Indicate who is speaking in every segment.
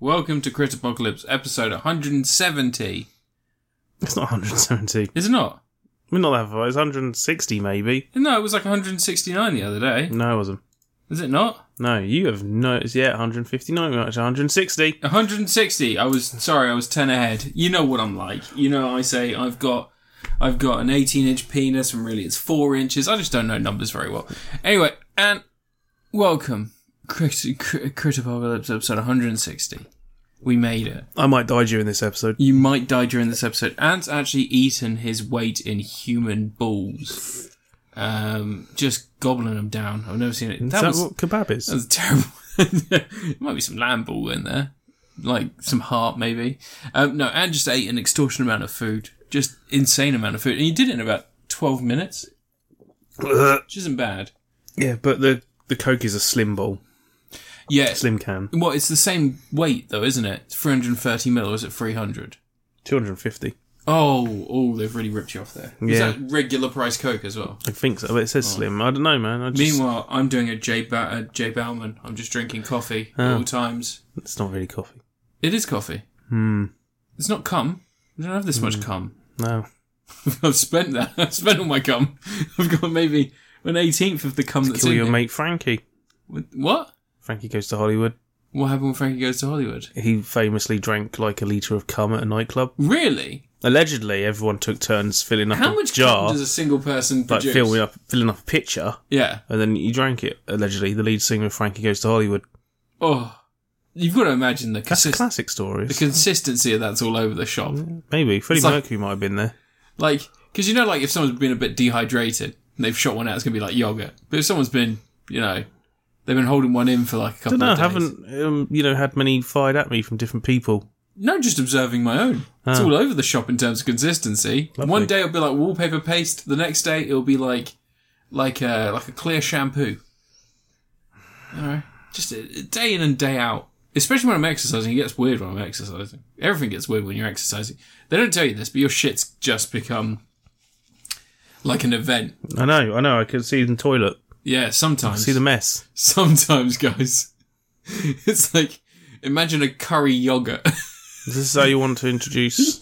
Speaker 1: Welcome to Crit Apocalypse, episode 170.
Speaker 2: It's not 170.
Speaker 1: Is it not?
Speaker 2: We're not that far. It's 160 maybe.
Speaker 1: No, it was like 169 the other day.
Speaker 2: No, it wasn't.
Speaker 1: Is it not?
Speaker 2: No, you have noticed yet 159. We're actually 160.
Speaker 1: 160. I was sorry, I was 10 ahead. You know what I'm like. You know, I say I've got, I've got an 18 inch penis, and really it's four inches. I just don't know numbers very well. Anyway, and welcome, Crit, Crit, Crit Apocalypse episode 160. We made it.
Speaker 2: I might die during this episode.
Speaker 1: You might die during this episode. Ant's actually eaten his weight in human balls, um, just gobbling them down. I've never seen it.
Speaker 2: Is
Speaker 1: That
Speaker 2: that
Speaker 1: was-
Speaker 2: what kebab is?
Speaker 1: that was terrible. there might be some lamb ball in there, like some heart maybe. Um, no, Anne just ate an extortionate amount of food, just insane amount of food, and he did it in about twelve minutes, which isn't bad.
Speaker 2: yeah, but the, the Coke is a slim bowl.
Speaker 1: Yeah.
Speaker 2: Slim can.
Speaker 1: Well, it's the same weight though, isn't it? It's 330 mil, or is it 300?
Speaker 2: 250.
Speaker 1: Oh, oh, they've really ripped you off there. Is
Speaker 2: Yeah.
Speaker 1: that regular price Coke as well?
Speaker 2: I think so. But it says slim. I don't know, man. I just,
Speaker 1: Oh. Meanwhile, I'm doing a J, ba- a J Bauman. I'm just drinking coffee
Speaker 2: Oh.
Speaker 1: at all times.
Speaker 2: it's not really coffee.
Speaker 1: It is coffee.
Speaker 2: Hmm.
Speaker 1: It's not cum. I don't have this much cum.
Speaker 2: No.
Speaker 1: I've spent that. I've spent all my cum. I've got maybe an eighteenth of the cum that's
Speaker 2: Kill
Speaker 1: in
Speaker 2: your
Speaker 1: it.
Speaker 2: mate Frankie.
Speaker 1: Wh- What?
Speaker 2: Frankie goes to Hollywood.
Speaker 1: What happened when Frankie goes to Hollywood?
Speaker 2: He famously drank like a litre of cum at a nightclub.
Speaker 1: Really?
Speaker 2: Allegedly, everyone took turns filling up
Speaker 1: How
Speaker 2: a
Speaker 1: much cum
Speaker 2: jar,
Speaker 1: does a single person
Speaker 2: like
Speaker 1: produce?
Speaker 2: filling up, filling up a pitcher,
Speaker 1: Yeah.
Speaker 2: and then he drank it. Allegedly, the lead singer of Frankie Goes to Hollywood.
Speaker 1: Oh, you've got to imagine the,
Speaker 2: That's Mm. a
Speaker 1: consist-
Speaker 2: classic story.
Speaker 1: the consistency of that's all over the shop.
Speaker 2: Maybe Freddie
Speaker 1: It's like-
Speaker 2: Mercury might have been there.
Speaker 1: Like, because you know, like if someone's been a bit dehydrated, and they've shot one out, it's gonna be like yogurt. But if someone's been, you know, they've been holding one in for like a
Speaker 2: I
Speaker 1: couple
Speaker 2: don't know.
Speaker 1: of days.
Speaker 2: Haven't um, you know had many fired at me from different people?
Speaker 1: No, just observing my own. It's
Speaker 2: Ah.
Speaker 1: all over the shop in terms of consistency.
Speaker 2: Lovely.
Speaker 1: One day it'll be like wallpaper paste. The next day it'll be like, like a like a clear shampoo. You know, just a, a day in and day out. Especially when I'm exercising, it gets weird when I'm exercising. Everything gets weird when you're exercising. They don't tell you this, but your shit's just become like an event.
Speaker 2: I know. I know. I could see the toilet.
Speaker 1: Yeah, sometimes.
Speaker 2: See the mess.
Speaker 1: Sometimes, guys, it's like imagine a curry yogurt.
Speaker 2: Is this how you want to introduce?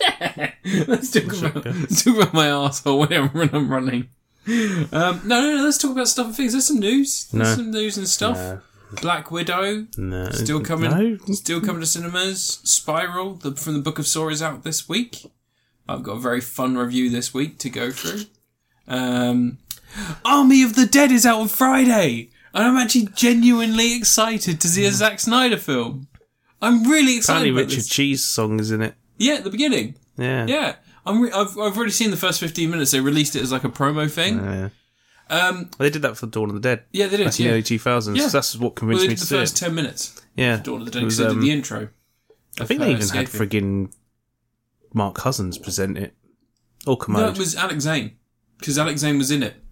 Speaker 1: let's talk about let's talk about my asshole when I'm, when I'm running. Um, no, no, no. Let's talk about stuff and things. There's some news. There's
Speaker 2: No.
Speaker 1: some news and stuff. Black Widow
Speaker 2: no.
Speaker 1: still coming.
Speaker 2: No.
Speaker 1: Still coming to cinemas. Spiral the, from the Book of Saw is out this week. I've got a very fun review this week to go through. Um, Army of the Dead is out on Friday, and I'm actually genuinely excited to see a Zack Snyder film. I'm really excited
Speaker 2: Apparently,
Speaker 1: about
Speaker 2: Richard
Speaker 1: this.
Speaker 2: Cheese song is in it.
Speaker 1: Yeah, at the beginning.
Speaker 2: Yeah.
Speaker 1: Yeah, I'm re- I've I've already seen the first fifteen minutes. They released it as like a promo thing.
Speaker 2: Oh, Yeah.
Speaker 1: Um,
Speaker 2: They did that for Dawn of the Dead.
Speaker 1: yeah, they did.
Speaker 2: in the
Speaker 1: Yeah,
Speaker 2: early 2000s.
Speaker 1: Yeah.
Speaker 2: That's what
Speaker 1: well,
Speaker 2: convinced
Speaker 1: they
Speaker 2: me
Speaker 1: did
Speaker 2: to
Speaker 1: the
Speaker 2: see
Speaker 1: first
Speaker 2: it.
Speaker 1: ten minutes.
Speaker 2: Yeah.
Speaker 1: Dawn of the
Speaker 2: It
Speaker 1: Dead.
Speaker 2: was,
Speaker 1: 'cause they
Speaker 2: um,
Speaker 1: did the intro.
Speaker 2: I think
Speaker 1: uh,
Speaker 2: they even had
Speaker 1: escaping.
Speaker 2: friggin' Mark Cousins present it. Or
Speaker 1: No, it
Speaker 2: Commode.
Speaker 1: was Alex Zane because Alex Zane was in it.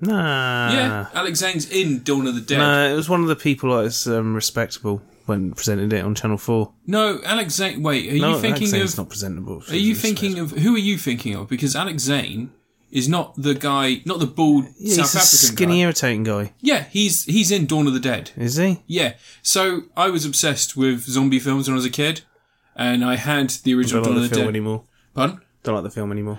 Speaker 2: nah.
Speaker 1: yeah, Alex Zane's in Dawn of the Dead.
Speaker 2: Nah, it was one of the people that's um, respectable when presented it on Channel 4.
Speaker 1: no, Alex Zane. Wait, are
Speaker 2: no,
Speaker 1: you
Speaker 2: that
Speaker 1: thinking
Speaker 2: thing's
Speaker 1: of?
Speaker 2: not presentable.
Speaker 1: Are you thinking of who are you thinking of? Because Alex Zane is not the guy, not the bald
Speaker 2: Yeah,
Speaker 1: South
Speaker 2: he's a
Speaker 1: African
Speaker 2: skinny,
Speaker 1: guy.
Speaker 2: irritating guy,
Speaker 1: Yeah, he's he's in Dawn of the Dead.
Speaker 2: is he?
Speaker 1: Yeah. So I was obsessed with zombie films when I was a kid, and I had the original
Speaker 2: Don't
Speaker 1: Dawn of
Speaker 2: like the
Speaker 1: the
Speaker 2: film
Speaker 1: Dead.
Speaker 2: anymore.
Speaker 1: Pardon?
Speaker 2: Don't like the film anymore.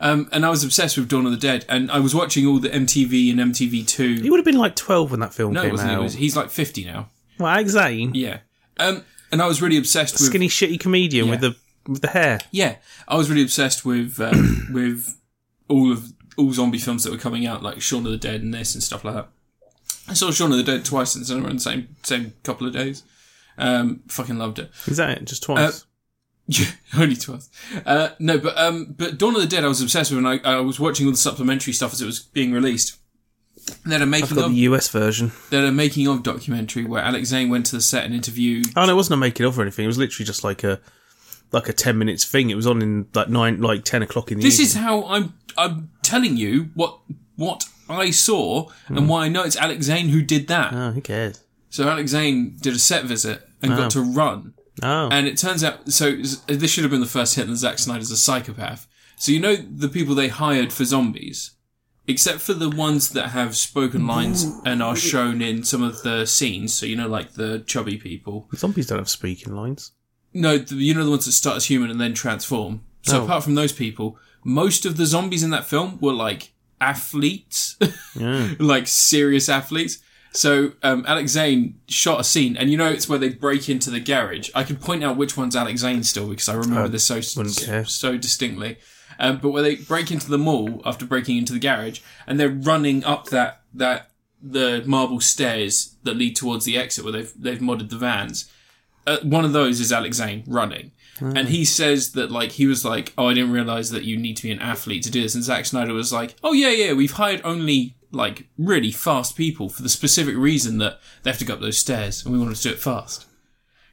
Speaker 1: Um, and I was obsessed with Dawn of the Dead, and I was watching all the MTV and MTV
Speaker 2: He
Speaker 1: Two.
Speaker 2: would have been like 12 when that film
Speaker 1: No,
Speaker 2: came
Speaker 1: it wasn't.
Speaker 2: out.
Speaker 1: It was, he's like fifty now.
Speaker 2: Well, Alex Zane,
Speaker 1: Yeah. Um, and I was really obsessed with.
Speaker 2: skinny, shitty comedian with the with the hair.
Speaker 1: Yeah, I was really obsessed with uh, with all of all zombie films that were coming out, like Shaun of the Dead and this and stuff like that. I saw Shaun of the Dead twice in the cinema in the same same couple of days. Um, fucking loved it.
Speaker 2: Is that it? Just
Speaker 1: Uh,
Speaker 2: twice.
Speaker 1: Yeah, only twice. Uh, no, but um, but Dawn of the Dead, I was obsessed with, and I, I was watching all the supplementary stuff as it was being released. And They had a
Speaker 2: I've
Speaker 1: making
Speaker 2: got
Speaker 1: of,
Speaker 2: the US version.
Speaker 1: they had a making of documentary where Alex Zane went to the set and interviewed.
Speaker 2: Oh, no, it wasn't a making of or anything. It was literally just like a like a 10 minutes thing. It was on in like nine, like 10 o'clock in the
Speaker 1: This
Speaker 2: evening.
Speaker 1: is how I'm I'm telling you what what I saw and why I know it's Alex Zane who did that.
Speaker 2: Oh, who cares?
Speaker 1: So Alex Zane did a set visit and got to run.
Speaker 2: Oh.
Speaker 1: And it turns out, so this should have been the first hint that Zack Snyder's a psychopath. So you know the people they hired for zombies, except for the ones that have spoken lines and are shown in some of the scenes. So you know, like the chubby people.
Speaker 2: Zombies don't have speaking lines.
Speaker 1: No, the, you know the ones that start as human and then transform. So
Speaker 2: Oh.
Speaker 1: apart from those people, most of the zombies in that film were like athletes,
Speaker 2: Yeah.
Speaker 1: like serious athletes. So um, Alex Zane shot a scene, and you know it's where they break into the garage. I can point out which one's Alex Zane still because I remember
Speaker 2: I
Speaker 1: this so
Speaker 2: wouldn't care.
Speaker 1: so distinctly. Um, but where they break into the mall after breaking into the garage, and they're running up that that the marble stairs that lead towards the exit where they've they've modded the vans. Uh, one of those is Alex Zane running, and he says that like he was like, "Oh, I didn't realize that you need to be an athlete to do this." And Zack Snyder was like, "Oh yeah, yeah, we've hired only like really fast people for the specific reason that they have to go up those stairs, and we wanted to do it fast."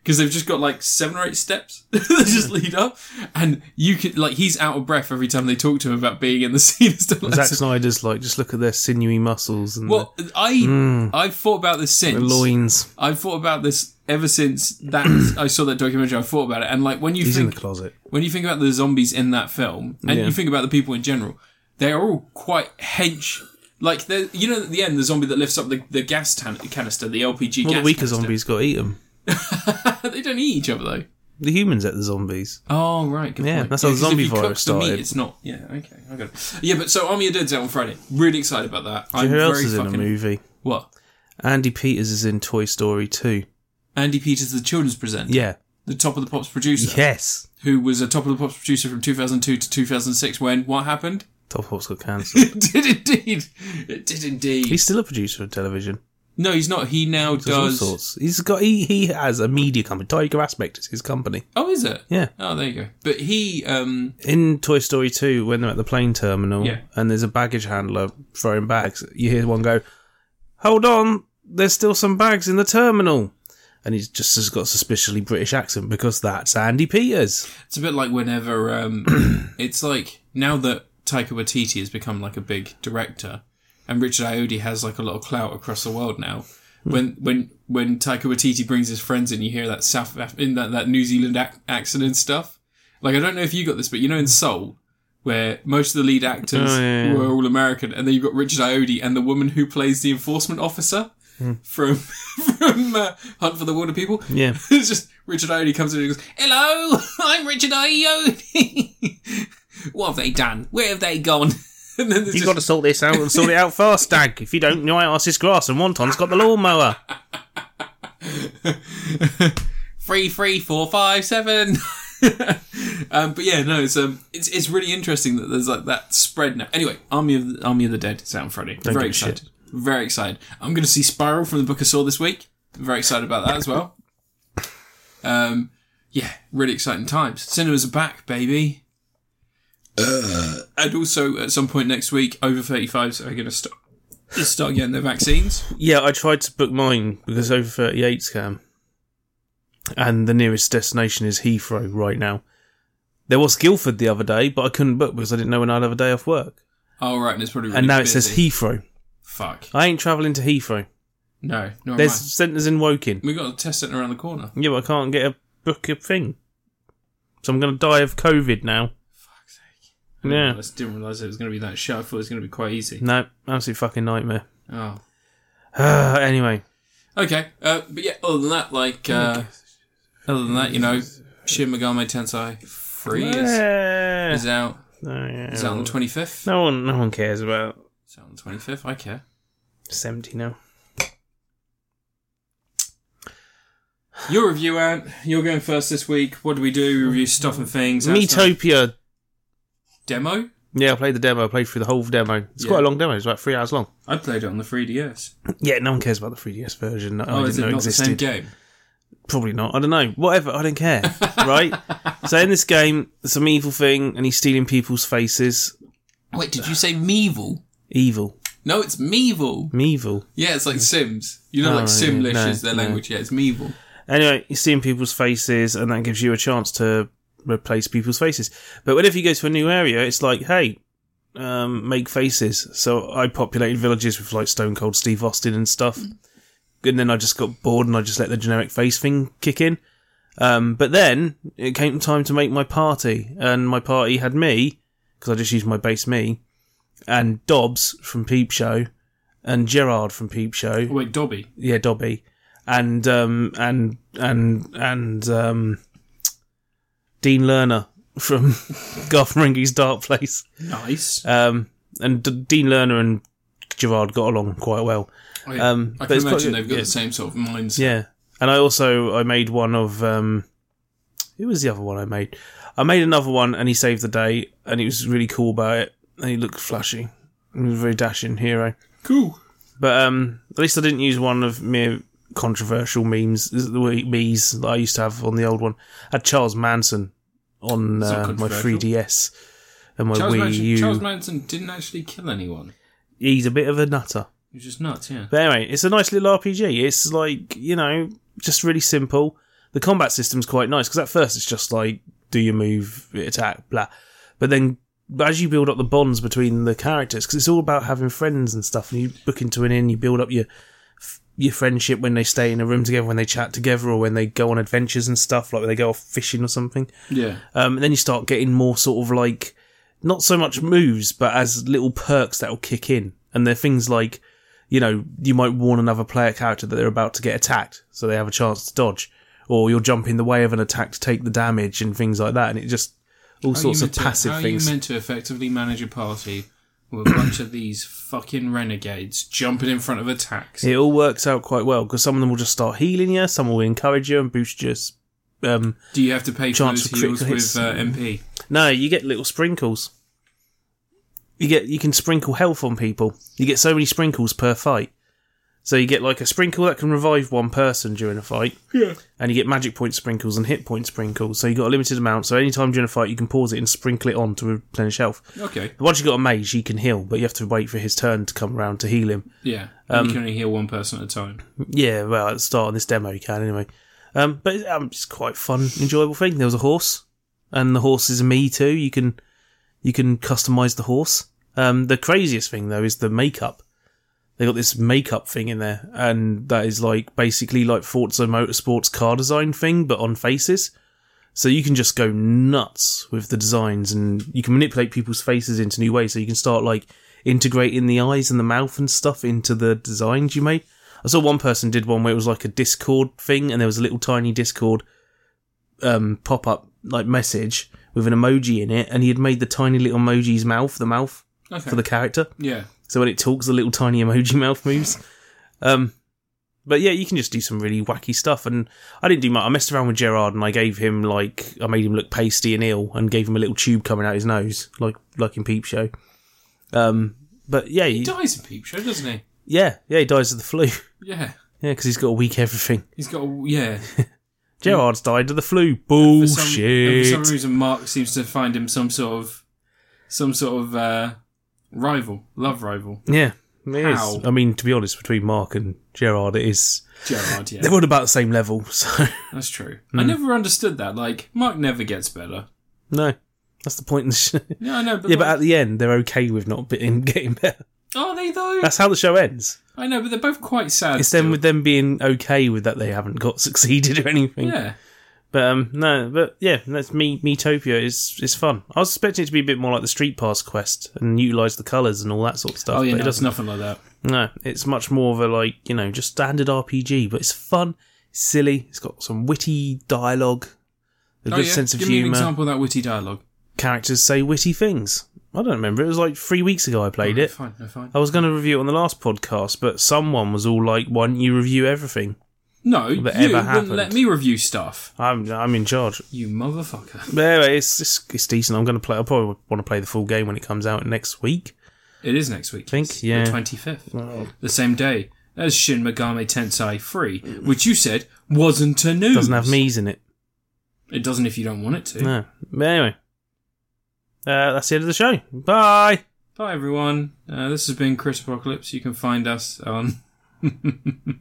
Speaker 1: because they've just got like seven or eight steps that just lead up, and you can like he's out of breath every time they talk to him about being in the scene and stuff. Like
Speaker 2: Zack
Speaker 1: that.
Speaker 2: Snyder's like, just look at their sinewy muscles and
Speaker 1: Well, I
Speaker 2: Hmm.
Speaker 1: I've thought about this
Speaker 2: the
Speaker 1: since
Speaker 2: loins.
Speaker 1: I've thought about this ever since that I saw that documentary. I've thought about it, and like when you
Speaker 2: He's in
Speaker 1: think
Speaker 2: the closet.
Speaker 1: when you think about the zombies in that film, and
Speaker 2: Yeah.
Speaker 1: you think about the people in general, they are all quite hench. Like they're- you know, at the end, the zombie that lifts up the, the gas tan- canister, the LPG
Speaker 2: Well,
Speaker 1: gas
Speaker 2: the weaker
Speaker 1: canister.
Speaker 2: zombies got to eat them.
Speaker 1: they don't eat each other though.
Speaker 2: The humans ate the zombies.
Speaker 1: Oh right, good
Speaker 2: Yeah,
Speaker 1: point.
Speaker 2: that's how the
Speaker 1: 'cause if
Speaker 2: zombie
Speaker 1: you cook
Speaker 2: virus
Speaker 1: the meat,
Speaker 2: started.
Speaker 1: it's not. Yeah, okay, I got it. Yeah, but so Army of Dead's out on Friday. Really excited about that. I'm
Speaker 2: Who else
Speaker 1: very
Speaker 2: is in
Speaker 1: fucking
Speaker 2: a movie?
Speaker 1: what?
Speaker 2: Andy Peters is in Toy Story 2.
Speaker 1: Andy Peters, the children's presenter,
Speaker 2: Yeah.
Speaker 1: the Top of the Pops producer,
Speaker 2: Yes.
Speaker 1: who was a Top of the Pops producer from 2002 to 2006. When what happened?
Speaker 2: Top Pop's got cancer.
Speaker 1: it did indeed. It did indeed.
Speaker 2: He's still a producer of television.
Speaker 1: no, he's not. He now
Speaker 2: There's all
Speaker 1: does.
Speaker 2: sorts. He's got he, he has a media company. Tiger Aspect is his company.
Speaker 1: Oh, is it?
Speaker 2: Yeah.
Speaker 1: Oh, there you go. But he, um,
Speaker 2: In Toy Story 2, when they're at the plane terminal
Speaker 1: Yeah.
Speaker 2: and there's a baggage handler throwing bags, you hear one go, Hold on, there's still some bags in the terminal. And he's just has got a suspiciously British accent because that's Andy Peters.
Speaker 1: it's a bit like whenever, um, it's like now that Taika Waititi has become like a big director, and Richard Iodi has like a lot of clout across the world now.
Speaker 2: Hmm.
Speaker 1: When when when Taika Waititi brings his friends in, you hear that South Af- in that that New Zealand ac- accent and stuff. Like I don't know if you got this, but you know in Seoul. Where most of the lead actors
Speaker 2: Oh, yeah, yeah.
Speaker 1: were all American, and then you've got Richard Iodi and the woman who plays the enforcement officer from from uh, Hunt for the Water People.
Speaker 2: Yeah.
Speaker 1: it's just Richard Iody comes in and goes, "Hello, I'm Richard Iody. what have they done? Where have they gone?" And then there's just,
Speaker 2: You've got to sort this out and sort it out fast, Dag. If you don't, your ass is grass and Wonton's got the lawnmower.
Speaker 1: three, three, four, five, seven. um, but yeah, no, it's um, it's it's really interesting that there's like that spread now. Anyway, Army of the, Army of the Dead, it's out on Friday. Very
Speaker 2: give a shit.
Speaker 1: excited. Very excited. I'm going to see Spiral from the Book of Saw this week. Very excited about that as well. Um, yeah, really exciting times. Cinemas are back, baby. and also, at some point next week, over 35s are going to start start getting their vaccines.
Speaker 2: Yeah, I tried to book mine because over 38 scam. And the nearest destination is Heathrow right now. There was Guildford the other day, but I couldn't book because I didn't know when I'd have a day off work.
Speaker 1: Oh right, and it's probably really
Speaker 2: And now it
Speaker 1: busy.
Speaker 2: says Heathrow.
Speaker 1: Fuck.
Speaker 2: I ain't travelling to Heathrow.
Speaker 1: No, no.
Speaker 2: There's centres in Woking.
Speaker 1: We got a test centre around the corner.
Speaker 2: Yeah, but I can't get a book a thing. So I'm going to die of COVID now. Fuck's sake.
Speaker 1: I
Speaker 2: Yeah.
Speaker 1: just didn't realise it was going to be that short. I thought it was going to be quite easy.
Speaker 2: No, absolute fucking nightmare.
Speaker 1: Oh.
Speaker 2: anyway.
Speaker 1: Okay. Uh, but yeah, other than that, like, uh, other than that, you know, Shin Megami Tensei 3 is,
Speaker 2: Yeah.
Speaker 1: is out.
Speaker 2: Oh, yeah.
Speaker 1: Is out on the 25th.
Speaker 2: No one, no one cares about
Speaker 1: It's out on the 25th. I care.
Speaker 2: seventy now.
Speaker 1: Your review, Ant. You're going first this week. What do we do? We review stuff and things. Ant's done
Speaker 2: Metopia.
Speaker 1: a Demo?
Speaker 2: Yeah, I played the demo. I played through the whole demo. It's
Speaker 1: Yeah.
Speaker 2: quite a long demo. It's about three hours long.
Speaker 1: I played it on the 3DS.
Speaker 2: Yeah, no one cares about the 3DS version. that I
Speaker 1: oh,
Speaker 2: didn't
Speaker 1: is it
Speaker 2: know
Speaker 1: not
Speaker 2: existed.
Speaker 1: the same game?
Speaker 2: Probably not. I don't know. Whatever. I don't care. right. So in this game, some evil thing, and he's stealing people's faces.
Speaker 1: Wait, did you say Meevil?
Speaker 2: Evil.
Speaker 1: No, it's Meevil.
Speaker 2: Meevil.
Speaker 1: Yeah, it's like Sims. You know,
Speaker 2: Oh,
Speaker 1: like Simlish
Speaker 2: yeah, no,
Speaker 1: is their
Speaker 2: no.
Speaker 1: language. Yeah, it's Meevil.
Speaker 2: Anyway, you're seeing people's faces, and that gives you a chance to replace people's faces. But whenever you go to a new area, it's like, hey, um, make faces. So I populated villages with like Stone Cold Steve Austin and stuff. And then I just got bored and I just let the generic face thing kick in. Um, but then it came time to make my party, and my party had me, because I just used my base me, and Dobbs from Peep Show, and Gerard from Peep Show.
Speaker 1: Oh, wait, Dobby.
Speaker 2: Yeah, Dobby, and um, and and and um, Dean Lerner from Garth Marenghi's Dark Place.
Speaker 1: Nice.
Speaker 2: Um, and D- Dean Lerner and Gerard got along quite well.
Speaker 1: Oh, yeah.
Speaker 2: um,
Speaker 1: I
Speaker 2: but
Speaker 1: can
Speaker 2: it's
Speaker 1: imagine
Speaker 2: quite good,
Speaker 1: they've got
Speaker 2: yeah.
Speaker 1: the same sort of minds.
Speaker 2: Yeah, and I also I made one of um, who was the other one I made? I made another one, and he saved the day, and he was really cool about it, and he looked flashy. He was a very dashing hero.
Speaker 1: Cool.
Speaker 2: But um, at least I didn't use one of mere controversial memes, the way- me's that I used to have on the old one. I had Charles Manson on
Speaker 1: It's not
Speaker 2: uh, my
Speaker 1: controversial.
Speaker 2: 3DS and my
Speaker 1: Charles
Speaker 2: Wii
Speaker 1: Manson,
Speaker 2: U.
Speaker 1: Charles Manson didn't actually kill anyone.
Speaker 2: He's a bit of a nutter.
Speaker 1: He was just nuts, yeah.
Speaker 2: But anyway, it's a nice little RPG. It's like, you know, just really simple. The combat system's quite nice because at first it's just like, do your move, attack, blah. But then as you build up the bonds between the characters, because it's all about having friends and stuff, and you book into an inn, you build up your your friendship when they stay in a room together, when they chat together, or when they go on adventures and stuff, like when they go off fishing or something.
Speaker 1: Yeah.
Speaker 2: Um, and then you start getting more sort of like, not so much moves, but as little perks that will kick in. And they're things like, you know, you might warn another player character that they're about to get attacked, so they have a chance to dodge. Or you'll jump in the way of an attack to take the damage and things like that. And it just, all
Speaker 1: How
Speaker 2: sorts
Speaker 1: you
Speaker 2: of
Speaker 1: meant to-
Speaker 2: passive
Speaker 1: how are
Speaker 2: things.
Speaker 1: you meant to effectively manage a party with a bunch of these fucking renegades jumping in front of attacks?
Speaker 2: It all works out quite well because some of them will just start healing you, some will encourage you and boost your. s- Um,
Speaker 1: Do you have to pay for
Speaker 2: Chance
Speaker 1: those
Speaker 2: for critical
Speaker 1: heals
Speaker 2: hits.
Speaker 1: with uh, MP?
Speaker 2: no, you get little sprinkles. You get you can sprinkle health on people. You get so many sprinkles per fight. So you get like a sprinkle that can revive one person during a fight,
Speaker 1: Yeah.
Speaker 2: and you get magic point sprinkles and hit point sprinkles. So you got a limited amount. So anytime during a fight, you can pause it and sprinkle it on to replenish health.
Speaker 1: Okay.
Speaker 2: Once you got a mage, he can heal, but you have to wait for his turn to come around to heal him.
Speaker 1: Yeah. And
Speaker 2: Um,
Speaker 1: you can only heal one person at a time.
Speaker 2: Yeah, well, at the start of this demo, you can anyway. Um, but um, it's quite fun, enjoyable thing. There was a horse, and the horse is a me too. You can you can customize the horse. Um, the craziest thing though is the makeup. They got this makeup thing in there, and that is like basically like Forza Motorsports car design thing, but on faces. So you can just go nuts with the designs, and you can manipulate people's faces into new ways. So you can start like integrating the eyes and the mouth and stuff into the designs you made. I saw one person did one where it was like a Discord thing, and there was a little tiny Discord um, pop up like message with an emoji in it, and he had made the tiny little emoji's mouth, the mouth
Speaker 1: Okay.
Speaker 2: for the character.
Speaker 1: yeah.
Speaker 2: So when it talks, the little tiny emoji mouth moves. Um, but yeah, you can just do some really wacky stuff. And I didn't do much. I messed around with Gerard, and I gave him like I made him look pasty and ill, and gave him a little tube coming out his nose, like like in Peep Show. Um, but yeah,
Speaker 1: He
Speaker 2: he,
Speaker 1: dies in Peep Show, doesn't he?
Speaker 2: yeah, yeah, he dies of the flu.
Speaker 1: Yeah.
Speaker 2: Yeah, because he's got a weak everything.
Speaker 1: He's got a, yeah.
Speaker 2: Gerard's died of the flu.
Speaker 1: For some, and for
Speaker 2: Bullshit.
Speaker 1: some reason, Mark seems to find him some sort of some sort of uh, rival, love rival.
Speaker 2: Yeah, it is.
Speaker 1: How?
Speaker 2: I mean, to be honest, between Mark and Gerard, it is.
Speaker 1: Gerard, yeah,
Speaker 2: They're all about the same level, so.
Speaker 1: that's true.
Speaker 2: Hmm.
Speaker 1: I never understood that. Like, Mark never gets better.
Speaker 2: no. That's the point in the show.
Speaker 1: Yeah, I know. But
Speaker 2: Yeah,
Speaker 1: like,
Speaker 2: but at the end, they're okay with not being, getting better.
Speaker 1: are they though?
Speaker 2: That's how the show ends.
Speaker 1: I know, but they're both quite sad.
Speaker 2: It's them
Speaker 1: still.
Speaker 2: with them being okay with that they haven't got succeeded or anything.
Speaker 1: yeah,
Speaker 2: But um, no, but yeah, that's me. Metopia is is fun. I was expecting it to be a bit more like the Street Pass quest and utilize the colors and all that sort of stuff.
Speaker 1: oh yeah,
Speaker 2: but it
Speaker 1: no, it's
Speaker 2: doesn't.
Speaker 1: nothing like that.
Speaker 2: No, it's much more of a like you know just standard RPG, but it's fun, silly. It's got some witty dialogue, a
Speaker 1: oh,
Speaker 2: good
Speaker 1: yeah?
Speaker 2: sense of
Speaker 1: Give me an
Speaker 2: humor.
Speaker 1: example of that witty dialogue.
Speaker 2: Characters say witty things. I don't remember. It was like three weeks ago I played it. Oh,
Speaker 1: Fine, no, fine.
Speaker 2: I was going to review it on the last podcast, but someone was all like, "Why don't you review everything?"
Speaker 1: No, you
Speaker 2: that ever
Speaker 1: wouldn't
Speaker 2: happened.
Speaker 1: let me review stuff.
Speaker 2: I'm I'm in charge.
Speaker 1: You motherfucker.
Speaker 2: But anyway, it's it's, it's decent. I'm going to play. I probably want to play the full game when it comes out next week.
Speaker 1: It is next week. I
Speaker 2: think, yeah.
Speaker 1: the twenty fifth. the same day as Shin Megami Tensei 3, which you said wasn't a news.
Speaker 2: Doesn't have me's in it.
Speaker 1: It doesn't if you don't want it to.
Speaker 2: No. But anyway, uh, that's the end of the show. Bye.
Speaker 1: Bye, everyone. Uh, this has been Chris Apocalypse. You can find us on.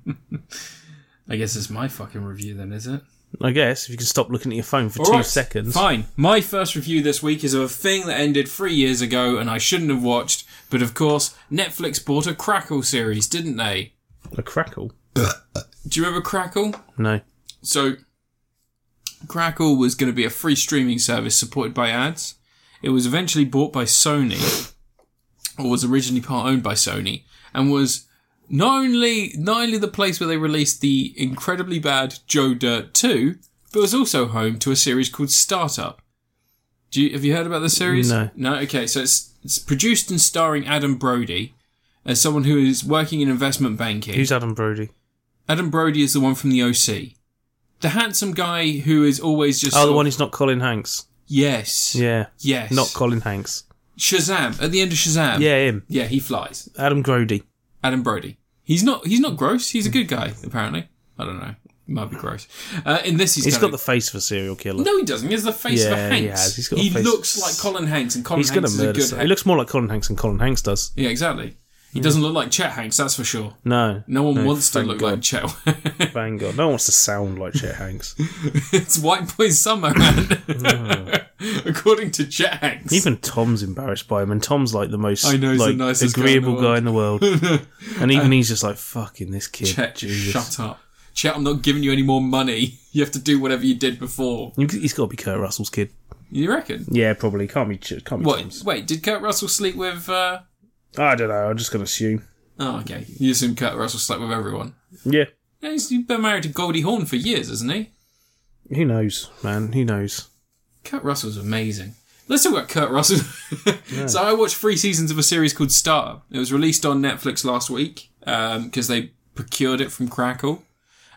Speaker 1: I guess it's my fucking review then, is it?
Speaker 2: I guess if you can stop looking at your phone for
Speaker 1: All
Speaker 2: two
Speaker 1: right,
Speaker 2: seconds.
Speaker 1: Fine. My first review this week is of a thing that ended three years ago and I shouldn't have watched, but of course, Netflix bought a Crackle series, didn't they?
Speaker 2: A crackle?
Speaker 1: Do you remember Crackle?
Speaker 2: No.
Speaker 1: So, Crackle was going to be a free streaming service supported by ads. It was eventually bought by Sony or was originally part owned by Sony, and was not only not only the place where they released the incredibly bad Joe Dirt 2, but was also home to a series called Startup. Do you, have you heard about this series?
Speaker 2: No.
Speaker 1: No. Okay, so it's, it's produced and starring Adam Brody as someone who is working in investment banking.
Speaker 2: Who's Adam Brody?
Speaker 1: Adam Brody is the one from the OC, the handsome guy who is always just
Speaker 2: Oh,
Speaker 1: sort
Speaker 2: the
Speaker 1: of-
Speaker 2: one who's not Colin Hanks.
Speaker 1: Yes.
Speaker 2: Yeah.
Speaker 1: Yes. Um,
Speaker 2: Not Colin Hanks.
Speaker 1: Shazam at the end of Shazam.
Speaker 2: yeah, him.
Speaker 1: Yeah, he flies.
Speaker 2: Adam Brody.
Speaker 1: Adam Brody. He's not. He's not gross. He's a good guy. Apparently, I don't know. He might be gross. Uh, in this, he's,
Speaker 2: He's
Speaker 1: kinda-
Speaker 2: got the face of a serial killer.
Speaker 1: No, he doesn't. He has the face of a
Speaker 2: Yeah,
Speaker 1: Hanks.
Speaker 2: he has. He's got a
Speaker 1: He
Speaker 2: face-
Speaker 1: looks like Colin Hanks, and Colin
Speaker 2: He's going
Speaker 1: Hanks
Speaker 2: to
Speaker 1: is a
Speaker 2: murder
Speaker 1: good.
Speaker 2: someone.
Speaker 1: Hanks.
Speaker 2: He looks more like Colin Hanks than Colin Hanks does.
Speaker 1: yeah, exactly. He doesn't look like Chet Hanks. That's for sure.
Speaker 2: No.
Speaker 1: No one wants to
Speaker 2: thank
Speaker 1: look
Speaker 2: God.
Speaker 1: like Chet.
Speaker 2: Bang God. No one wants to sound like Chet Hanks.
Speaker 1: it's White Boy Summer, man. According to Chet Hanks.
Speaker 2: Even Tom's embarrassed by him, and Tom's like the most
Speaker 1: I know, he's the
Speaker 2: like,
Speaker 1: nicest guy in the
Speaker 2: agreeable
Speaker 1: world.
Speaker 2: guy in the world. and even he's just like, fucking this kid.
Speaker 1: Chet,
Speaker 2: Jesus.
Speaker 1: shut up. Chet, I'm not giving you any more money. You have to do whatever you did before.
Speaker 2: He's got to be Kurt Russell's kid.
Speaker 1: You reckon?
Speaker 2: Yeah, probably. Can't be, Ch- can't be
Speaker 1: What?
Speaker 2: Tom's.
Speaker 1: Wait, did Kurt Russell sleep with? Uh...
Speaker 2: I don't know. I'm just going to assume.
Speaker 1: Oh, okay. You assume Kurt Russell slept with everyone.
Speaker 2: Yeah.
Speaker 1: Yeah, he's he's been married to Goldie Hawn for years, hasn't he?
Speaker 2: Who knows, man? Who knows?
Speaker 1: Kurt Russell's amazing. Let's talk about Kurt Russell. so I watched three seasons of a series called Startup. It was released on Netflix last week because they procured it from Crackle,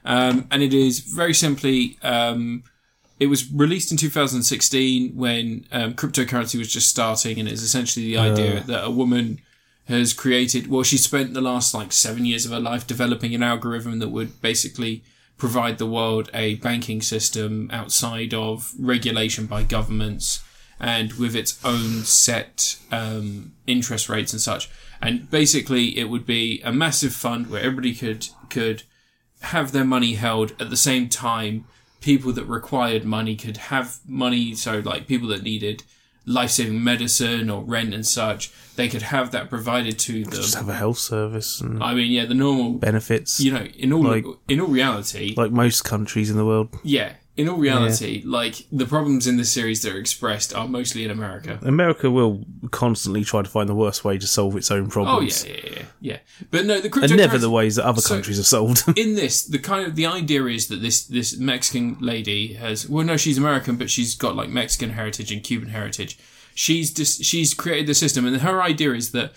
Speaker 1: um, and it is very simply. Um, it was released in 2016 when um, cryptocurrency was just starting, and it's essentially the idea that a woman has created. Well, she spent the last like seven years of her life developing an algorithm that would basically provide the world a banking system outside of regulation by governments and with its own set um, interest rates and such. And basically, it would be a massive fund where everybody could could have their money held at the same time people that required money could have money so like people that needed life-saving medicine or rent and such they could have that provided to them
Speaker 2: Just have a health service and
Speaker 1: i mean yeah the normal
Speaker 2: benefits.
Speaker 1: you know in all
Speaker 2: Like-
Speaker 1: in all reality
Speaker 2: like most countries in the world.
Speaker 1: yeah in all reality like the problems in this series that are expressed are mostly in america
Speaker 2: America will constantly try to find the worst way to solve its own
Speaker 1: oh
Speaker 2: problems.
Speaker 1: yeah yeah yeah, yeah. but no the
Speaker 2: And never the
Speaker 1: cryptocurrency-
Speaker 2: ways that other
Speaker 1: So-
Speaker 2: countries have solved.
Speaker 1: in this, the kind of the idea is that this this Mexican lady has well, no, she's American, but she's got like Mexican heritage and Cuban heritage. She's just she's created the system, and her idea is that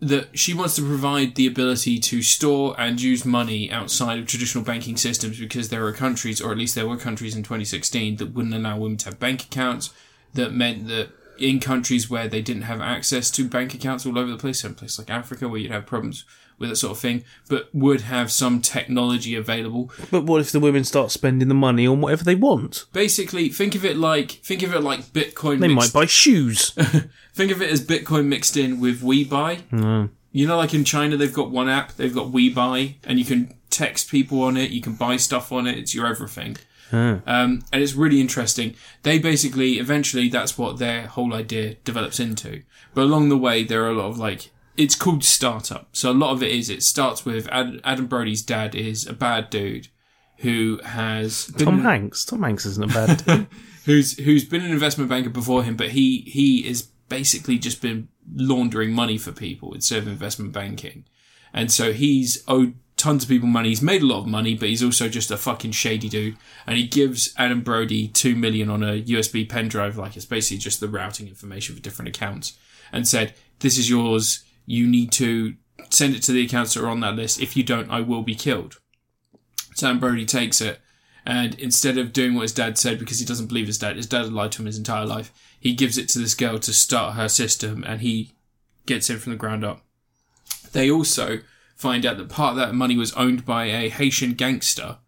Speaker 1: that she wants to provide the ability to store and use money outside of traditional banking systems because there are countries, or at least there were countries in 2016, that wouldn't allow women to have bank accounts. That meant that in countries where they didn't have access to bank accounts all over the place, so in places like Africa where you'd have problems with that sort of thing, but would have some technology available.
Speaker 2: but what if the women start spending the money on whatever they want?
Speaker 1: Basically, think of it like think of it like Bitcoin.
Speaker 2: They
Speaker 1: mixed
Speaker 2: might buy shoes.
Speaker 1: Think of it as Bitcoin mixed in with WeBuy. You know, like in China, they've got one app, they've got WeBuy, and you can text people on it, you can buy stuff on it, it's your everything. Um, and it's really interesting. They basically, eventually, that's what their whole idea develops into. But along the way, there are a lot of like, it's called startup. So a lot of it is, it starts with Ad- Adam Brody's dad is a bad dude who has been
Speaker 2: Tom Hanks. Tom Hanks isn't a bad.
Speaker 1: who's who's been an investment banker before him, but he he is basically just been laundering money for people instead of investment banking, and so he's owed tons of people money. He's made a lot of money, but he's also just a fucking shady dude. And he gives Adam Brody two million on a USB pen drive, like it's basically just the routing information for different accounts, and said, "This is yours. You need to." Send it to the accounts that are on that list. If you don't, I will be killed. Sam Brody takes it and instead of doing what his dad said because he doesn't believe his dad, his dad had lied to him his entire life, he gives it to this girl to start her system and he gets in from the ground up. They also find out that part of that money was owned by a Haitian gangster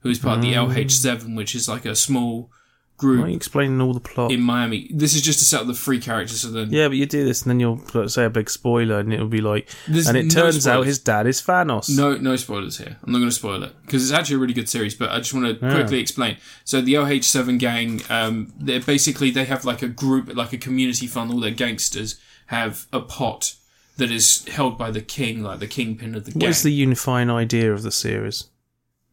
Speaker 1: who is part of the LH7, which is like a small
Speaker 2: Why
Speaker 1: group
Speaker 2: are you explaining all the plot?
Speaker 1: in Miami. This is just to set up the free characters so then
Speaker 2: Yeah, but you do this and then you'll like, say a big spoiler and it'll be like.
Speaker 1: There's
Speaker 2: and it
Speaker 1: no
Speaker 2: turns out
Speaker 1: spoilers.
Speaker 2: his dad is Thanos.
Speaker 1: No, no spoilers here. I'm not going to spoil it because it's actually a really good series. But I just want to quickly explain. So the OH7 gang, um, they're basically they have like a group, like a community fund. All their gangsters have a pot that is held by the king, like the kingpin of the gang.
Speaker 2: What's the unifying idea of the series?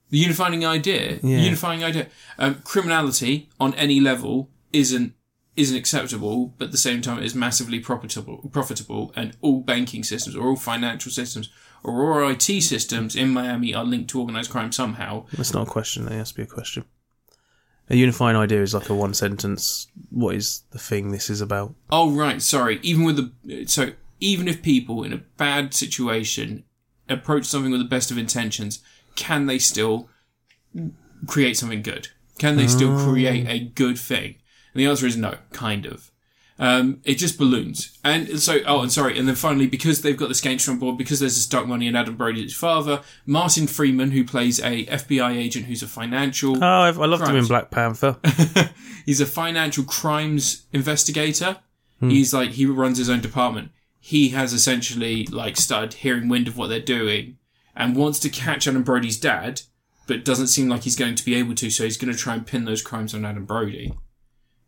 Speaker 1: The unifying idea,
Speaker 2: Yeah.
Speaker 1: unifying idea, um, criminality on any level isn't isn't acceptable, but at the same time it is massively profitable. Profitable, and all banking systems, or all financial systems, or all IT systems in Miami are linked to organized crime somehow.
Speaker 2: That's not a question. It has to be a question. A unifying idea is like a one sentence. What is the thing this is about?
Speaker 1: Oh right, sorry. Even with the so even if people in a bad situation approach something with the best of intentions, can they still create something good? Can they still create a good thing? And the answer is no, kind of. Um, it just balloons. And so, oh, and sorry. And then finally, because they've got this gangster on board, because there's this dark money and Adam Brody's father, Martin Freeman, who plays a FBI agent who's a financial,
Speaker 2: Oh, I've, I loved him in
Speaker 1: Crimes.
Speaker 2: Black Panther.
Speaker 1: he's a financial crimes investigator.
Speaker 2: Hmm.
Speaker 1: He's like, he runs his own department. He has essentially like started hearing wind of what they're doing and wants to catch Adam Brody's dad, but doesn't seem like he's going to be able to. So he's going to try and pin those crimes on Adam Brody.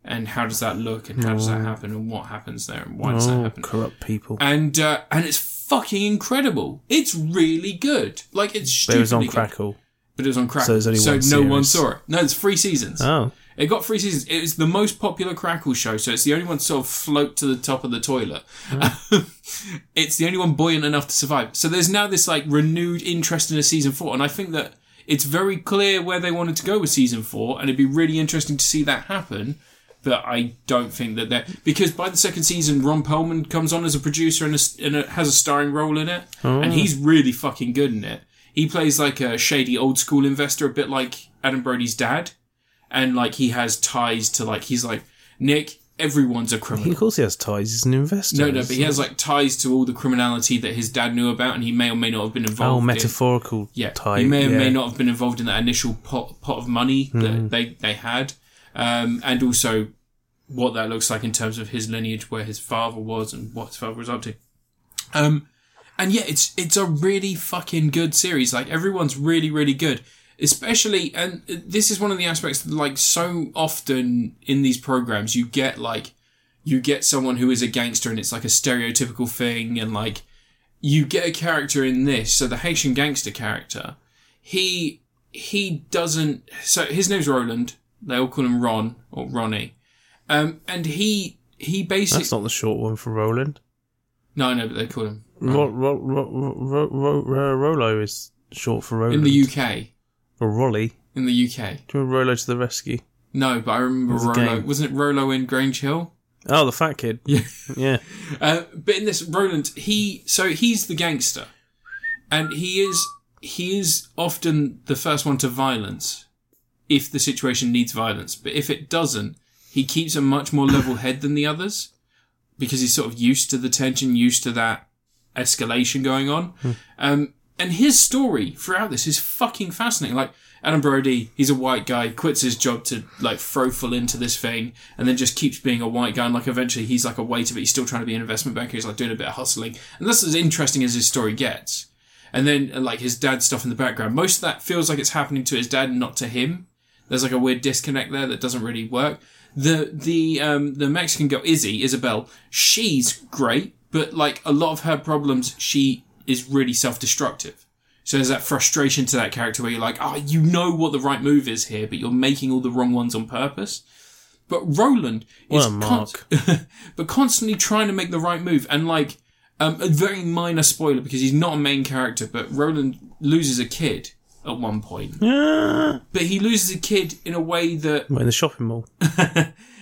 Speaker 1: And how does that look? And how does that happen? And what happens there? And why does that
Speaker 2: oh,
Speaker 1: happen?
Speaker 2: corrupt people.
Speaker 1: and uh, and it's fucking incredible. It's really good. Like it's
Speaker 2: But it was on
Speaker 1: stupidly good.
Speaker 2: Crackle.
Speaker 1: But it was on Crackle,
Speaker 2: So there's only one
Speaker 1: no one
Speaker 2: series.
Speaker 1: saw it. No, it's three seasons.
Speaker 2: Oh,
Speaker 1: It got three seasons. It was the most popular Crackle show, so it's the only one to sort of float to the top of the toilet. it's the only one buoyant enough to survive. So there's now this like renewed interest in a season four, and I think that it's very clear where they wanted to go with season four, and it'd be really interesting to see that happen. But I don't think that they're because by the second season, Ron Perlman comes on as a producer and, a, s- and a, has a starring role in it, and he's really fucking good in it. He plays like a shady old school investor, a bit like Adam Brody's dad and like he has ties to like he's like Nick. Everyone's a
Speaker 2: he,
Speaker 1: criminal.
Speaker 2: of course he has ties. He's an investor.
Speaker 1: No, no, but he has like ties to all the criminality that his dad knew about, and he may or may not have been
Speaker 2: oh,
Speaker 1: involved. in.
Speaker 2: metaphorical
Speaker 1: Yeah,
Speaker 2: tie.
Speaker 1: he may or
Speaker 2: yeah. Hmm.
Speaker 1: may not have been involved in that initial pot pot of money that they they had, um, and also what that looks like in terms of his lineage, where his father was, and what his father was up to. Um, and yeah, it's it's a really fucking good series. Like everyone's really really good, especially and this is one of the aspects that, like so often in these programs you get like you get someone who is a gangster and it's like a stereotypical thing and like you get a character in this so the Haitian gangster character he he doesn't so his name's Roland they all call him Ron or Ronnie um and he he
Speaker 2: That's
Speaker 1: basically
Speaker 2: not the short one for Roland.
Speaker 1: no no but they call him
Speaker 2: Ro- ro- ro- ro- ro- ro- Rolo is short for
Speaker 1: in
Speaker 2: Roland.
Speaker 1: the UK
Speaker 2: Or Rolly.
Speaker 1: in the UK
Speaker 2: Do you remember Rolo to the rescue?
Speaker 1: No, but I remember
Speaker 2: was a
Speaker 1: Rolo.
Speaker 2: game.
Speaker 1: Wasn't it Rolo in Grange Hill?
Speaker 2: Oh, the fat kid.
Speaker 1: Yeah.
Speaker 2: Yeah.
Speaker 1: Uh, but in this, Roland, he so he's the gangster, and he is he is often the first one to violence if the situation needs violence. But if it doesn't, he keeps a much more level head than the others because he's sort of used to the tension, used to that escalation going on. Um, and his story throughout this is fucking fascinating. Like Adam Brody, he's a white guy, quits his job to like throw full into this thing, and then just keeps being a white guy. And like eventually, he's like a weight of it. He's still trying to be an investment banker. He's like doing a bit of hustling, and that's as interesting as his story gets. And then uh, like his dad's stuff in the background. Most of that feels like it's happening to his dad and not to him. There's like a weird disconnect there that doesn't really work. The the um the Mexican girl Izzy Isabel, she's great, but like a lot of her problems, she is really self destructive. So there's that frustration to that character where you're like, oh, you know what the right move is here, but you're making all the wrong ones on purpose. But Roland
Speaker 2: What
Speaker 1: is
Speaker 2: a mark.
Speaker 1: const- but constantly trying to make the right move and like um, a very minor spoiler because he's not a main character, but Roland loses a kid at one point.
Speaker 2: Ah.
Speaker 1: But he loses a kid in a way that
Speaker 2: Well, in the shopping mall.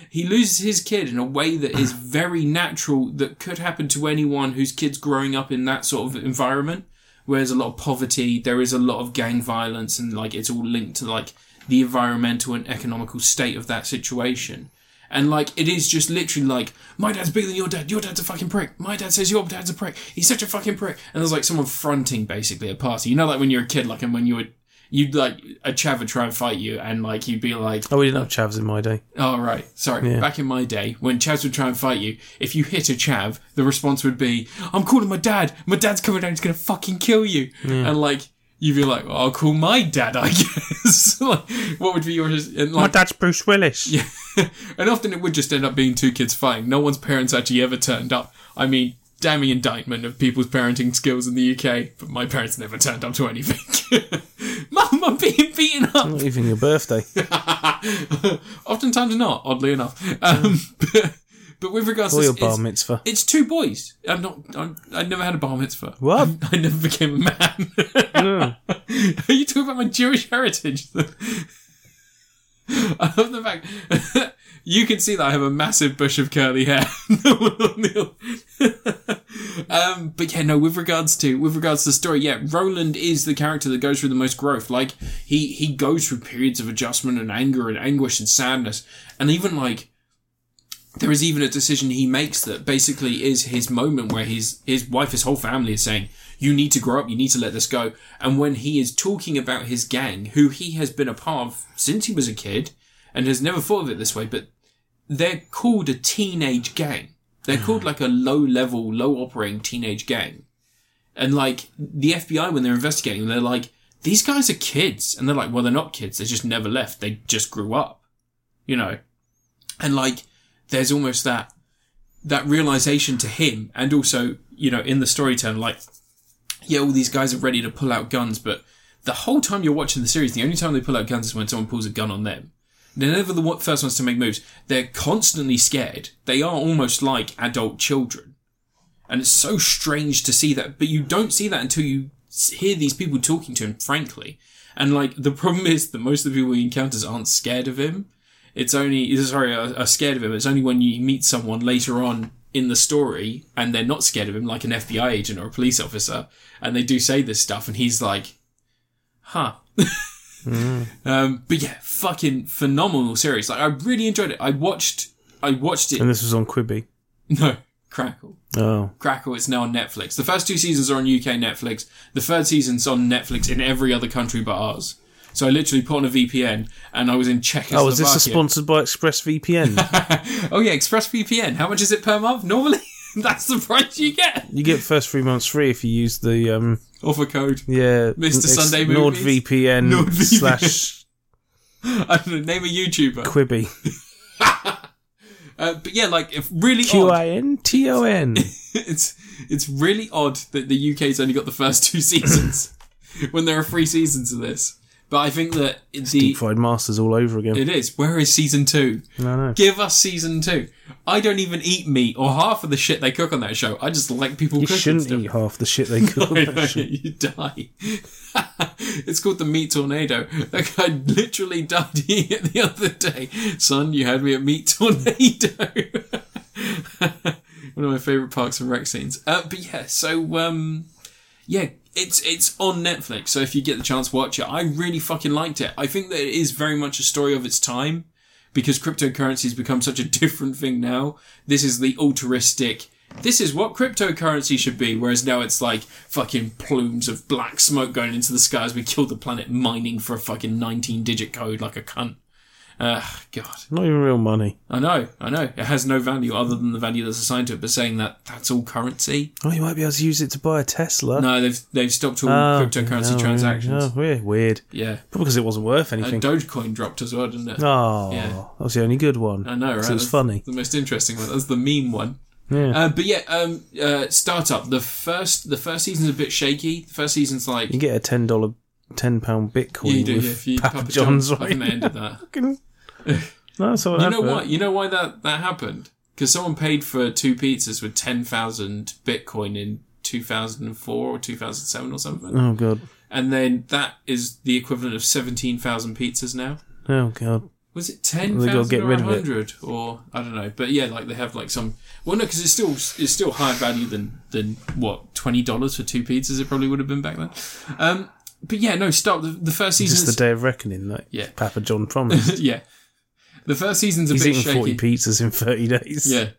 Speaker 1: he loses his kid in a way that is very natural that could happen to anyone whose kid's growing up in that sort of environment where there's a lot of poverty, there is a lot of gang violence and like it's all linked to like the environmental and economical state of that situation. And like it is just literally like my dad's bigger than your dad. Your dad's a fucking prick. My dad says your dad's a prick. He's such a fucking prick. And there's like someone fronting basically a party. You know, like when you're a kid, like and when you were, you'd like a chav would try and fight you, and like you'd be like,
Speaker 2: Oh, we didn't have chavs in my day.
Speaker 1: Oh, right. Sorry. Back in my day, when chavs would try and fight you, if you hit a chav, the response would be, I'm calling my dad. My dad's coming down. He's going to fucking kill you. And like, you'd be like, well, I'll call my dad, I guess. like, what would be yours? And
Speaker 2: My
Speaker 1: like,
Speaker 2: dad's Bruce Willis.
Speaker 1: yeah. and often it would just end up being two kids fighting. No one's parents actually ever turned up. I mean, damning indictment of people's parenting skills in the UK, but my parents never turned up to anything. Mum, I'm being get beaten up.
Speaker 2: Not even your birthday.
Speaker 1: Oftentimes not, oddly enough. Um, but, but with regards
Speaker 2: or
Speaker 1: to
Speaker 2: your
Speaker 1: it's-
Speaker 2: bar mitzvah.
Speaker 1: It's two boys. I'm not. I'm, I never had a bar mitzvah.
Speaker 2: What?
Speaker 1: I, I never became a man. Hmm.
Speaker 2: No.
Speaker 1: Are you talking about my Jewish heritage? I love the fact you can see that I have a massive bush of curly hair. um, but yeah, no. With regards to with regards to the story, yeah, Roland is the character that goes through the most growth. Like he he goes through periods of adjustment and anger and anguish and sadness, and even like there is even a decision he makes that basically is his moment where his his wife, his whole family is saying, "You need to grow up. You need to let this go." And when he is talking about his gang, who he has been a part of since he was a kid, and has never thought of it this way, but they're called a teenage gang. They're called like a low level, low operating teenage gang. And like the FBI, when they're investigating, they're like, "These guys are kids," and they're like, "Well, they're not kids. They just never left. They just grew up." You know and like there's almost that that realization to him and also you know in the storytelling like yeah all these guys are ready to pull out guns but the whole time you're watching the series the only time they pull out guns is when someone pulls a gun on them they're never the one- first ones to make moves they're constantly scared they are almost like adult children and it's so strange to see that but you don't see that until you s- hear these people talking to him frankly and like the problem is that most of the people he encounters aren't scared of him it's only sorry are, are scared of him. It's only when you meet someone later on in the story and they're not scared of him, like an FBI agent or a police officer, and they do say this stuff, and he's like, "Huh." um, but yeah, fucking phenomenal series. Like I really enjoyed it. I watched, I watched it.
Speaker 2: And this was on Quibi.
Speaker 1: No, Crackle.
Speaker 2: Oh.
Speaker 1: Crackle. It's now on Netflix. The first two seasons are on UK Netflix. The third season's on Netflix in every other country but ours. So I literally put on a VPN and I was in Czechoslovakia.
Speaker 2: Oh, is this a sponsored by ExpressVPN?
Speaker 1: oh yeah, ExpressVPN. How much is it per month normally? That's the price you get.
Speaker 2: you get first three months free if you use the um
Speaker 1: Offer code.
Speaker 2: yeah
Speaker 1: Mr. Sunday Movies.
Speaker 2: NordVPN
Speaker 1: NordVPN.
Speaker 2: slash
Speaker 1: I don't know, name a YouTuber.
Speaker 2: Quibi
Speaker 1: Uh, but yeah, like if really
Speaker 2: Q
Speaker 1: odd.
Speaker 2: I N T O N.
Speaker 1: It's it's really odd that the UK's only got the first two seasons when there are three seasons of this. But I think that the
Speaker 2: Deep fried masters all over again.
Speaker 1: it is. Where is season two?
Speaker 2: No, no.
Speaker 1: Give us season two. I don't even eat meat or half of the shit they cook on that show. I just like people
Speaker 2: You
Speaker 1: cooking
Speaker 2: shouldn't
Speaker 1: stuff.
Speaker 2: eat half the shit they cook. on that shit.
Speaker 1: you die. it's called the meat tornado. That guy literally died here the other day. Son, you had me at meat tornado. One of my favorite Parks and Rec scenes. Uh, but yeah, so um, yeah, it's it's on Netflix. So if you get the chance, watch it. I really fucking liked it. I think that it is very much a story of its time because cryptocurrency has become such a different thing now. This is the altruistic. This is what cryptocurrency should be, whereas now it's like fucking plumes of black smoke going into the sky as we kill the planet mining for a fucking 19 digit code like a cunt. Ugh, God.
Speaker 2: Not even real money.
Speaker 1: I know, I know. It has no value other than the value that's assigned to it, but saying that that's all currency.
Speaker 2: Oh, you might be able to use it to buy a Tesla.
Speaker 1: No, they've, they've stopped all
Speaker 2: Oh,
Speaker 1: cryptocurrency
Speaker 2: no,
Speaker 1: transactions.
Speaker 2: No, weird. weird.
Speaker 1: Yeah.
Speaker 2: Probably because it wasn't worth
Speaker 1: And
Speaker 2: anything.
Speaker 1: Dogecoin dropped as well, didn't it?
Speaker 2: Oh,
Speaker 1: Yeah.
Speaker 2: that was the only good one.
Speaker 1: I know, right?
Speaker 2: So it was
Speaker 1: That's
Speaker 2: funny.
Speaker 1: The most interesting one. That's the meme one.
Speaker 2: Yeah.
Speaker 1: Uh, but yeah, um, uh, startup. The first, the first season's a bit shaky. The first season's like
Speaker 2: You get a ten dollar, ten pound Bitcoin
Speaker 1: yeah, you do,
Speaker 2: with
Speaker 1: yeah, if you
Speaker 2: Papa, John's,
Speaker 1: John's I
Speaker 2: right?
Speaker 1: think they ended that.
Speaker 2: Fucking- no, that's all
Speaker 1: You know why? You know why that that happened? Because someone paid for two pizzas with ten thousand Bitcoin in two thousand and four or two thousand seven or something,
Speaker 2: Oh god.
Speaker 1: and then that is the equivalent of seventeen thousand pizzas now.
Speaker 2: Oh god.
Speaker 1: Was it ten
Speaker 2: They gotta
Speaker 1: thousand
Speaker 2: get
Speaker 1: or
Speaker 2: rid of it.
Speaker 1: hundred or I don't know, but yeah, like they have like some. Well, no, because it's still it's still higher value than than what twenty dollars for two pizzas it probably would have been back then. Um, but yeah, no, stop the, the first
Speaker 2: It's just
Speaker 1: season.
Speaker 2: the day of reckoning that
Speaker 1: Yeah.
Speaker 2: Papa John promised.
Speaker 1: yeah, the first season's a
Speaker 2: He's
Speaker 1: bit
Speaker 2: eating
Speaker 1: shaky.
Speaker 2: forty pizzas in thirty days.
Speaker 1: Yeah.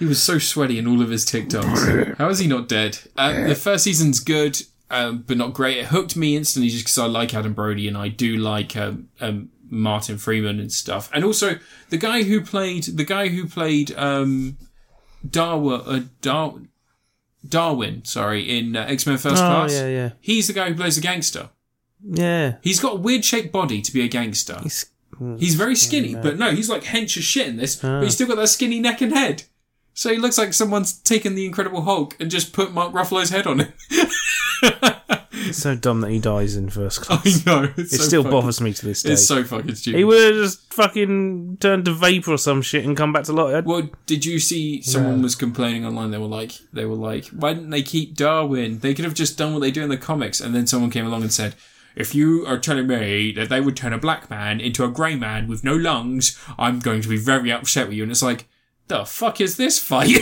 Speaker 1: He was so sweaty in all of his TikToks. How is he not dead? Uh, the first season's good, um, but not great. It hooked me instantly just because I like Adam Brody and I do like um, um, Martin Freeman and stuff. And also the guy who played the guy who played um, Darwa, uh, Dar- Darwin, sorry, in uh, X Men First
Speaker 2: Oh,
Speaker 1: Class.
Speaker 2: yeah, yeah.
Speaker 1: He's the guy who plays the gangster.
Speaker 2: Yeah.
Speaker 1: He's got a weird shaped body to be a gangster.
Speaker 2: He's,
Speaker 1: He's very skinny, but no, he's like hench as shit in this,
Speaker 2: Ah.
Speaker 1: but he's still got that skinny neck and head. So he looks like someone's taken the Incredible Hulk and just put Mark Ruffalo's head on him.
Speaker 2: It's so dumb that he dies in first class.
Speaker 1: I know. It's
Speaker 2: it
Speaker 1: Oh, so
Speaker 2: still
Speaker 1: fucking,
Speaker 2: bothers me to this day.
Speaker 1: It's so fucking stupid.
Speaker 2: he would have just fucking turned to vapor or some shit and come back to life.
Speaker 1: Well, did you see someone
Speaker 2: No.
Speaker 1: was complaining online? They were like, they were like, why didn't they keep Darwin? They could have just done what they do in the comics. And then someone came along and said, if you are telling me that they would turn a black man into a grey man with no lungs, I'm going to be very upset with you. And it's like, the fuck is this fight?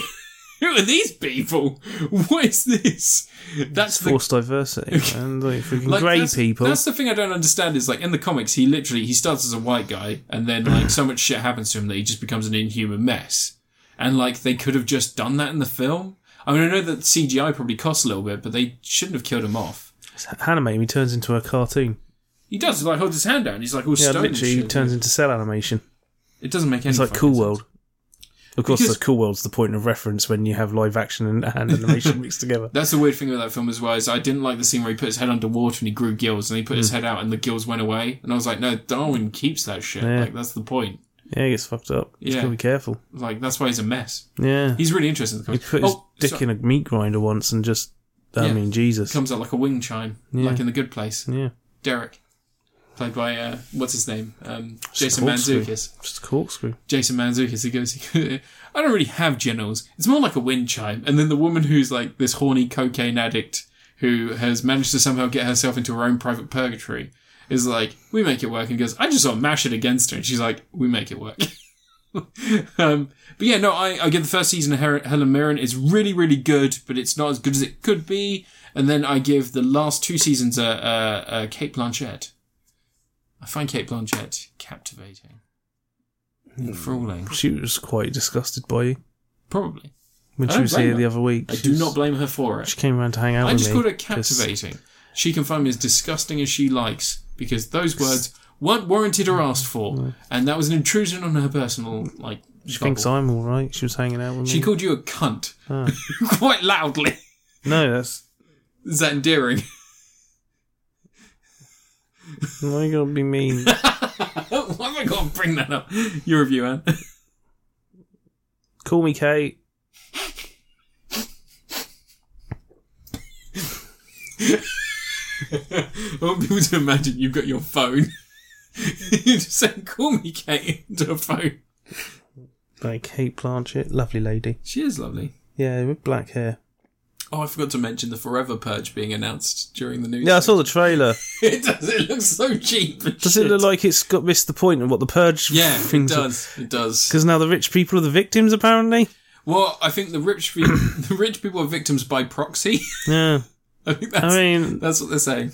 Speaker 1: Who are these people? What is this? That's the
Speaker 2: Forced diversity and like freaking
Speaker 1: like,
Speaker 2: grey
Speaker 1: that's,
Speaker 2: people.
Speaker 1: That's the thing I don't understand is like in the comics, he literally he starts as a white guy, and then like so much shit happens to him that he just becomes an inhuman mess. And like they could have just done that in the film. I mean, I know that CGI probably costs a little bit, but they shouldn't have killed him off.
Speaker 2: Anime, he turns into a cartoon.
Speaker 1: He does like holds his hand down. He's like all
Speaker 2: Yeah,
Speaker 1: stone. and
Speaker 2: literally, he
Speaker 1: shit.
Speaker 2: turns into cell animation.
Speaker 1: It doesn't make any.
Speaker 2: It's like
Speaker 1: fucking
Speaker 2: Cool
Speaker 1: sense.
Speaker 2: World. Of course,
Speaker 1: Because-
Speaker 2: the Cool World's the point of reference when you have live action and, and animation mixed together.
Speaker 1: That's the weird thing about that film as well is I didn't like the scene where he put his head underwater and he grew gills and he put
Speaker 2: Mm.
Speaker 1: his head out and the gills went away and I was like no Darwin keeps that shit
Speaker 2: Yeah.
Speaker 1: like that's the point
Speaker 2: Yeah, he gets fucked up. He's
Speaker 1: Yeah.
Speaker 2: got to be careful.
Speaker 1: like that's why he's a mess
Speaker 2: Yeah.
Speaker 1: he's really interesting in the
Speaker 2: He
Speaker 1: comics.
Speaker 2: put his
Speaker 1: Oh,
Speaker 2: dick
Speaker 1: so-
Speaker 2: in a meat grinder once and just. I
Speaker 1: Yeah.
Speaker 2: mean, Jesus.
Speaker 1: comes out like a wing chime,
Speaker 2: Yeah.
Speaker 1: like in The Good Place.
Speaker 2: Yeah.
Speaker 1: Derek, played by uh, what's his name, um, Jason
Speaker 2: Sikorsky.
Speaker 1: Manzukis.
Speaker 2: Just a corkscrew.
Speaker 1: Jason Manzukis. He goes, I don't really have genitals. It's more like a wind chime. And then the woman who's like this horny cocaine addict who has managed to somehow get herself into her own private purgatory is like, we make it work. And he goes, I just sort of mash it against her. And she's like, we make it work. um, but yeah, no, I, I get the first season of Her- Helen Mirren is really, really good, but it's not as good as it could be. And then I give the last two seasons a, a, a Kate Blanchett. I find Kate Blanchett captivating, enthralling.
Speaker 2: She was quite disgusted by you
Speaker 1: Probably.
Speaker 2: when
Speaker 1: I
Speaker 2: she
Speaker 1: don't
Speaker 2: was
Speaker 1: blame
Speaker 2: here
Speaker 1: her.
Speaker 2: the other week.
Speaker 1: I
Speaker 2: she
Speaker 1: do
Speaker 2: was-
Speaker 1: not blame her for
Speaker 2: She
Speaker 1: it.
Speaker 2: came around to hang out
Speaker 1: I
Speaker 2: with
Speaker 1: just
Speaker 2: me.
Speaker 1: called it
Speaker 2: 'cause-
Speaker 1: captivating. She can find me as disgusting as she likes because those words weren't warranted or asked for, and that was an intrusion on her personal like.
Speaker 2: She thinks
Speaker 1: bubble.
Speaker 2: I'm all right. She was hanging out with
Speaker 1: She
Speaker 2: me. Ah.
Speaker 1: called you a cunt quite loudly.
Speaker 2: no, that's
Speaker 1: Is that endearing?
Speaker 2: why you gotta be mean.
Speaker 1: Why am I going to bring that up? Your review, Anne.
Speaker 2: Call me Kate.
Speaker 1: I want people to imagine you've got your phone. you just saying, "Call me Kate" into a phone.
Speaker 2: Like Kate Blanchett, lovely lady.
Speaker 1: She is lovely.
Speaker 2: Yeah, with black hair.
Speaker 1: Oh, I forgot to mention the Forever Purge being announced during the news.
Speaker 2: Yeah, I saw the trailer.
Speaker 1: it does. It looks so cheap. and
Speaker 2: Does it
Speaker 1: shit.
Speaker 2: look like it's got missed the point of what the purge?
Speaker 1: Yeah, it does. It does.
Speaker 2: Because now the rich people are the victims, apparently.
Speaker 1: Well, I think the rich people, the rich people are victims by proxy.
Speaker 2: Oh, Yeah,
Speaker 1: I think
Speaker 2: I
Speaker 1: that's
Speaker 2: mean,
Speaker 1: that's what they're saying.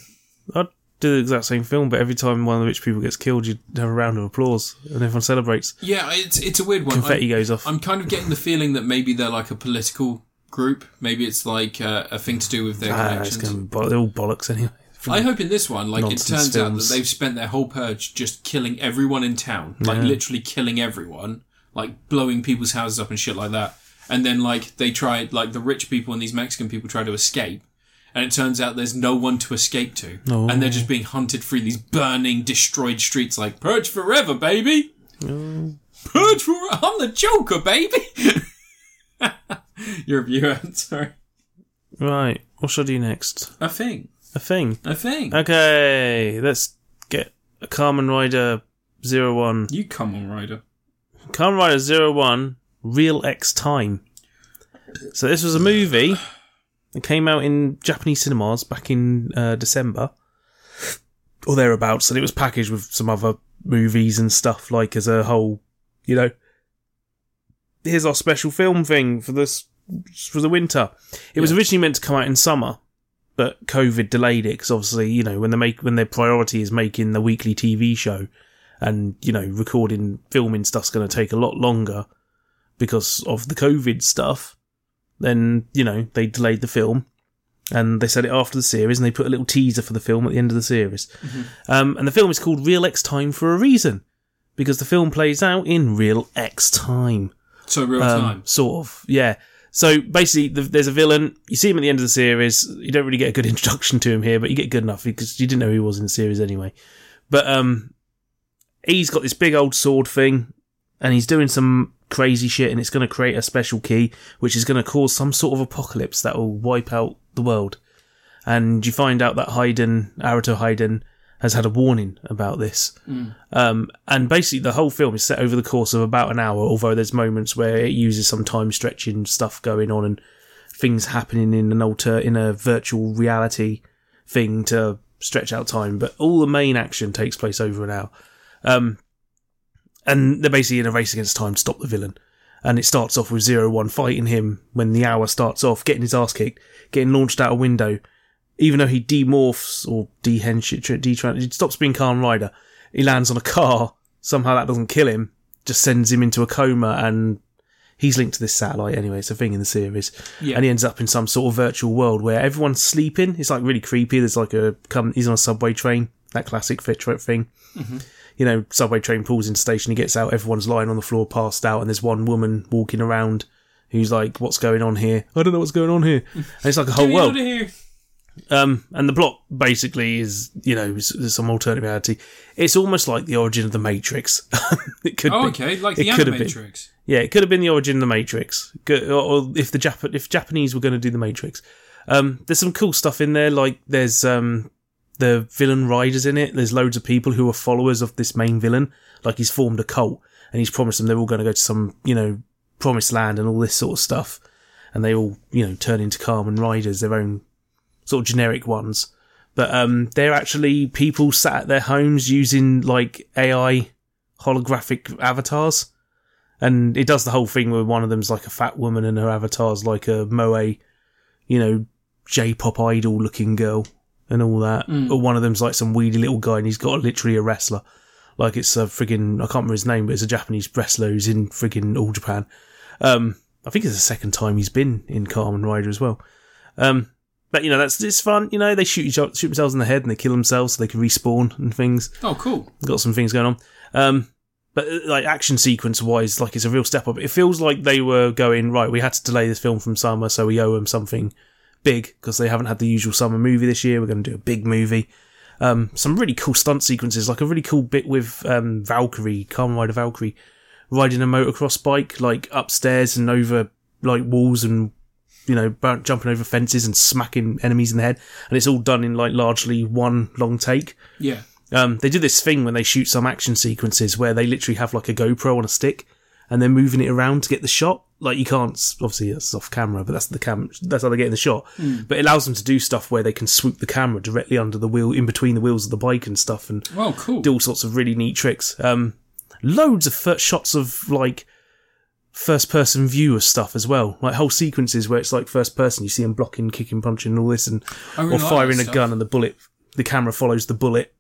Speaker 2: I'd do the exact same film, but every time one of the rich people gets killed, you would have a round of applause and everyone celebrates.
Speaker 1: Yeah, it's it's a weird one.
Speaker 2: Confetti
Speaker 1: I'm,
Speaker 2: goes off.
Speaker 1: I'm kind of getting the feeling that maybe they're like a political group. Maybe it's like uh, a thing to do with their
Speaker 2: ah, it's
Speaker 1: connections.
Speaker 2: gonna be bo- they're all bollocks anyway.
Speaker 1: I hope in this one, like it
Speaker 2: Nonsense
Speaker 1: turns out that
Speaker 2: films.
Speaker 1: they've spent their whole purge just killing everyone in town, like
Speaker 2: Yeah.
Speaker 1: literally killing everyone, like blowing people's houses up and shit like that. And then like they try, like the rich people and these Mexican people try to escape, and it turns out there's no one to escape to,
Speaker 2: Oh.
Speaker 1: and they're just being hunted through these burning, destroyed streets, like purge forever, baby. Purge forever. I'm the Joker, baby. Your viewer, sorry.
Speaker 2: Right, what shall I do next?
Speaker 1: A thing.
Speaker 2: A thing.
Speaker 1: A thing.
Speaker 2: Okay, let's get a Carmen Rider zero one.
Speaker 1: you come on, Ryder.
Speaker 2: Kamen Rider Zero One, Real X Time. So this was a movie that came out in Japanese cinemas back in uh, December or thereabouts, and it was packaged with some other movies and stuff like as a whole, you know. Here's our special film thing for this for the winter. It was
Speaker 1: Yeah.
Speaker 2: originally meant to come out in summer, but COVID delayed it because obviously you know when they make when their priority is making the weekly TV show, and you know recording filming stuff's going to take a lot longer because of the covid stuff then you know they delayed the film and they said it after the series and they put a little teaser for the film at the end of the series um, and the film is called real x time for a reason because the film plays out in real x time
Speaker 1: So real
Speaker 2: um,
Speaker 1: time.
Speaker 2: sort of. Yeah. So basically, the, there's a villain. You see him at the end of the series. You don't really get a good introduction to him here, but you get good enough because you didn't know who he was in the series anyway. But um, he's got this big old sword thing, and he's doing some crazy shit, and it's going to create a special key, which is going to cause some sort of apocalypse that will wipe out the world. and you find out that Haydn, Arato Haydn, has had a warning about this. Um, and basically, the whole film is set over the course of about an hour, although there's moments where it uses some time stretching stuff going on and things happening in an alter in a virtual reality thing to stretch out time. But all the main action takes place over an hour. Um, and they're basically in a race against time to stop the villain. And it starts off with Zero One fighting him when the hour starts off, getting his ass kicked, getting launched out a window. Even though he demorphs or dehensh, detran, he stops being Calm Rider. He lands on a car. Somehow that doesn't kill him. Just sends him into a coma, and he's linked to this satellite anyway. It's a thing in the series,
Speaker 1: Yeah.
Speaker 2: and he ends up in some sort of virtual world where everyone's sleeping. It's like really creepy. There's like a come. He's on a subway train. That classic fit trip thing you know, subway train pulls into station, he gets out, everyone's lying on the floor, passed out, and there's one woman walking around who's like, What's going on here? I don't know what's going on here. And it's like a whole
Speaker 1: Get
Speaker 2: world.
Speaker 1: out of here.
Speaker 2: Um, and the plot basically is, you know, s- there's some alternate reality. It's almost like the origin of the Matrix. it could
Speaker 1: Oh,
Speaker 2: be.
Speaker 1: okay, like
Speaker 2: It
Speaker 1: the
Speaker 2: could have been.
Speaker 1: Animatrix.
Speaker 2: Yeah, it could have been the origin of the Matrix, Go- or or if the Jap- if Japanese were going to do the Matrix. Um, there's some cool stuff in there, like there's um, the villain riders in it. There's loads of people who are followers of this main villain. Like he's formed a cult, and he's promised them they're all going to go to some, you know, promised land and all this sort of stuff, and they all, you know, turn into Carmen riders, their own sort of generic ones. But um, they're actually people sat at their homes using like AI holographic avatars and it does the whole thing where one of them's like a fat woman and her avatar's like a moe, you know, J-pop idol looking girl and all that. Or one of them's like some weedy little guy and he's got literally a wrestler. Like it's a friggin' I can't remember his name, but it's a Japanese wrestler who's in friggin' all Japan. Um, I think it's the second time he's been in Carmen Rider as well. Um, but you know that's it's fun. You know they shoot each other, shoot themselves in the head and they kill themselves so they can respawn and things
Speaker 1: Oh, cool.
Speaker 2: got some things going on. Um, but uh, like action sequence wise, like it's a real step up. It feels like they were going right. We had to delay this film from summer, so we owe them something big because they haven't had the usual summer movie this year. We're going to do a big movie. Um, some really cool stunt sequences, like a really cool bit with um, Valkyrie, Carmen Rider Valkyrie, riding a motocross bike like upstairs and over like walls and you know bu- jumping over fences and smacking enemies in the head, and it's all done in like largely one long take.
Speaker 1: Yeah.
Speaker 2: Um, they do this thing when they shoot some action sequences where they literally have like a GoPro on a stick and they're moving it around to get the shot. Like you can't, obviously that's off camera, but that's the cam. That's how they're getting the shot. But it allows them to do stuff where they can swoop the camera directly under the wheel, in between the wheels of the bike and stuff, and
Speaker 1: Well, cool.
Speaker 2: do all sorts of really neat tricks. Um, loads of fir- shots of like first person view of stuff as well, like whole sequences where it's like first person. You see them blocking, kicking, punching, and all this, and
Speaker 1: I really
Speaker 2: or
Speaker 1: like that
Speaker 2: firing a
Speaker 1: stuff.
Speaker 2: gun and the bullet, the camera follows the bullet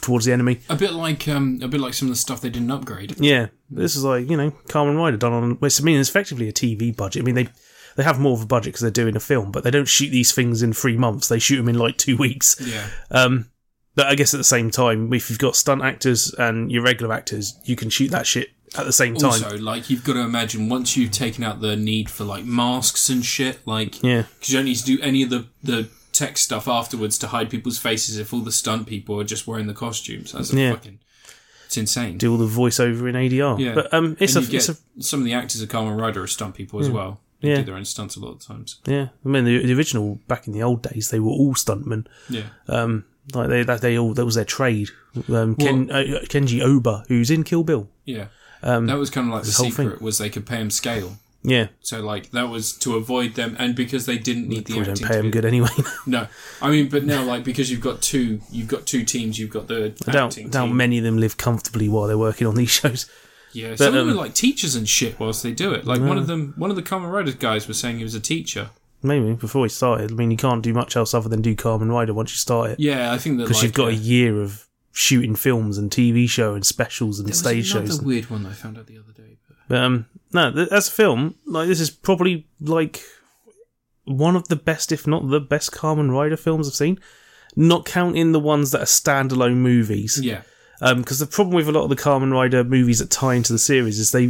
Speaker 2: towards the enemy.
Speaker 1: A bit like um, a bit like some of the stuff they didn't upgrade.
Speaker 2: Yeah, this is like you know Carmen Rider done on. well, It's, I mean, it's effectively a TV budget. I mean, they they have more of a budget because they're doing a film, but they don't shoot these things in three months. They shoot them in like two weeks.
Speaker 1: Yeah.
Speaker 2: Um, but I guess at the same time, if you've got stunt actors and your regular actors, you can shoot that shit at the same time.
Speaker 1: Also, like you've got to imagine once you've taken out the need for like masks and shit, like
Speaker 2: yeah,
Speaker 1: because you don't need to do any of the the tech stuff afterwards to hide people's faces if all the stunt people are just wearing the costumes. That's a
Speaker 2: Yeah.
Speaker 1: fucking it's insane.
Speaker 2: do all the voiceover in ADR.
Speaker 1: Yeah.
Speaker 2: But um, it's
Speaker 1: and
Speaker 2: a,
Speaker 1: you get
Speaker 2: it's a Hmm.
Speaker 1: some of the actors of Carmen Rider are stunt people as well. They
Speaker 2: Yeah.
Speaker 1: do their own stunts a lot of times.
Speaker 2: yeah. I mean, the, the original back in the old days, they were all stuntmen.
Speaker 1: Yeah.
Speaker 2: Um, like they that they all that was their trade. Um, Ken, uh, Kenji Oba, who's in Kill Bill.
Speaker 1: Yeah. that was kind of like the
Speaker 2: um, whole thing.
Speaker 1: secret was they could pay him scale.
Speaker 2: Yeah,
Speaker 1: So like that was to avoid them, and because they didn't need the
Speaker 2: we don't
Speaker 1: acting.
Speaker 2: pay
Speaker 1: to
Speaker 2: him
Speaker 1: be-
Speaker 2: good anyway.
Speaker 1: No, I mean, but now like because you've got two, you've got two teams. You've got the
Speaker 2: I doubt,
Speaker 1: acting
Speaker 2: doubt
Speaker 1: team.
Speaker 2: many of them live comfortably while they're working on these shows.
Speaker 1: Yeah, some of them
Speaker 2: um,
Speaker 1: are like teachers and shit whilst they do it. Like one of them, one of the Kamen Rider guys was saying he was a teacher.
Speaker 2: Maybe before he started. I mean, you can't do much else other than do Carmen Rider once you start it
Speaker 1: Yeah, I think that
Speaker 2: because
Speaker 1: like,
Speaker 2: you've got
Speaker 1: uh,
Speaker 2: a year of shooting films and TV show and specials and
Speaker 1: there was
Speaker 2: stage
Speaker 1: another
Speaker 2: shows.
Speaker 1: weird one that I found out the other day. But
Speaker 2: But, um, no, th- as a film, like this is probably like one of the best, if not the best, Carmen Rider films I've seen. Not counting the ones that are standalone movies.
Speaker 1: yeah,
Speaker 2: because the problem with a lot of the Carmen Rider movies that tie into the series is they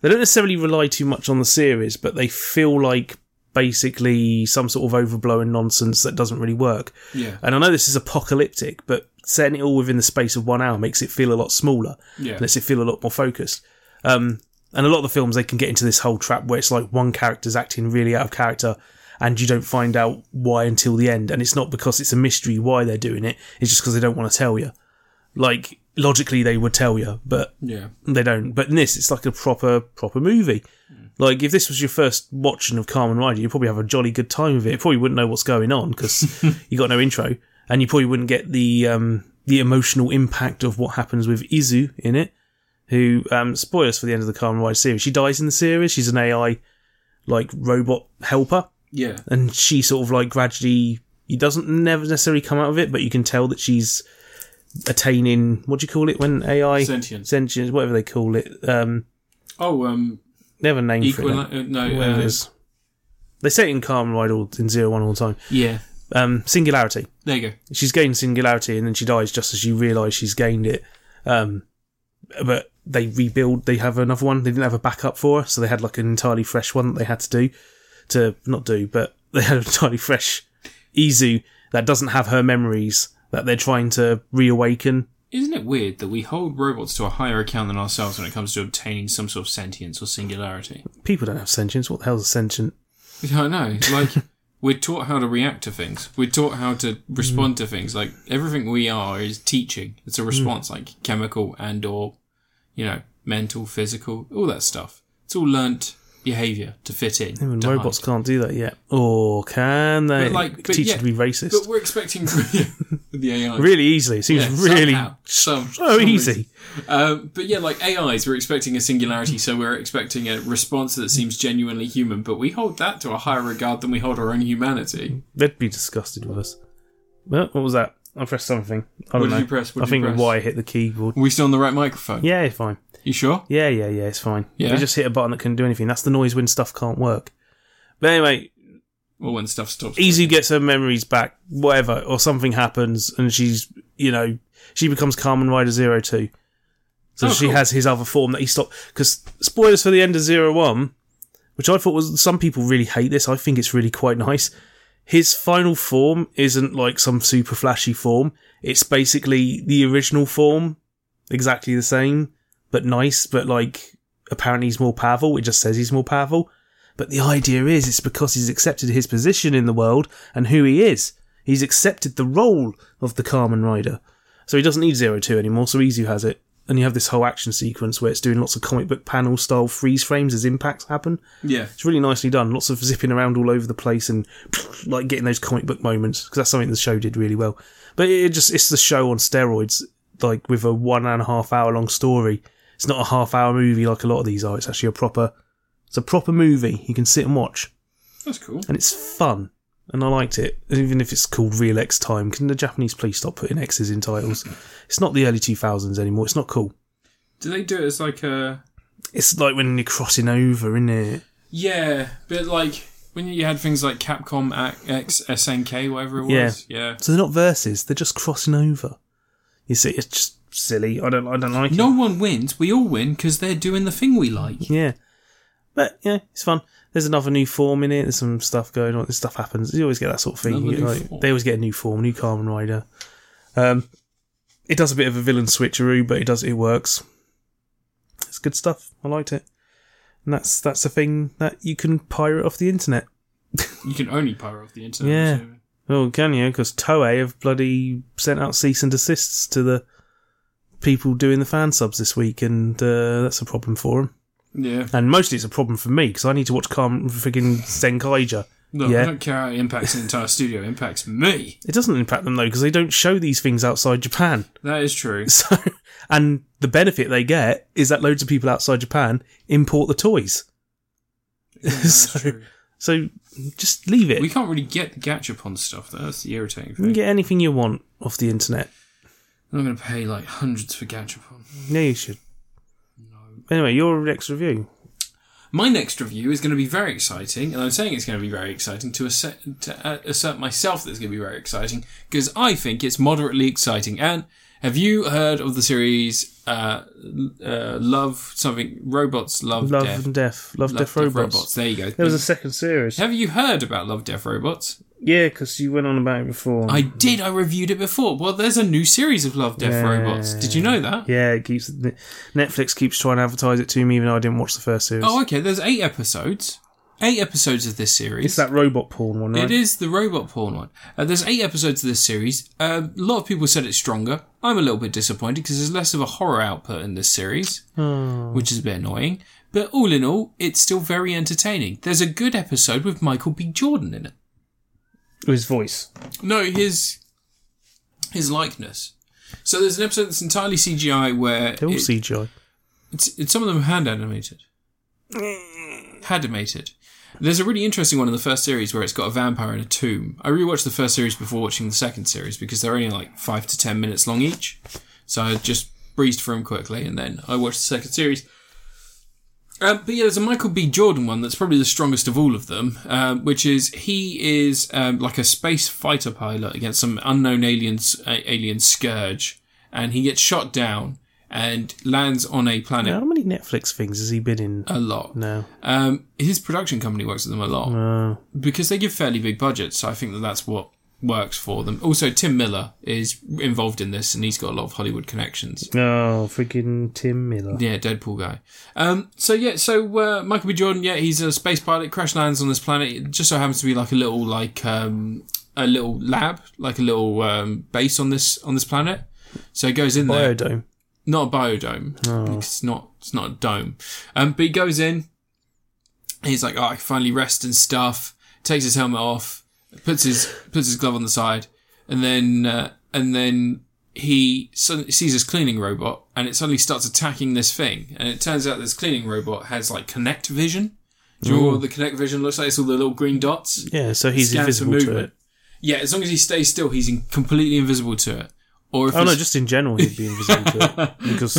Speaker 2: they don't necessarily rely too much on the series, but they feel like basically some sort of overblown nonsense that doesn't really work.
Speaker 1: yeah,
Speaker 2: And I know this is apocalyptic, but setting it all within the space of one hour makes it feel a lot smaller,
Speaker 1: yeah,
Speaker 2: makes it feel a lot more focused. Um, and a lot of the films they can get into this whole trap where it's like one character's acting really out of character, and you don't find out why until the end. And it's not because it's a mystery why they're doing it, it's just because they don't want to tell you. Like, logically, they would tell you, but
Speaker 1: Yeah.
Speaker 2: they don't. But in this, it's like a proper proper movie. Like if this was your first watching of Carmen Rider, you'd probably have a jolly good time with it. You probably wouldn't know what's going on because you got no intro, and you probably wouldn't get the um, the emotional impact of what happens with Izu in it. Who um, spoilers for the end of the Carmen Rider series? She dies in the series. She's an AI like robot helper
Speaker 1: Yeah.
Speaker 2: and she sort of like gradually he doesn't never necessarily come out of it, but you can tell that she's attaining what do you call it when AI
Speaker 1: Sentience.
Speaker 2: sentience, whatever they call it. Um,
Speaker 1: Oh, um,
Speaker 2: never name for it.
Speaker 1: equal. Uh, no.
Speaker 2: Whatever it
Speaker 1: Uh,
Speaker 2: is. They say it in Carmen Ride all in Zero One all the time.
Speaker 1: yeah.
Speaker 2: Um, singularity.
Speaker 1: There you go.
Speaker 2: She's gained singularity, and then she dies just as you realise she's gained it. Um, but they rebuild. They have another one. They didn't have a backup for, her, so they had like an entirely fresh one that they had to do to not do, but they had an entirely fresh Izu that doesn't have her memories that they're trying to reawaken.
Speaker 1: Isn't it weird that we hold robots to a higher account than ourselves when it comes to obtaining some sort of sentience or singularity?
Speaker 2: People don't have sentience. What the hell's a sentient?
Speaker 1: I know. Like, we're taught how to react to things. We're taught how to respond to things. Like, everything we are is teaching. It's
Speaker 2: Hmm.
Speaker 1: a response, like chemical and or, you know, mental, physical, all that stuff. It's all learnt behaviour to fit in.
Speaker 2: Even
Speaker 1: to
Speaker 2: robots can't do that yet, or can they?
Speaker 1: But, like, but
Speaker 2: teach you
Speaker 1: yeah,
Speaker 2: to be
Speaker 1: hide.
Speaker 2: racist
Speaker 1: But we're expecting the AI.
Speaker 2: really easily. It seems
Speaker 1: Yeah,
Speaker 2: really
Speaker 1: somehow, some,
Speaker 2: so
Speaker 1: some
Speaker 2: easy.
Speaker 1: Um, but yeah, like AIs, we're expecting a singularity, so we're expecting a response that seems genuinely human, but we hold that to a higher regard than we hold our own humanity.
Speaker 2: They'd be disgusted with us. Well, what was that? I pressed something. I don't
Speaker 1: What did
Speaker 2: know.
Speaker 1: you press? What
Speaker 2: I
Speaker 1: did you
Speaker 2: think
Speaker 1: press?
Speaker 2: Y hit the keyboard.
Speaker 1: Are we still on the right microphone?
Speaker 2: Yeah, fine.
Speaker 1: You sure?
Speaker 2: Yeah, yeah, yeah, it's fine.
Speaker 1: Yeah?
Speaker 2: We just hit a button that couldn't do anything. That's the noise when stuff can't work. But anyway,
Speaker 1: Well, when stuff stops.
Speaker 2: Izu gets her memories back, whatever, or something happens, and she's, you know, she becomes Carmen Rider Zero Two. So
Speaker 1: Oh,
Speaker 2: she
Speaker 1: cool.
Speaker 2: has his other form that he stopped. Because spoilers for the end of Zero One, which I thought was some people really hate this. I think it's really quite nice. His final form isn't like some super flashy form. It's basically the original form, exactly the same, but nice. But like, apparently he's more powerful. It just says he's more powerful. But the idea is it's because he's accepted his position in the world and who he is. He's accepted the role of the Carmen Rider. So he doesn't need Zero Two anymore, so Izu has it. And you have this whole action sequence where it's doing lots of comic book panel style freeze frames as impacts happen.
Speaker 1: Yeah.
Speaker 2: It's really nicely done. Lots of zipping around all over the place and like getting those comic book moments because that's something the show did really well. But it just it's the show on steroids, like with a one and a half hour long story. It's not a half hour movie like a lot of these are. It's actually a proper, it's a proper movie you can sit and watch,
Speaker 1: That's cool.
Speaker 2: and it's fun. And I liked it, even if it's called Real X Time. Can the Japanese please stop putting X's in titles? It's not the early two thousands anymore. It's not cool.
Speaker 1: Do they do it as like a.
Speaker 2: It's like when you're crossing over, isn't it?
Speaker 1: Yeah, but like when you had things like Capcom A- X, SNK, whatever it was. Yeah.
Speaker 2: So they're not verses; they're just crossing over. You see, it's just silly. I don't, I don't like it.
Speaker 1: No one wins. We all win because they're doing the thing we like.
Speaker 2: Yeah, but yeah, it's fun. There's another new form in it. There's some stuff going on. This stuff happens. You always get that sort of thing.
Speaker 1: Another
Speaker 2: You-
Speaker 1: new
Speaker 2: like,
Speaker 1: form.
Speaker 2: they always get a new form, new Carmen Rider. Um, it does a bit of a villain switcheroo, but it does it works. It's good stuff. I liked it, and that's that's a thing that you can pirate off the internet.
Speaker 1: You can only power off the internet.
Speaker 2: Yeah.
Speaker 1: so-
Speaker 2: Well, can you? Because Toei have bloody sent out cease and desists to the people doing the fan subs this week, and uh, that's a problem for them.
Speaker 1: Yeah.
Speaker 2: And mostly it's a problem for me because I need to watch Carmen freaking Zenkaija.
Speaker 1: No, I
Speaker 2: Yeah.
Speaker 1: don't care how it impacts the entire studio. It impacts me.
Speaker 2: It doesn't impact them though because they don't show these things outside Japan.
Speaker 1: That is true.
Speaker 2: So, and the benefit they get is that loads of people outside Japan import the toys.
Speaker 1: That's
Speaker 2: so,
Speaker 1: true.
Speaker 2: so just leave it.
Speaker 1: We can't really get the Gachapon stuff. Though. That's the irritating
Speaker 2: You can
Speaker 1: thing.
Speaker 2: get anything you want off the internet.
Speaker 1: I'm not going to pay like hundreds for Gachapon.
Speaker 2: Yeah, you should. Anyway, your next review.
Speaker 1: My next review is going to be very exciting, and I'm saying it's going to be very exciting to, assert, to uh, assert myself that it's going to be very exciting because I think it's moderately exciting. And have you heard of the series uh, uh, Love Something Robots Love,
Speaker 2: Love
Speaker 1: Death,
Speaker 2: and Death. Love, Death, Robots.
Speaker 1: There you go.
Speaker 2: There was a second series.
Speaker 1: have you heard about Love Death Robots?
Speaker 2: Yeah, because you went on about it before.
Speaker 1: I did. I reviewed it before. Well, there's a new series of Love Death Robots. Did you know that?
Speaker 2: yeah, it keeps Netflix keeps trying to advertise it to me, even though I didn't watch the first series.
Speaker 1: Oh, okay. There's eight episodes, eight episodes of this series.
Speaker 2: It's that robot porn one, right?
Speaker 1: It is the robot porn one. Uh, there's eight episodes of this series. Um, a lot of people said it's stronger. I'm a little bit disappointed because there's less of a horror output in this series,
Speaker 2: Hmm.
Speaker 1: which is a bit annoying. But all in all, it's still very entertaining. There's a good episode with Michael B. Jordan in it.
Speaker 2: His voice.
Speaker 1: No, his his likeness. So there's an episode that's entirely CGI where
Speaker 2: They're all
Speaker 1: it-
Speaker 2: CGI.
Speaker 1: it's, it's some of them hand animated. Animated. There's a really interesting one in the first series where it's got a vampire in a tomb. I rewatched the first series before watching the second series because they're only like five to ten minutes long each. So I just breezed through them quickly and then I watched the second series. Um, but yeah, there's a Michael B. Jordan one that's probably the strongest of all of them, um, which is he is um, like a space fighter pilot against some unknown aliens, uh, alien scourge, and he gets shot down and lands on a planet
Speaker 2: Now, how many Netflix things has he been in
Speaker 1: a lot.
Speaker 2: now?
Speaker 1: Um, his production company works with them a lot
Speaker 2: Uh,
Speaker 1: because they give fairly big budgets. So I think that that's what works for them. Also, Tim Miller is involved in this, and he's got a lot of Hollywood connections.
Speaker 2: oh, freaking Tim Miller.
Speaker 1: Yeah, Deadpool guy. Um, so yeah, so uh, Michael B. Jordan. Yeah, he's a space pilot. Crash lands on this planet. It just so happens to be like a little like um, a little lab, like a little um, base on this on this planet. So he goes in
Speaker 2: Oh,
Speaker 1: there
Speaker 2: Biodome.
Speaker 1: not a biodome.
Speaker 2: Oh.
Speaker 1: It's not. It's not a dome. Um, but he goes in. He's like, oh, I can finally rest and stuff. Takes his helmet off, puts his puts his glove on the side, and then uh, and then he suddenly sees this cleaning robot, and it suddenly starts attacking this thing. And it turns out this cleaning robot has like Connect Vision. Do you know what the Connect Vision looks like? It's all the little green dots.
Speaker 2: Yeah, so he's
Speaker 1: Scans for
Speaker 2: invisible to
Speaker 1: movement.
Speaker 2: it.
Speaker 1: Yeah, as long as he stays still, he's in, completely invisible to it. Or if
Speaker 2: Oh no,
Speaker 1: his-
Speaker 2: just in general, he'd be invisible to it because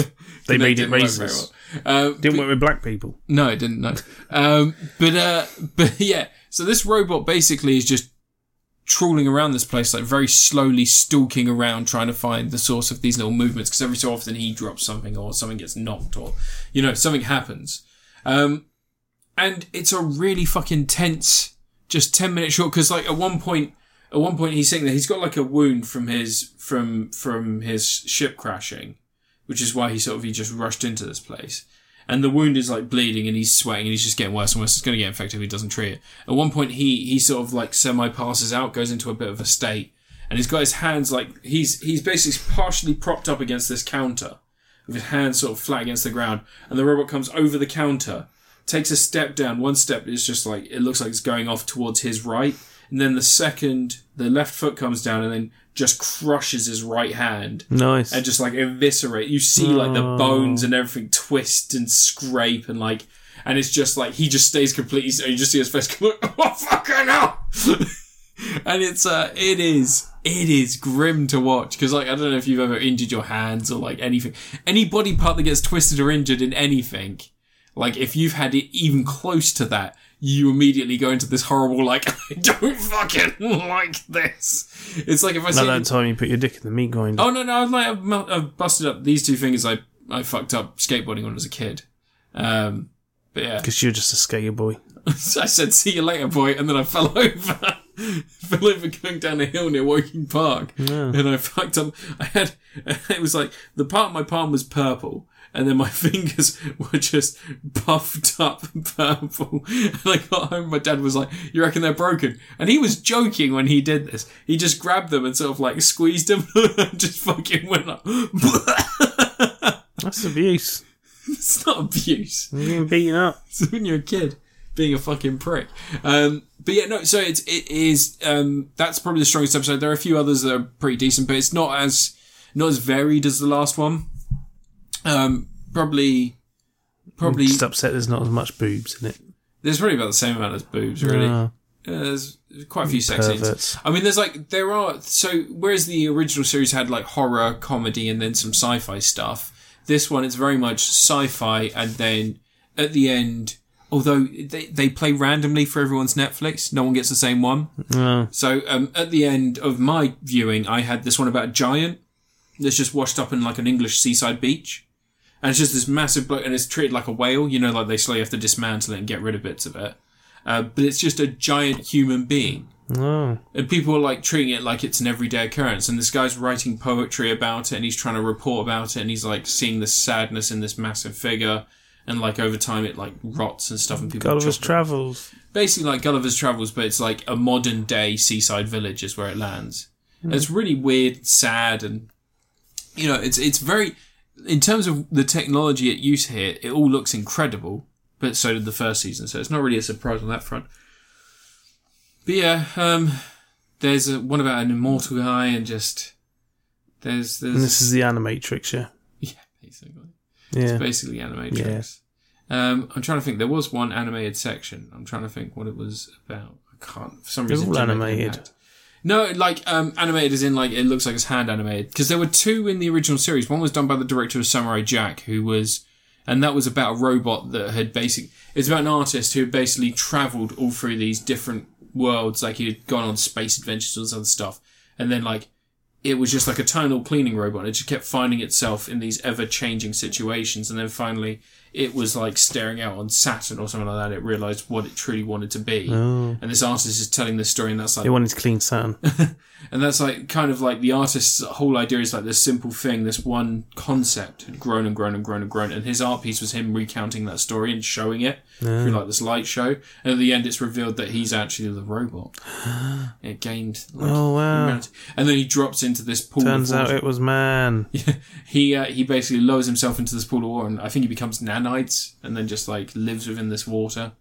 Speaker 2: they made it
Speaker 1: didn't work very
Speaker 2: racist.
Speaker 1: well. Um,
Speaker 2: Didn't work with black people.
Speaker 1: No, it didn't. No, um, but uh, but yeah. So this robot basically is just trawling around this place, like very slowly stalking around, trying to find the source of these little movements. Because every so often he drops something, or something gets knocked, or you know something happens. Um, and it's a really fucking tense, just ten minute short. Because like at one point, at one point he's saying that he's got like a wound from his from from his ship crashing, which is why he sort of he just rushed into this place. And the wound is like bleeding, and he's sweating, and he's just getting worse and worse. It's going to get infected if he doesn't treat it. At one point, he he sort of like semi passes out, goes into a bit of a state, and he's got his hands like he's he's basically partially propped up against this counter, with his hands sort of flat against the ground. And the robot comes over the counter, takes a step down. One step is just like it looks like it's going off towards his right, and then the second, the left foot comes down, and then just crushes his right hand
Speaker 2: Nice.
Speaker 1: and just like eviscerate. You see like the
Speaker 2: Oh.
Speaker 1: bones and everything twist and scrape and like, and it's just like he just stays completely. So you just see his face go, "Oh fucking hell!" and it's uh, it is it is grim to watch because like I don't know if you've ever injured your hands or like anything, any body part that gets twisted or injured in anything. Like if you've had it even close to that, you immediately go into this horrible like I don't fucking like this. It's like if I see
Speaker 2: At that time, you put your dick in the meat grinder.
Speaker 1: Oh no, no, I was like, I've, mel- I've busted up these two fingers. I I fucked up skateboarding when I was a kid. Um, but yeah,
Speaker 2: Because you're just a skater boy.
Speaker 1: so I said, "See you later, boy," and then I fell over. fell over going down a hill near Woking Park, and I fucked up. I had it was like the part of my palm was purple. And then my fingers were just puffed up and purple. And I got home, my dad was like, You reckon they're broken? And he was joking when he did this. He just grabbed them and sort of like squeezed them and just fucking went up.
Speaker 2: That's abuse.
Speaker 1: it's not abuse.
Speaker 2: You're getting beaten up.
Speaker 1: So when you're a kid being a fucking prick. Um, but yeah, no. So it's it is um, that's probably the strongest episode. There are a few others that are pretty decent, but it's not as not as varied as the last one. Um, probably, probably
Speaker 2: Just upset there's not as much boobs in it.
Speaker 1: there's probably about the same amount as boobs, really.
Speaker 2: Ah.
Speaker 1: Yeah, there's quite a few sex scenes.
Speaker 2: Perverts.
Speaker 1: I mean, there's like there are so whereas the original series had like horror, comedy, and then some sci-fi stuff. This one it's very much sci-fi, and then at the end, although they they play randomly for everyone's Netflix, no one gets the same one. So um, at the end of my viewing, I had this one about a giant that's just washed up in like an English seaside beach. And it's just this massive bloke, and it's treated like a whale. You know, like they slowly have to dismantle it and get rid of bits of it. Uh, but it's just a giant human being.
Speaker 2: Oh.
Speaker 1: And people are like treating it like it's an everyday occurrence. And this guy's writing poetry about it and he's trying to report about it and he's like seeing the sadness in this massive figure. And like over time, it like rots and stuff and people. chop
Speaker 2: Gulliver's
Speaker 1: it.
Speaker 2: Travels.
Speaker 1: basically like Gulliver's Travels, but it's like a modern day seaside village is where it lands. And
Speaker 2: Hmm.
Speaker 1: it's really weird, sad, and you know, it's it's very in terms of the technology at use here, it all looks incredible. But so did the first season, so it's not really a surprise on that front. But yeah, um, there's a, one about an immortal guy, and just there's there's
Speaker 2: And this is the Animatrix, yeah.
Speaker 1: yeah, basically
Speaker 2: Yeah.
Speaker 1: basically Animatrix. Um, I'm trying to think. There was one animated section. I'm trying to think what it was about. I can't. For some
Speaker 2: They're
Speaker 1: reason,
Speaker 2: all
Speaker 1: it didn't make an
Speaker 2: animated.
Speaker 1: impact. No, like um, animated is in like it looks like it's hand animated because there were two in the original series. One was done by the director of Samurai Jack, who was, and that was about a robot that had basic. It's about an artist who had basically travelled all through these different worlds. Like he had gone on space adventures and other stuff, and then like it was just like a tonal cleaning robot. It just kept finding itself in these ever changing situations. And then finally, it was like staring out on Saturn or something like that. It realized what it truly wanted to be. And this artist is telling this story, and that's like
Speaker 2: They wanted to clean Saturn.
Speaker 1: and that's like kind of like the artist's whole idea is like this simple thing, this one concept had grown and grown and grown and grown. And his art piece was him recounting that story and showing it through like this light show. And at the end, it's revealed that he's actually the robot. it gained like,
Speaker 2: Oh, wow.
Speaker 1: humanity. And then he drops into this pool. of
Speaker 2: Turns out
Speaker 1: water.
Speaker 2: it was man.
Speaker 1: he uh, he basically lowers himself into this pool of water, and I think he becomes nanites, and then just like lives within this water,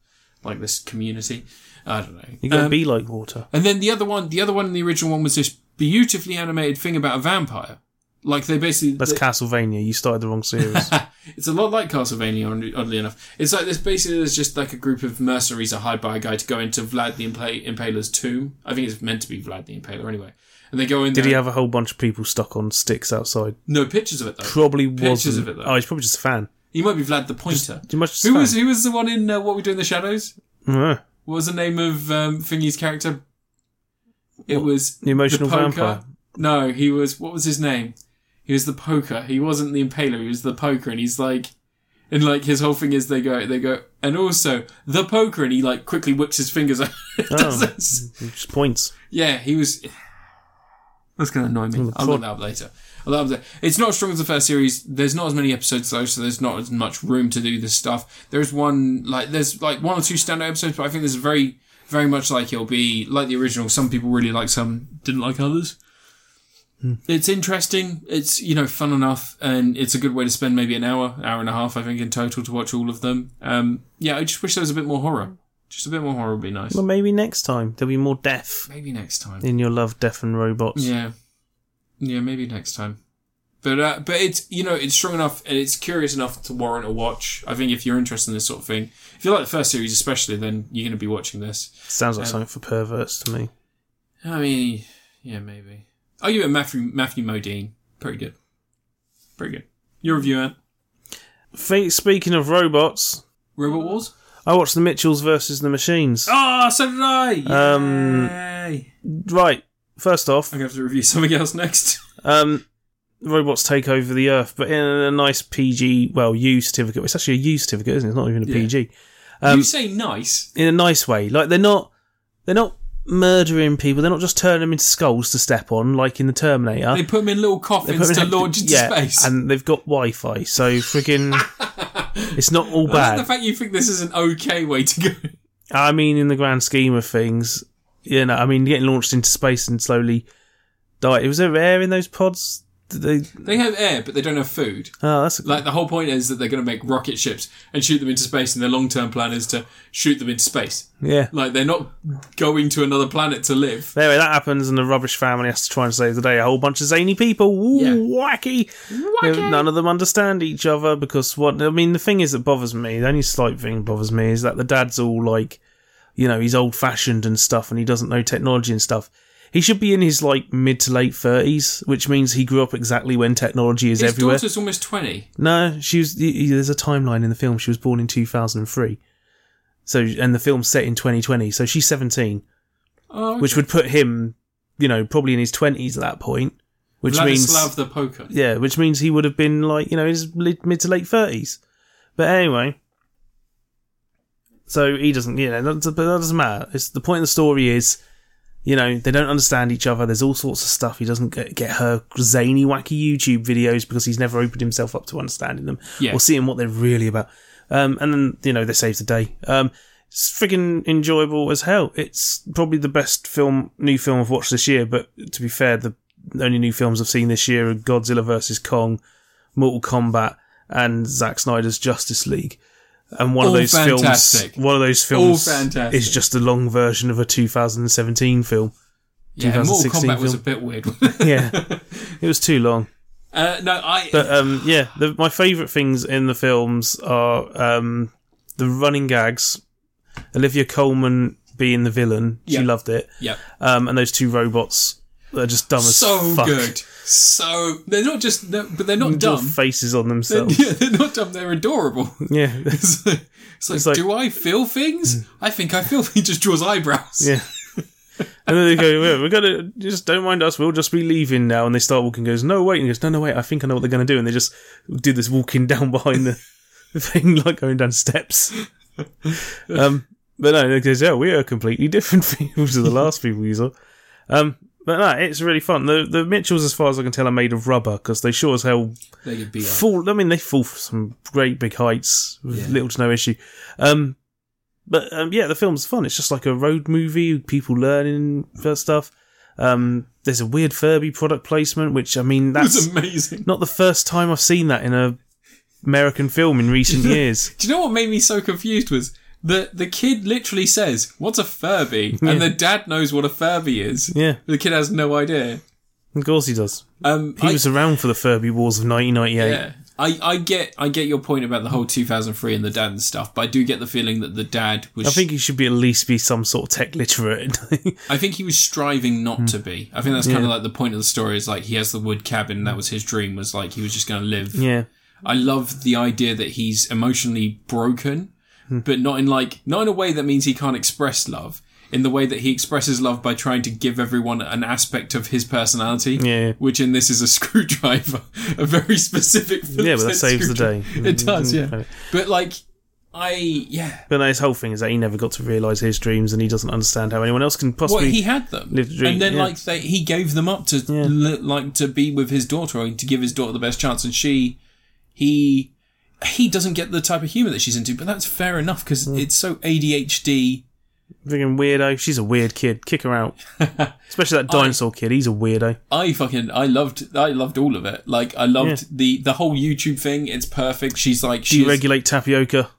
Speaker 1: like this community. I don't know.
Speaker 2: You gotta
Speaker 1: Um,
Speaker 2: be like water.
Speaker 1: and then the other one, the other one in the original one was this beautifully animated thing about a vampire. Like they basically,
Speaker 2: That's
Speaker 1: they-
Speaker 2: Castlevania. You started the wrong series.
Speaker 1: it's a lot like Castlevania, oddly- oddly enough. It's like this basically, there's just like a group of mercenaries are hired by a guy to go into Vlad the Impa- Impaler's tomb. I think it's meant to be Vlad the Impaler anyway. And they go in
Speaker 2: Did
Speaker 1: there.
Speaker 2: he have a whole bunch of people stuck on sticks outside?
Speaker 1: no pictures of it though.
Speaker 2: Probably
Speaker 1: Pictures
Speaker 2: wasn't.
Speaker 1: of it, though.
Speaker 2: oh, he's probably just a fan.
Speaker 1: He might be Vlad the Pointer.
Speaker 2: Too much.
Speaker 1: Who was who was the one in uh, What We Do in the Shadows?
Speaker 2: Uh,
Speaker 1: What was the name of um, Thingy's character? It was
Speaker 2: the emotional vampire.
Speaker 1: No, he was. What was his name? He was the poker. He wasn't the impaler. He was the poker, and he's like, and like his whole thing is they go, they go, and also the poker, and he like quickly whips his fingers. out.
Speaker 2: Oh.
Speaker 1: Does this-
Speaker 2: Just points.
Speaker 1: yeah, he was. That's gonna annoy me. I'll look that up later. I'll look that up later. It's not as strong as the first series. There's not as many episodes though, so there's not as much room to do this stuff. There's one like there's like one or two standout episodes, but I think there's very very much like it'll be like the original. Some people really like, some didn't like others. It's interesting. It's you know fun enough, and it's a good way to spend maybe an hour, hour and a half, I think in total to watch all of them. Um, yeah, I just wish there was a bit more horror. Just a bit more horror would be nice.
Speaker 2: Well, maybe next time there'll be more death
Speaker 1: Maybe next time.
Speaker 2: in your love, death, and robots.
Speaker 1: Yeah, yeah, maybe next time. But uh, but it's you know it's strong enough and it's curious enough to warrant a watch. I think if you're interested in this sort of thing, if you like the first series especially, then you're going to be watching this.
Speaker 2: Sounds like
Speaker 1: Um,
Speaker 2: something for perverts to me.
Speaker 1: I mean, yeah, maybe. I'll give it Matthew Matthew Modine. Pretty good, pretty good. Your review, Ant.
Speaker 2: Fe- Speaking of robots,
Speaker 1: Robot Wars.
Speaker 2: I watched The Mitchells versus the Machines.
Speaker 1: Ah, so did I.
Speaker 2: Um,
Speaker 1: Yay.
Speaker 2: Right, first off,
Speaker 1: I'm gonna have to review something else next.
Speaker 2: um, robots take over the Earth, but in a nice PG, well, U certificate. It's actually a U certificate, isn't it? It's not even a
Speaker 1: Yeah.
Speaker 2: PG. um,
Speaker 1: you say nice.
Speaker 2: in a nice way. Like they're not they're not murdering people. They're not just turning them into skulls to step on like in the Terminator.
Speaker 1: They put him in little
Speaker 2: They put
Speaker 1: coffins to
Speaker 2: them in-
Speaker 1: launch into
Speaker 2: yeah,
Speaker 1: space.
Speaker 2: and they've got Wi-Fi, so friggin' it's not all
Speaker 1: I like the
Speaker 2: bad.
Speaker 1: fact you think this is an okay way to go.
Speaker 2: I mean, in the grand scheme of things, you know, I mean, getting launched into space and slowly die. Was there air in those pods? Did they?
Speaker 1: They have air, but they don't have food.
Speaker 2: Oh, that's a,
Speaker 1: Like the whole point is that they're going to make rocket ships and shoot them into space, and their long-term plan is to shoot them into space.
Speaker 2: yeah.
Speaker 1: Like they're not going to another planet to live.
Speaker 2: Anyway, that happens, and the rubbish family has to try and save the day. A whole bunch of zany people, Ooh,
Speaker 1: Yeah.
Speaker 2: wacky. Yeah, None of them understand each other because what I mean. The thing is that bothers me. The only slight thing that bothers me is that the dad's all like, you know, he's old fashioned and stuff, and he doesn't know technology and stuff. He should be in his like mid to late thirties, which means he grew up exactly when technology is
Speaker 1: His
Speaker 2: everywhere.
Speaker 1: daughter's almost twenty.
Speaker 2: No, she was. y- y- There's a timeline in the film. She was born in 2003, so and the film's set in 2020, so she's 17,
Speaker 1: Oh, okay.
Speaker 2: which would put him, you know, probably in his 20s at that point, which means
Speaker 1: Vladislav the Poker.
Speaker 2: yeah, which means he would have been like you know his li- mid to late thirties. But anyway, so he doesn't. You know, that, but that doesn't matter. It's the point of the story is, you know, they don't understand each other. There's all sorts of stuff. He doesn't get, get her zany, wacky YouTube videos because he's never opened himself up to understanding them
Speaker 1: Yeah.
Speaker 2: or seeing what they're really about. Um, and then you know they save the day. Um, It's friggin' enjoyable as hell. It's probably the best film, new film I've watched this year. But to be fair, the only new films I've seen this year are Godzilla vs Kong, Mortal Kombat, and Zack Snyder's Justice League. And one
Speaker 1: All
Speaker 2: of those
Speaker 1: fantastic.
Speaker 2: films, one of those
Speaker 1: All
Speaker 2: films
Speaker 1: fantastic.
Speaker 2: is just a long version of a 2017 film.
Speaker 1: Yeah, Mortal
Speaker 2: 2016
Speaker 1: Kombat was a
Speaker 2: film.
Speaker 1: bit weird.
Speaker 2: Yeah, it was too long.
Speaker 1: uh, no, I.
Speaker 2: But um, yeah, the, my favourite things in the films are um, the running gags. Olivia Coleman being the villain, she
Speaker 1: Yeah.
Speaker 2: loved it,
Speaker 1: yeah.
Speaker 2: um, and those two robots that are just dumb as
Speaker 1: so
Speaker 2: fuck.
Speaker 1: good. So they're not just, no, but they're not
Speaker 2: Little
Speaker 1: dumb.
Speaker 2: faces on themselves.
Speaker 1: Yeah, they're not dumb. They're adorable.
Speaker 2: yeah,
Speaker 1: It's like, it's like,
Speaker 2: like- Mm.
Speaker 1: do I feel things? I think I feel. He just draws eyebrows.
Speaker 2: yeah. And then they go, "Well, we're gonna just don't mind us. We'll just be leaving now. And they start walking. Goes, no wait. And he goes, no no wait. I think I know what they're gonna do. And they just do this walking down behind the thing, like going down steps. Um, but no, they goes, yeah, we are completely different people to the last people we saw. Um, but no, it's really fun. The the Mitchells, as far as I can tell, are made of rubber because they sure as hell
Speaker 1: They could be. Like,
Speaker 2: fall. I mean, they fall from some great big heights with
Speaker 1: Yeah.
Speaker 2: little to no issue. Um, but um, yeah, the film's fun. It's just like a road movie, people learning that stuff. Um, there's a weird Furby product placement, which I mean,
Speaker 1: that's
Speaker 2: that's
Speaker 1: amazing.
Speaker 2: not the first time I've seen that in a American film in recent years.
Speaker 1: Do you know what made me so confused was the the kid literally says, "What's a Furby?" and the dad knows what a Furby is.
Speaker 2: Yeah,
Speaker 1: The kid has no idea.
Speaker 2: of course he does.
Speaker 1: Um,
Speaker 2: He
Speaker 1: I-
Speaker 2: was around for the Furby Wars of 1998.
Speaker 1: Yeah. I, I get I get your point about the whole 2003 and the dad and stuff, but I do get the feeling that the dad was.
Speaker 2: I think he should be at least be some sort of tech literate.
Speaker 1: I think he was striving not
Speaker 2: Hmm.
Speaker 1: to be. I think that's kind of like the point of the story is like he has the wood cabin. That was his dream. Was like he was just going to live.
Speaker 2: yeah,
Speaker 1: I love the idea that he's emotionally broken,
Speaker 2: Hmm.
Speaker 1: but not in like not in a way that means he can't express love. In the way that he expresses love by trying to give everyone an aspect of his personality,
Speaker 2: Yeah.
Speaker 1: which in this is a screwdriver, a very specific.
Speaker 2: yeah, but that
Speaker 1: Phillips head
Speaker 2: saves the day. Mm-hmm.
Speaker 1: screwdriver. It does, yeah. But like, I yeah,
Speaker 2: But no, his whole thing is that he never got to realise his dreams and he doesn't understand how anyone else can
Speaker 1: well,
Speaker 2: possibly.
Speaker 1: he had them,
Speaker 2: lived a dream,
Speaker 1: and then
Speaker 2: yeah.
Speaker 1: like they, he gave them up to li- like to be with his daughter or to give his daughter the best chance, and she, he, he doesn't get the type of humor that she's into, but that's fair enough because it's so ADHD.
Speaker 2: Freaking weirdo. She's a weird kid. Kick her out. Especially that dinosaur kid. He's a weirdo.
Speaker 1: I fucking I loved I loved all of it. Like I loved the the whole YouTube thing. It's perfect. She's like she's
Speaker 2: Deregulate tapioca.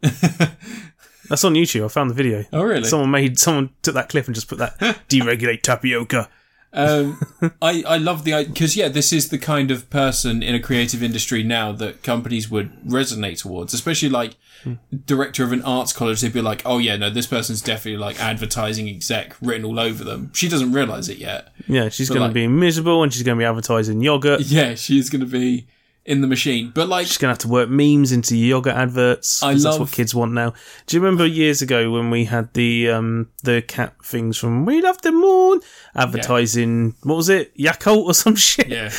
Speaker 2: That's on YouTube. I found the video.
Speaker 1: oh really
Speaker 2: Someone made someone took that clip and just put that deregulate tapioca.
Speaker 1: Um, I I love the because yeah, this is the kind of person in a creative industry now that companies would resonate towards, especially like director of an arts college. They'd be like, oh yeah, no, this person's definitely like advertising exec written all over them. She doesn't realize it yet.
Speaker 2: Yeah, she's going
Speaker 1: like-
Speaker 2: to be miserable and she's going to be advertising yogurt.
Speaker 1: Yeah, she's gonna be in the machine, but like
Speaker 2: She's going to have to work memes into yogurt adverts.
Speaker 1: I
Speaker 2: 'cause
Speaker 1: love-
Speaker 2: that's what kids want now. Do you remember years ago when we had the um, the cat things from We Love the Moon advertising? What was it? Yakult or some shit?
Speaker 1: yeah.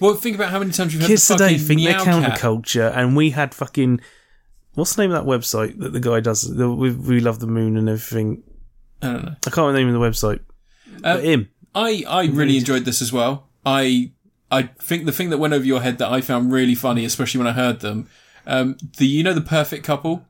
Speaker 1: well, think about how many times you've had
Speaker 2: kids
Speaker 1: the
Speaker 2: today
Speaker 1: fucking
Speaker 2: think they're
Speaker 1: meow cat.
Speaker 2: counterculture, and we had fucking what's the name of that website that the guy does? The, we, we love the moon and everything.
Speaker 1: I don't know.
Speaker 2: I can't remember the name of the website.
Speaker 1: Uh,
Speaker 2: but him,
Speaker 1: I I really enjoyed this as well. I I think the thing that went over your head that I found really funny, especially when I heard them, um, the you know the perfect couple,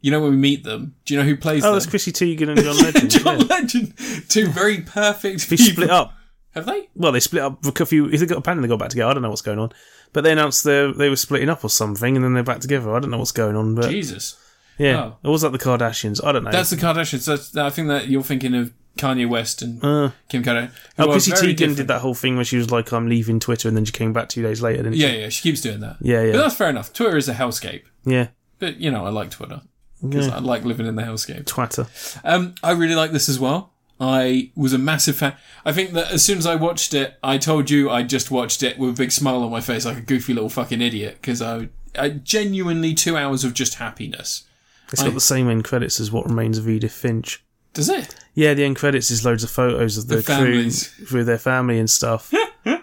Speaker 1: you know when we meet them. Do you know who plays
Speaker 2: oh,
Speaker 1: them?
Speaker 2: that's Chrissy Teigen and John Legend.
Speaker 1: John
Speaker 2: yeah.
Speaker 1: Legend. Two very perfect
Speaker 2: They
Speaker 1: people.
Speaker 2: split up.
Speaker 1: Have they?
Speaker 2: Well, they split up for a few. If they got a and they got back together. I don't know what's going on. But they announced they they were splitting up or something, and then they're back together. I don't know what's going on, but
Speaker 1: Jesus,
Speaker 2: yeah,
Speaker 1: Oh.
Speaker 2: or was that the Kardashians? I don't know.
Speaker 1: that's the Kardashians. That's, I think that you're thinking of Kanye West and Kim Kardashian. who
Speaker 2: oh,
Speaker 1: are
Speaker 2: Chrissy
Speaker 1: very
Speaker 2: Teigen
Speaker 1: different.
Speaker 2: did that whole thing where she was like, "I'm leaving Twitter," and then she came back two days later, didn't she?
Speaker 1: Yeah, yeah, she keeps doing that.
Speaker 2: Yeah, yeah.
Speaker 1: But that's fair enough. Twitter is a hellscape,
Speaker 2: Yeah,
Speaker 1: but you know I like Twitter because I like living in the hellscape.
Speaker 2: twatter.
Speaker 1: Um, I really like this as well. I was a massive fan. I think that as soon as I watched it, I told you I just watched it with a big smile on my face, like a goofy little fucking idiot, because I, I genuinely two hours of just happiness.
Speaker 2: It's got the same end credits as What Remains of Edith Finch.
Speaker 1: Does it?
Speaker 2: Yeah, the end credits is loads of photos of the, crew
Speaker 1: families.
Speaker 2: with their family and stuff,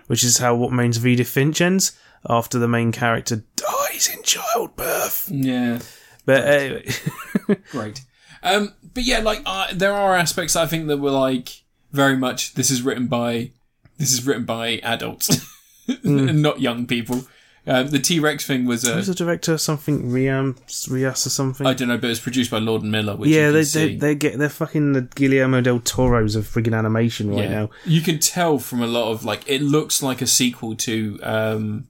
Speaker 2: which is how What Remains of Edith Finch ends after the main character dies in childbirth.
Speaker 1: Yeah,
Speaker 2: But uh, anyway,
Speaker 1: great. Um, but yeah, like uh, there are aspects I think that were like very much this is written by this is written by adults, and not young people. Uh, the T Rex thing was, uh,
Speaker 2: Who's the director? of Something Riam Rias or something.
Speaker 1: I don't know, but it's produced by Lord and Miller. Which
Speaker 2: yeah,
Speaker 1: you
Speaker 2: they
Speaker 1: can see.
Speaker 2: they they get they're fucking the Guillermo del Toro's of friggin' animation right now.
Speaker 1: You can tell from a lot of like it looks like a sequel to um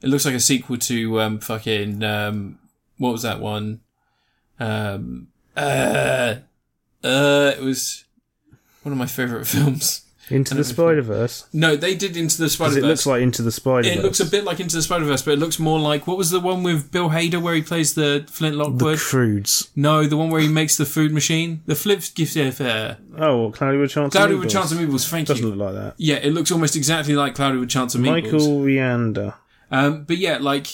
Speaker 1: it looks like a sequel to um fucking um what was that one? Um uh uh it was one of my favorite films.
Speaker 2: Into the Spider Verse.
Speaker 1: No, they did Into the Spider-Verse.
Speaker 2: It looks like Into the Spider Verse.
Speaker 1: it looks a bit like Into the Spider-Verse, but it looks more like what was the one with Bill Hader where he plays the Flint
Speaker 2: the
Speaker 1: Lockwood?
Speaker 2: Crudes.
Speaker 1: no, the one where he makes the food machine. The Flip gift uh,
Speaker 2: Oh, well, Cloudy with a Chance. of
Speaker 1: Cloudy with
Speaker 2: Meatballs.
Speaker 1: Chance of Meatballs. Thank you.
Speaker 2: Doesn't look like that.
Speaker 1: Yeah, it looks almost exactly like Cloudy with Chance of Meatballs.
Speaker 2: Michael Rianda.
Speaker 1: Um, but yeah, like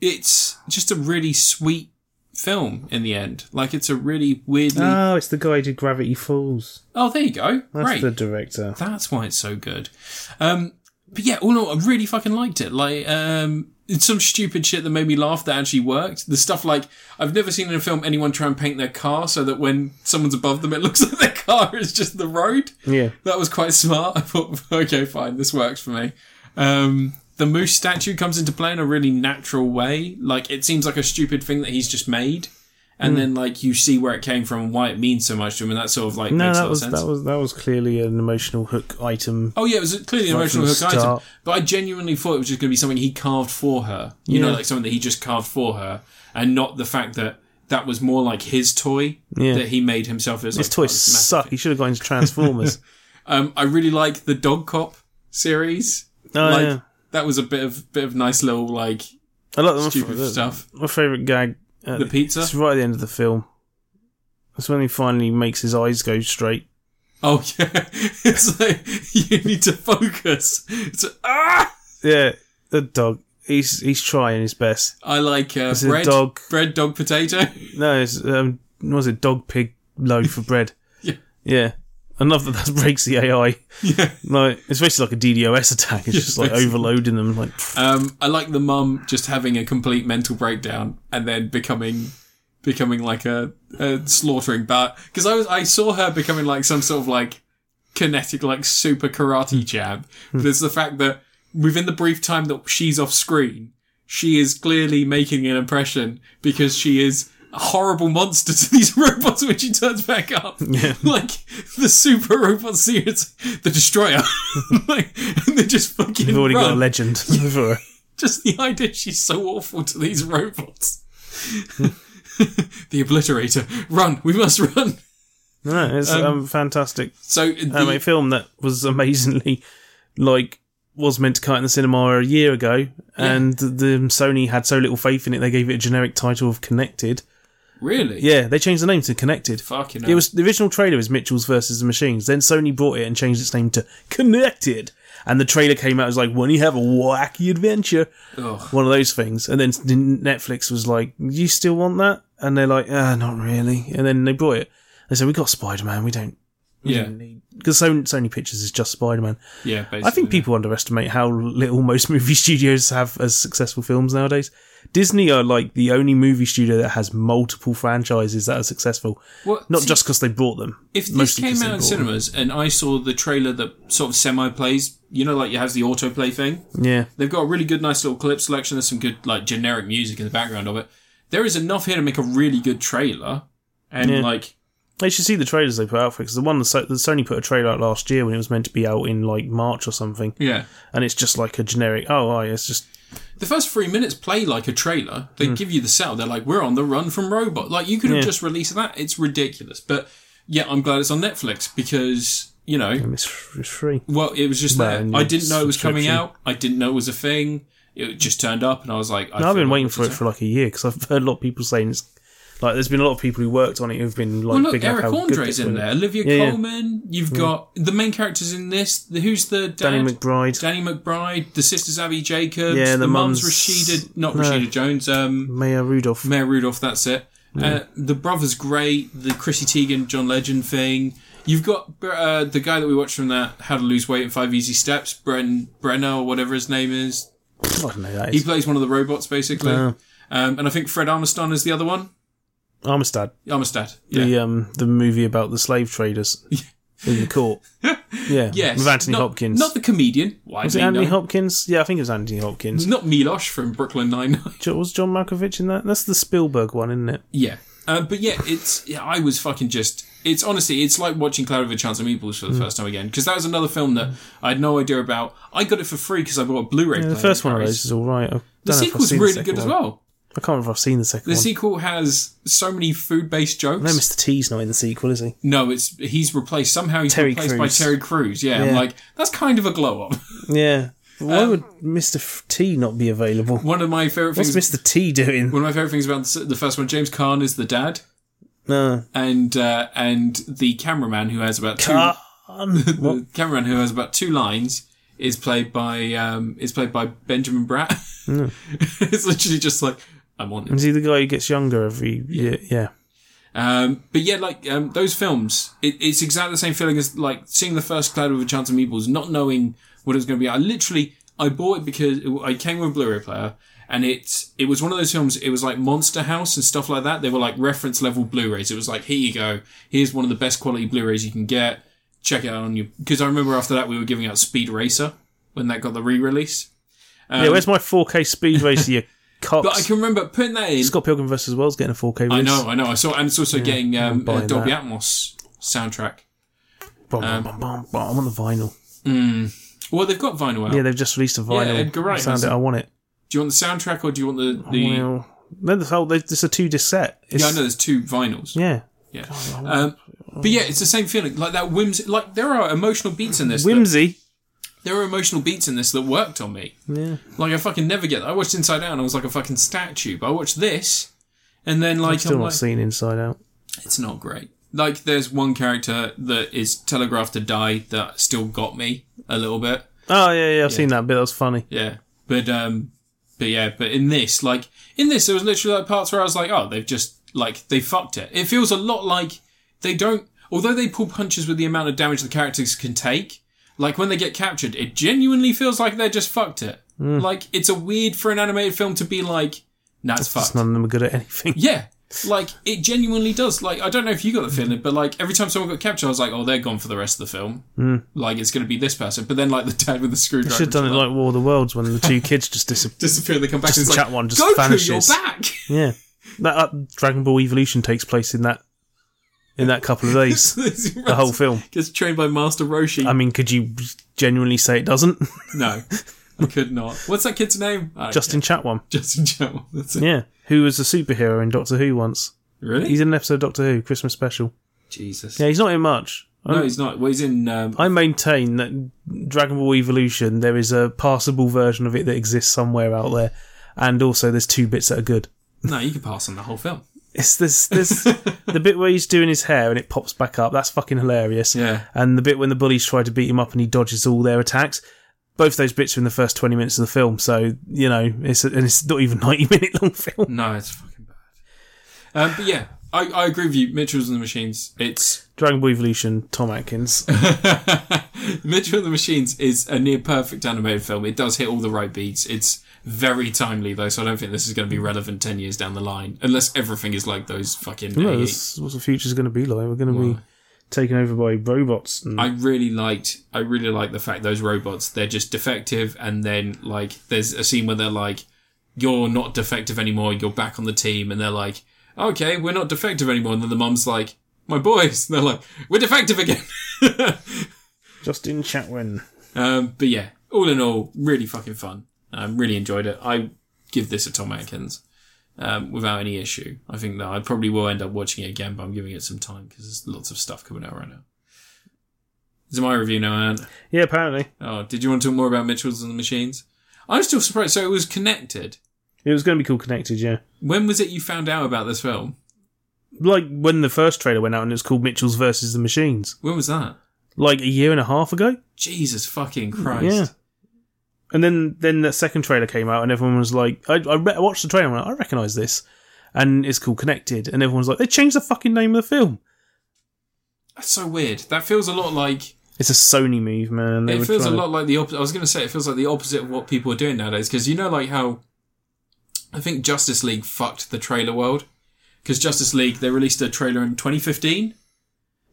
Speaker 1: it's just a really sweet film in the end. Like it's a really weirdly.
Speaker 2: Oh, it's the guy who did Gravity Falls.
Speaker 1: oh, there you go.
Speaker 2: That's
Speaker 1: Great.
Speaker 2: the director.
Speaker 1: That's why it's so good. Um, but yeah, all in all, I really fucking liked it. Like, um, it's some stupid shit that made me laugh that actually worked. The stuff like I've never seen in a film anyone try and paint their car so that when someone's above them, it looks like their car is just the road.
Speaker 2: Yeah.
Speaker 1: That was quite smart. I thought, okay, fine, this works for me. Um, the moose statue comes into play in a really natural way. Like, it seems like a stupid thing that he's just made.
Speaker 2: Hmm.
Speaker 1: And then, like, you see where it came from and why it means so much to him. And that sort of, like,
Speaker 2: No,
Speaker 1: makes a lot
Speaker 2: that
Speaker 1: of
Speaker 2: was
Speaker 1: sense.
Speaker 2: that was that was clearly an emotional hook item.
Speaker 1: Oh yeah, it was clearly an
Speaker 2: Right
Speaker 1: emotional
Speaker 2: from the
Speaker 1: hook item.
Speaker 2: start.
Speaker 1: But I genuinely thought it was just going to be something he carved for her. You know,
Speaker 2: Yeah.
Speaker 1: like something that he just carved for her, and not the fact that that was more like his toy
Speaker 2: Yeah.
Speaker 1: that he made himself. It was
Speaker 2: His
Speaker 1: like,
Speaker 2: toys
Speaker 1: oh, this is
Speaker 2: suck. He should have gone into Transformers.
Speaker 1: ma- Um, I really like the Dog Cop series.
Speaker 2: oh,
Speaker 1: like
Speaker 2: yeah.
Speaker 1: that was a bit of bit of nice little like
Speaker 2: I like them.
Speaker 1: stupid stuff.
Speaker 2: My favourite gag. uh,
Speaker 1: The pizza.
Speaker 2: It's right at the end of the film. That's when he finally makes his eyes go straight.
Speaker 1: Oh yeah, it's like you need to focus. It's ah.
Speaker 2: Yeah, the dog. He's he's trying his best.
Speaker 1: I like uh,
Speaker 2: it
Speaker 1: bread,
Speaker 2: dog?
Speaker 1: bread, dog, potato.
Speaker 2: No, it's um, what was it dog pig loaf of bread?
Speaker 1: Yeah.
Speaker 2: yeah. I love that that breaks the AI.
Speaker 1: yeah.
Speaker 2: Like it's basically like a DDoS attack. It's just like
Speaker 1: basically.
Speaker 2: overloading them. Like pfft.
Speaker 1: Um, I like the mum just having a complete mental breakdown and then becoming becoming like a, a slaughtering bat because I was I saw her becoming like some sort of like kinetic like super
Speaker 2: Hmm.
Speaker 1: karate jab. But it's the fact that within the brief time that she's off screen, she is clearly making an impression because she is a horrible monster to these robots when she turns back up. Like the super robot series, the destroyer. like and they just fucking
Speaker 2: they've already got a
Speaker 1: run
Speaker 2: legend. for it.
Speaker 1: just the idea she's so awful to these robots. the obliterator, run! We must run.
Speaker 2: no, it's um, fantastic
Speaker 1: So uh, the,
Speaker 2: anime film that was amazingly like was meant to come out in the cinema a year ago, and the Sony had so little faith in it they gave it a generic title of Connected.
Speaker 1: really,
Speaker 2: Yeah, they changed the name to Connected.
Speaker 1: fucking.
Speaker 2: It was the original trailer was Mitchell's versus the Machines. Then Sony brought it and changed its name to Connected. And the trailer came out as like, when you have a wacky adventure,
Speaker 1: Ugh.
Speaker 2: one of those things. And then s- Netflix was like, you still want that? And they're like, ah, not really. And then they brought it. They said, we got Spider Man. We don't
Speaker 1: yeah,
Speaker 2: because Sony, Sony Pictures is just Spider Man.
Speaker 1: yeah. Basically,
Speaker 2: I think people underestimate how little most movie studios have as successful films nowadays. Disney are like the only movie studio that has multiple franchises that are successful,
Speaker 1: Well,
Speaker 2: not
Speaker 1: see,
Speaker 2: just because they bought them.
Speaker 1: if this
Speaker 2: mostly
Speaker 1: came
Speaker 2: 'cause they
Speaker 1: out in
Speaker 2: bought them.
Speaker 1: cinemas and I saw the trailer that sort of semi plays, you know, like it has the autoplay thing.
Speaker 2: Yeah,
Speaker 1: They've got a really good, nice little clip selection. There's some good, like, generic music in the background of it. There is enough here to make a really good trailer, and
Speaker 2: Yeah.
Speaker 1: like,
Speaker 2: they should see the trailers they put out for it because the one that, so- that Sony put a trailer out last year when it was meant to be out in like March or something,
Speaker 1: yeah.
Speaker 2: and it's just like a generic. Oh, aye, it's just
Speaker 1: The first three minutes play like a trailer. They give you the setup. They're like, "We're on the run from robot." Like you could have
Speaker 2: Hmm. Yeah.
Speaker 1: just released that. It's ridiculous. But yeah, I'm glad it's on Netflix because you know,
Speaker 2: it's, f- it's free.
Speaker 1: well, it was just
Speaker 2: Well,
Speaker 1: there.
Speaker 2: and
Speaker 1: I
Speaker 2: your
Speaker 1: didn't know it was coming out.
Speaker 2: subscription.
Speaker 1: I didn't know it was a thing. It just turned up, and I was like, I
Speaker 2: No, I've
Speaker 1: feel
Speaker 2: been
Speaker 1: like
Speaker 2: waiting
Speaker 1: it's
Speaker 2: for
Speaker 1: a
Speaker 2: it for like a year because I've heard a lot of people saying it's like there's been a lot of people who worked on it who've been like
Speaker 1: Well, look,
Speaker 2: big up
Speaker 1: Eric
Speaker 2: how good
Speaker 1: Andre's
Speaker 2: it
Speaker 1: in
Speaker 2: was.
Speaker 1: there. Olivia
Speaker 2: Yeah, yeah.
Speaker 1: Coleman. You've got the main characters in this. The, who's the dad?
Speaker 2: Danny McBride,
Speaker 1: Danny McBride. The sisters Abby Jacobs.
Speaker 2: Yeah,
Speaker 1: the,
Speaker 2: the
Speaker 1: mum's
Speaker 2: mum's-
Speaker 1: Rashida, not
Speaker 2: No.
Speaker 1: Rashida Jones. Um,
Speaker 2: Maya Rudolph.
Speaker 1: Mayor Rudolph, that's it. Uh, the brother's great. The Chrissy Teigen, John Legend thing. You've got uh, the guy that we watched from that How to Lose Weight in Five Easy Steps, Bren Brenner or whatever his name is.
Speaker 2: I don't know who that
Speaker 1: He
Speaker 2: is.
Speaker 1: plays one of the robots basically,
Speaker 2: Yeah.
Speaker 1: um, and I think Fred Armstrong is the other one.
Speaker 2: Armistad,
Speaker 1: Armistad. Yeah.
Speaker 2: the um the movie about the slave traders in the court. Yeah.
Speaker 1: Yes.
Speaker 2: With Anthony
Speaker 1: not,
Speaker 2: Hopkins.
Speaker 1: Not the comedian. Why
Speaker 2: was it Anthony Hopkins? Yeah, I think it was Anthony Hopkins.
Speaker 1: Not Milosh from Brooklyn Nine-Nine.
Speaker 2: Jo- Was John Malkovich in that? That's the Spielberg one, isn't it?
Speaker 1: yeah. Uh, but yeah, it's yeah, I was fucking just. It's honestly, it's like watching Cloud of a Chance of Meatballs
Speaker 2: Mm.
Speaker 1: for the first time again because that was another film that I had no idea about. I got it for free because I bought a Blu-ray.
Speaker 2: Yeah, the
Speaker 1: player
Speaker 2: first
Speaker 1: in
Speaker 2: one of
Speaker 1: Paris.
Speaker 2: those is all right. I don't
Speaker 1: The
Speaker 2: know if I've
Speaker 1: sequel's
Speaker 2: seen the
Speaker 1: really
Speaker 2: second
Speaker 1: good as
Speaker 2: one.
Speaker 1: well.
Speaker 2: I can't remember if I've seen the second
Speaker 1: The
Speaker 2: one.
Speaker 1: sequel has so many food-based jokes.
Speaker 2: No, Mr. T's not in the sequel, is he?
Speaker 1: No, it's he's replaced somehow. He's
Speaker 2: Terry
Speaker 1: replaced
Speaker 2: Crews.
Speaker 1: by Terry Crews. Yeah, I'm
Speaker 2: Yeah.
Speaker 1: like that's kind of a glow up.
Speaker 2: Yeah.
Speaker 1: Um,
Speaker 2: Why would Mr. F- T not be available?
Speaker 1: One of my favorite
Speaker 2: What's
Speaker 1: things.
Speaker 2: Mr. T doing?
Speaker 1: One of my favorite things about the s- the first one, James Caan is the dad,
Speaker 2: No.
Speaker 1: and uh, and the cameraman who has about two
Speaker 2: Ah, what?
Speaker 1: the cameraman who has about two lines is played by um, is played by Benjamin Bratt. it's literally just like I want it.
Speaker 2: Is he the guy who gets younger every year? Yeah.
Speaker 1: Um, but yeah, like um, those films, it, it's exactly the same feeling as like seeing the first Cloud with a Chance of Meatballs, not knowing what it was going to be. I literally I bought it because I came with a Blu-ray player, and it it was one of those films. It was like Monster House and stuff like that. They were like reference level Blu-rays. It was like here you go, here's one of the best quality Blu-rays you can get. Check it out on your because I remember after that we were giving out Speed Racer when that got the re-release. Um,
Speaker 2: yeah, where's my 4K Speed Racer, you cops?
Speaker 1: but I can remember putting that in.
Speaker 2: Scott Pilgrim vs. World's getting a 4K release.
Speaker 1: I know, I know. I saw, and it's also getting um, uh,
Speaker 2: buying
Speaker 1: Dolby Atmos soundtrack.
Speaker 2: Bum,
Speaker 1: um,
Speaker 2: bum, bum, bum, bum. I'm on the vinyl.
Speaker 1: Well, they've got vinyl out.
Speaker 2: Yeah, they've just released a vinyl.
Speaker 1: Yeah, Edgar Wright
Speaker 2: I found
Speaker 1: has
Speaker 2: it.
Speaker 1: it.
Speaker 2: I want it.
Speaker 1: Do you want the soundtrack or do you want the the?
Speaker 2: Oh, Well, then the whole, it's a two disc set. It's,
Speaker 1: yeah, I know there's two vinyls.
Speaker 2: Yeah.
Speaker 1: Yeah. Um, but yeah, it's the same feeling. Like that whimsy. Like there are emotional beats in this. that-
Speaker 2: Whimsy.
Speaker 1: there are emotional beats in this that worked on me.
Speaker 2: Yeah.
Speaker 1: Like I fucking never get that. I watched Inside Out and I was like a fucking statue. But I watched this, and then like
Speaker 2: Still
Speaker 1: I'm
Speaker 2: not
Speaker 1: like,
Speaker 2: seen Inside Out.
Speaker 1: it's not great. Like there's one character that is telegraphed to die that still got me a little bit.
Speaker 2: Oh, yeah, yeah, I've seen that bit. That was funny.
Speaker 1: Yeah. But um but yeah, but in this, like in this there was literally like parts where I was like, oh, they've just like they fucked it. It feels a lot like they don't although they pull punches with the amount of damage the characters can take, like when they get captured, it genuinely feels like they just fucked it.
Speaker 2: Hmm.
Speaker 1: Like it's a weird for an animated film to be like, nah, it's fucked.
Speaker 2: Just none of them are good at anything.
Speaker 1: Yeah. Like it genuinely does. Like I don't know if you got the feeling, but like every time someone got captured, I was like, "Oh, they're gone for the rest of the film." Like it's going to be this person. But then, like the dad with the screwdriver,
Speaker 2: Should have Hmm. done it like War of the Worlds when the two kids just disappeared.
Speaker 1: disappear. They come back. and it's
Speaker 2: the
Speaker 1: like,
Speaker 2: chat one just
Speaker 1: Goku,
Speaker 2: vanishes."
Speaker 1: you're back.
Speaker 2: Yeah, that uh, Dragon Ball Evolution takes place in that in that couple of days.
Speaker 1: the
Speaker 2: whole film.
Speaker 1: gets trained by Master Roshi.
Speaker 2: I mean, could you genuinely say it doesn't?
Speaker 1: no, I could not. What's that kid's name? I don't
Speaker 2: Justin Chatwam,
Speaker 1: care. Justin Chow. That's it.
Speaker 2: yeah, who was a superhero in Doctor Who once.
Speaker 1: Really?
Speaker 2: He's in an episode of Doctor Who Christmas special.
Speaker 1: Jesus.
Speaker 2: Yeah, he's not in much. I-
Speaker 1: No, he's not. Well, he's in. Um,
Speaker 2: I maintain that Dragon Ball Evolution there is a passable version of it that exists somewhere out there, and also there's two bits that are good.
Speaker 1: no, you can pass on the whole film.
Speaker 2: It's this this the bit where he's doing his hair and it pops back up. That's fucking hilarious.
Speaker 1: Yeah.
Speaker 2: And the bit when the bullies try to beat him up and he dodges all their attacks. Both those bits are in the first twenty minutes of the film, so you know it's a, and it's not even ninety minute long film.
Speaker 1: No, it's fucking bad. Um, but yeah, I, I agree with you. Mitchell's and the Machines. It's
Speaker 2: Dragon Ball Evolution, Tom Atkins.
Speaker 1: Mitchell and the Machines is a near perfect animated film. It does hit all the right beats. It's very timely though, so I don't think this is going to be relevant ten years down the line, unless everything is like those fucking.
Speaker 2: No,
Speaker 1: 80s.
Speaker 2: this- what's the future's going to be like? We're going to be taken over by robots. And,
Speaker 1: I really liked I really like the fact those robots they're just defective and then like there's a scene where they're like you're not defective anymore you're back on the team and they're like okay we're not defective anymore and then the mum's like my boys and they're like we're defective again
Speaker 2: Justin Chatwin.
Speaker 1: um, but yeah all in all really fucking fun I um, really enjoyed it I give this a Tom Atkins um, without any issue I think that I probably will end up watching it again but I'm giving it some time because there's lots of stuff coming out right now is my review now Ant?
Speaker 2: Yeah, apparently
Speaker 1: Oh, did you want to talk more about Mitchells and the Machines? I'm still surprised. So it was connected.
Speaker 2: it was going to be called Connected. Yeah,
Speaker 1: When was it you found out about this film?
Speaker 2: like when the first trailer went out and it was called Mitchell's versus the Machines,
Speaker 1: When was that?
Speaker 2: like a year and a half ago.
Speaker 1: Jesus fucking Christ.
Speaker 2: Yeah. And then then the second trailer came out, and everyone was like, I, I re- watched the trailer and I went, I recognise this. And it's called Connected, and everyone's like, they changed the fucking name of the film.
Speaker 1: That's so weird. That feels a lot like.
Speaker 2: It's a Sony move, man. They
Speaker 1: it
Speaker 2: were
Speaker 1: feels a
Speaker 2: trying to-
Speaker 1: lot like the opposite. I was going to say it feels like the opposite of what people are doing nowadays. Because you know, like how. I think Justice League fucked the trailer world. Because Justice League, they released a trailer in 2015.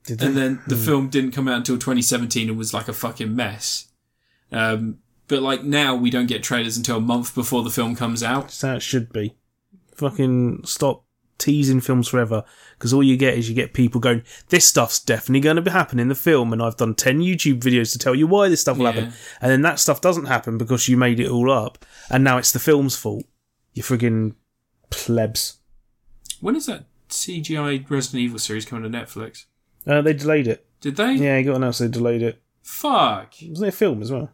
Speaker 2: Did
Speaker 1: and
Speaker 2: they?
Speaker 1: then the film didn't come out until 2017 and was like a fucking mess. Um, but like now we don't get trailers until a month before the film comes out.
Speaker 2: That's how it should be. Fucking stop teasing films forever because all you get is you get people going, this stuff's definitely going to happen in the film, and I've done 10 YouTube videos to tell you why this stuff will happen.
Speaker 1: Yeah.
Speaker 2: And then that stuff doesn't happen because you made it all up, and now it's the film's fault. You friggin' plebs.
Speaker 1: When is that CGI Resident Evil series coming to Netflix?
Speaker 2: Uh, they delayed it.
Speaker 1: Did they?
Speaker 2: Yeah, it got announced they delayed it.
Speaker 1: Fuck.
Speaker 2: Wasn't it a film as well?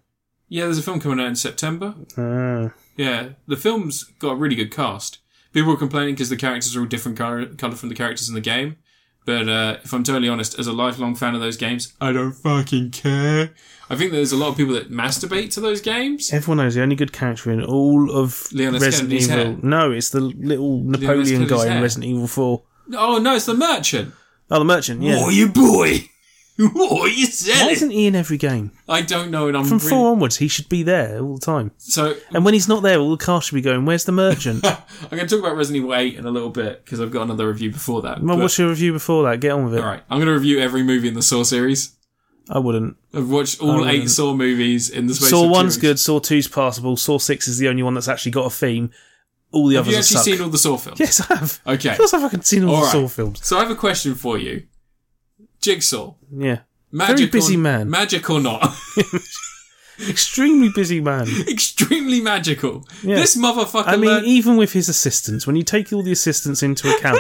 Speaker 1: Yeah, there's a film coming out in September.
Speaker 2: Ah.
Speaker 1: Yeah, the film's got a really good cast. People were complaining because the characters are all different color, color from the characters in the game. But uh, if I'm totally honest, as a lifelong fan of those games, I don't fucking care. I think there's a lot of people that masturbate to those games.
Speaker 2: Everyone knows the only good character in all of
Speaker 1: Leon S.
Speaker 2: Resident
Speaker 1: Kennedy's
Speaker 2: Evil.
Speaker 1: hair.
Speaker 2: No, it's the little Napoleon
Speaker 1: Kennedy's
Speaker 2: guy in
Speaker 1: hair.
Speaker 2: Resident Evil 4.
Speaker 1: Oh no, it's the merchant.
Speaker 2: Oh, the merchant, yeah.
Speaker 1: Oh, you boy. Oh, you
Speaker 2: Why
Speaker 1: said it.
Speaker 2: isn't he in every game?
Speaker 1: I don't know, and I'm
Speaker 2: From
Speaker 1: really-
Speaker 2: four onwards, he should be there all the time.
Speaker 1: so
Speaker 2: And when he's not there, all the cast should be going, "Where's the merchant?" Well,
Speaker 1: I'm going to talk about Resident Evil 8 in a little bit because I've got another review before that. but-
Speaker 2: what's your review before that? Get on with it.
Speaker 1: all right, I'm going to review every movie in the Saw series.
Speaker 2: I wouldn't.
Speaker 1: I've watched all
Speaker 2: Oh,
Speaker 1: eight
Speaker 2: yeah.
Speaker 1: Saw movies in the space.
Speaker 2: Saw
Speaker 1: of two
Speaker 2: one's
Speaker 1: weeks.
Speaker 2: good. Saw two's passable. Saw six is the only one that's actually got a theme. All the
Speaker 1: Have
Speaker 2: others
Speaker 1: you
Speaker 2: are
Speaker 1: actually
Speaker 2: suck.
Speaker 1: seen all the Saw films?
Speaker 2: yes, I have.
Speaker 1: Okay.
Speaker 2: Of course, I've fucking seen all,
Speaker 1: All
Speaker 2: the
Speaker 1: right.
Speaker 2: Saw films.
Speaker 1: So I have a question for you. Jigsaw,
Speaker 2: Yeah,
Speaker 1: magic
Speaker 2: busy
Speaker 1: or,
Speaker 2: man.
Speaker 1: magic or not?
Speaker 2: extremely busy man.
Speaker 1: Extremely magical.
Speaker 2: Yeah.
Speaker 1: This motherfucker.
Speaker 2: I mean,
Speaker 1: learned-
Speaker 2: even with his assistants, when you take all the assistants into account,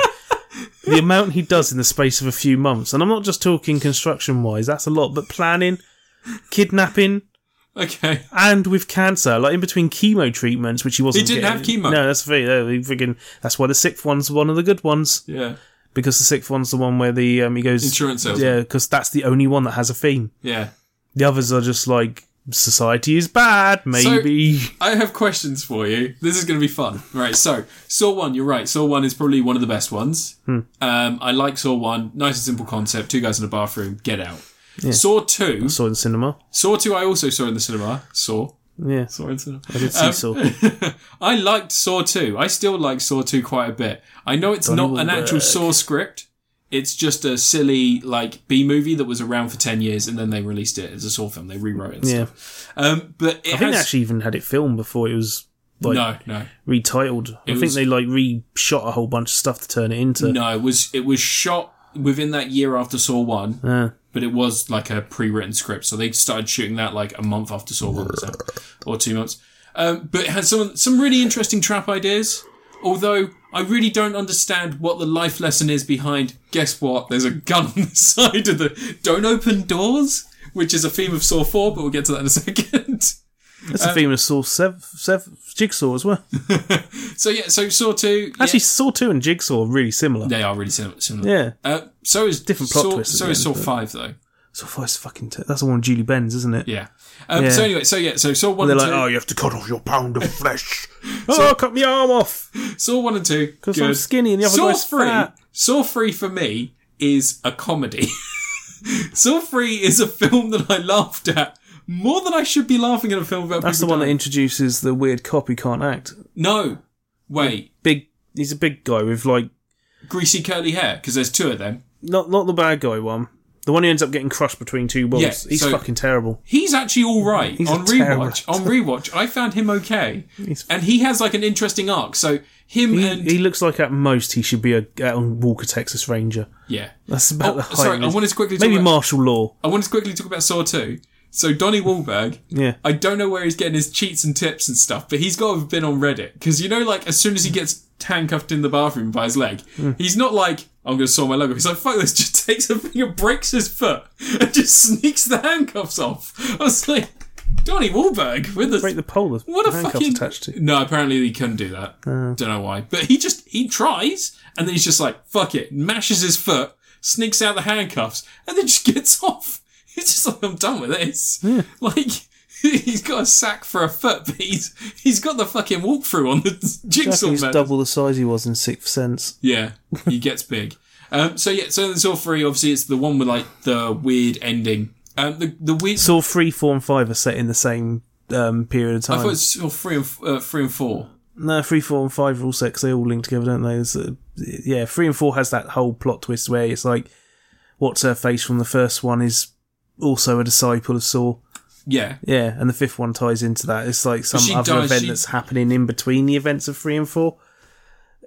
Speaker 2: the amount he does in the space of a few months, and I'm not just talking construction wise, that's a lot, but planning, kidnapping,
Speaker 1: okay.
Speaker 2: and with cancer, like in between chemo treatments, which he wasn't.
Speaker 1: He didn't
Speaker 2: getting-
Speaker 1: have chemo.
Speaker 2: No, that's very. no, he friggin- that's why the sixth one's one of the good ones
Speaker 1: Yeah.
Speaker 2: because the sixth one's the one where the um, he goes
Speaker 1: Insurance salesman.
Speaker 2: Yeah, because that's the only one that has a theme.
Speaker 1: Yeah.
Speaker 2: The others are just like society is bad. Maybe
Speaker 1: I have questions for you. This is going to be fun. Right. So Saw One. You're right. Saw One is probably one of the best ones.
Speaker 2: Hmm.
Speaker 1: Um, I like Saw One. Nice and simple concept. Two guys in a bathroom. Get out. Saw Two.
Speaker 2: saw in cinema.
Speaker 1: Saw Two. I also saw in the cinema. Saw.
Speaker 2: Yeah,
Speaker 1: Saw in cinema.
Speaker 2: I did see Saw.
Speaker 1: I liked Saw 2. I still like Saw 2 quite a bit. I know it's not an actual
Speaker 2: Cronenberg.
Speaker 1: Saw script. It's just a silly, like, B movie that was around for 10 years and then they released it as a Saw film. They rewrote it and
Speaker 2: Yeah,
Speaker 1: stuff. Um, but it
Speaker 2: I think
Speaker 1: has...
Speaker 2: they actually even had it filmed before it was like
Speaker 1: no, no.
Speaker 2: retitled. I
Speaker 1: It
Speaker 2: think
Speaker 1: was-
Speaker 2: they like reshot a whole bunch of stuff to turn it into.
Speaker 1: No, it was, it was shot within that year after Saw 1,
Speaker 2: Yeah.
Speaker 1: but it was, like, a pre-written script. So they started shooting that, like, a month after Saw 1 was out, or two months. Um, but it has some, some really interesting trap ideas. Although I really don't understand what the life lesson is behind. Guess what? There's a gun on the side of the don't open doors, which is a theme of Saw Four, but we'll get to that in a second.
Speaker 2: that's
Speaker 1: Um,
Speaker 2: a theme of Saw Sev, Sev, Jigsaw as well.
Speaker 1: so yeah, so Saw Two yeah,
Speaker 2: Actually, Saw Two and Jigsaw are really similar.
Speaker 1: they are really similar. similar.
Speaker 2: Yeah.
Speaker 1: Uh, so is
Speaker 2: Different plot
Speaker 1: Saw,
Speaker 2: twists at
Speaker 1: So
Speaker 2: the
Speaker 1: is
Speaker 2: end,
Speaker 1: Saw
Speaker 2: but-
Speaker 1: Five though.
Speaker 2: So far, it's fucking. T- that's the one with Julie Benz, isn't it?
Speaker 1: Yeah. Um,
Speaker 2: Yeah.
Speaker 1: So anyway, so yeah, so Saw One
Speaker 2: They're
Speaker 1: and
Speaker 2: like,
Speaker 1: Two.
Speaker 2: oh, you have to cut off your pound of flesh. oh, cut my arm off
Speaker 1: Saw One and Two.
Speaker 2: because "Oh, I'm
Speaker 1: good.
Speaker 2: skinny and the other
Speaker 1: Saw
Speaker 2: guy's
Speaker 1: Three.
Speaker 2: fat.
Speaker 1: Saw Three for me is a comedy. Saw Three is a film that I laughed at more than I should be laughing at a film about.
Speaker 2: That's the
Speaker 1: people
Speaker 2: one that
Speaker 1: dying.
Speaker 2: introduces the weird cop who can't act.
Speaker 1: no, wait,
Speaker 2: Big. He's a big guy with like
Speaker 1: greasy curly hair because there's two of them.
Speaker 2: not not the bad guy one. The one who ends up getting crushed between two walls.
Speaker 1: Yeah,
Speaker 2: he's
Speaker 1: so-
Speaker 2: fucking terrible.
Speaker 1: He's actually all right
Speaker 2: Mm, He's a
Speaker 1: on
Speaker 2: terrible
Speaker 1: rewatch. On rewatch, I found him okay, and he has like an interesting arc. So him
Speaker 2: He,
Speaker 1: and
Speaker 2: he looks like at most he should be a, out on Walker Texas Ranger.
Speaker 1: yeah.
Speaker 2: That's about
Speaker 1: Oh,
Speaker 2: the height.
Speaker 1: sorry,
Speaker 2: of
Speaker 1: I
Speaker 2: his-
Speaker 1: wanted to quickly talk
Speaker 2: maybe
Speaker 1: about-
Speaker 2: martial law.
Speaker 1: I want to quickly talk about Saw Two. So Donnie Wahlberg,
Speaker 2: Yeah,
Speaker 1: I don't know where he's getting his cheats and tips and stuff, but he's got to have been on Reddit because you know, like as soon as he gets handcuffed in the bathroom by his leg,
Speaker 2: Hmm.
Speaker 1: he's not like I'm going to saw my leg. off." He's like, "Fuck this!" Just takes a finger, breaks his foot, and just sneaks the handcuffs off. I was like, Donnie Wahlberg with a
Speaker 2: break the pole. The
Speaker 1: what a
Speaker 2: handcuffs
Speaker 1: fucking
Speaker 2: attached to.
Speaker 1: no. Apparently he couldn't do that. Don't know why, but he just he tries and then he's just like fuck it, mashes his foot, sneaks out the handcuffs, and then just gets off. It's just like I'm done with this. Like he's got a sack for a foot, but he's he's got the fucking walkthrough on the jigsaw
Speaker 2: He's
Speaker 1: man.
Speaker 2: double the size he was in Sixth Sense.
Speaker 1: Yeah, he gets big. Um, so yeah, so then Saw Three. Obviously, it's the one with like the weird ending. Um, the the weird.
Speaker 2: Saw three, four, and five are set in the same um, period of
Speaker 1: I thought
Speaker 2: time.
Speaker 1: it's Saw Three and f- uh, Three and Four.
Speaker 2: No, three, four, and five are all set 'cause they all link together, don't they? It's, uh, yeah, three and four has that whole plot twist where it's like, what's her face from the first one is also a disciple of Saul.
Speaker 1: Yeah.
Speaker 2: Yeah, and the fifth one ties into that. It's like some
Speaker 1: she
Speaker 2: other
Speaker 1: dies-
Speaker 2: event
Speaker 1: she-
Speaker 2: that's happening in between the events of three and four.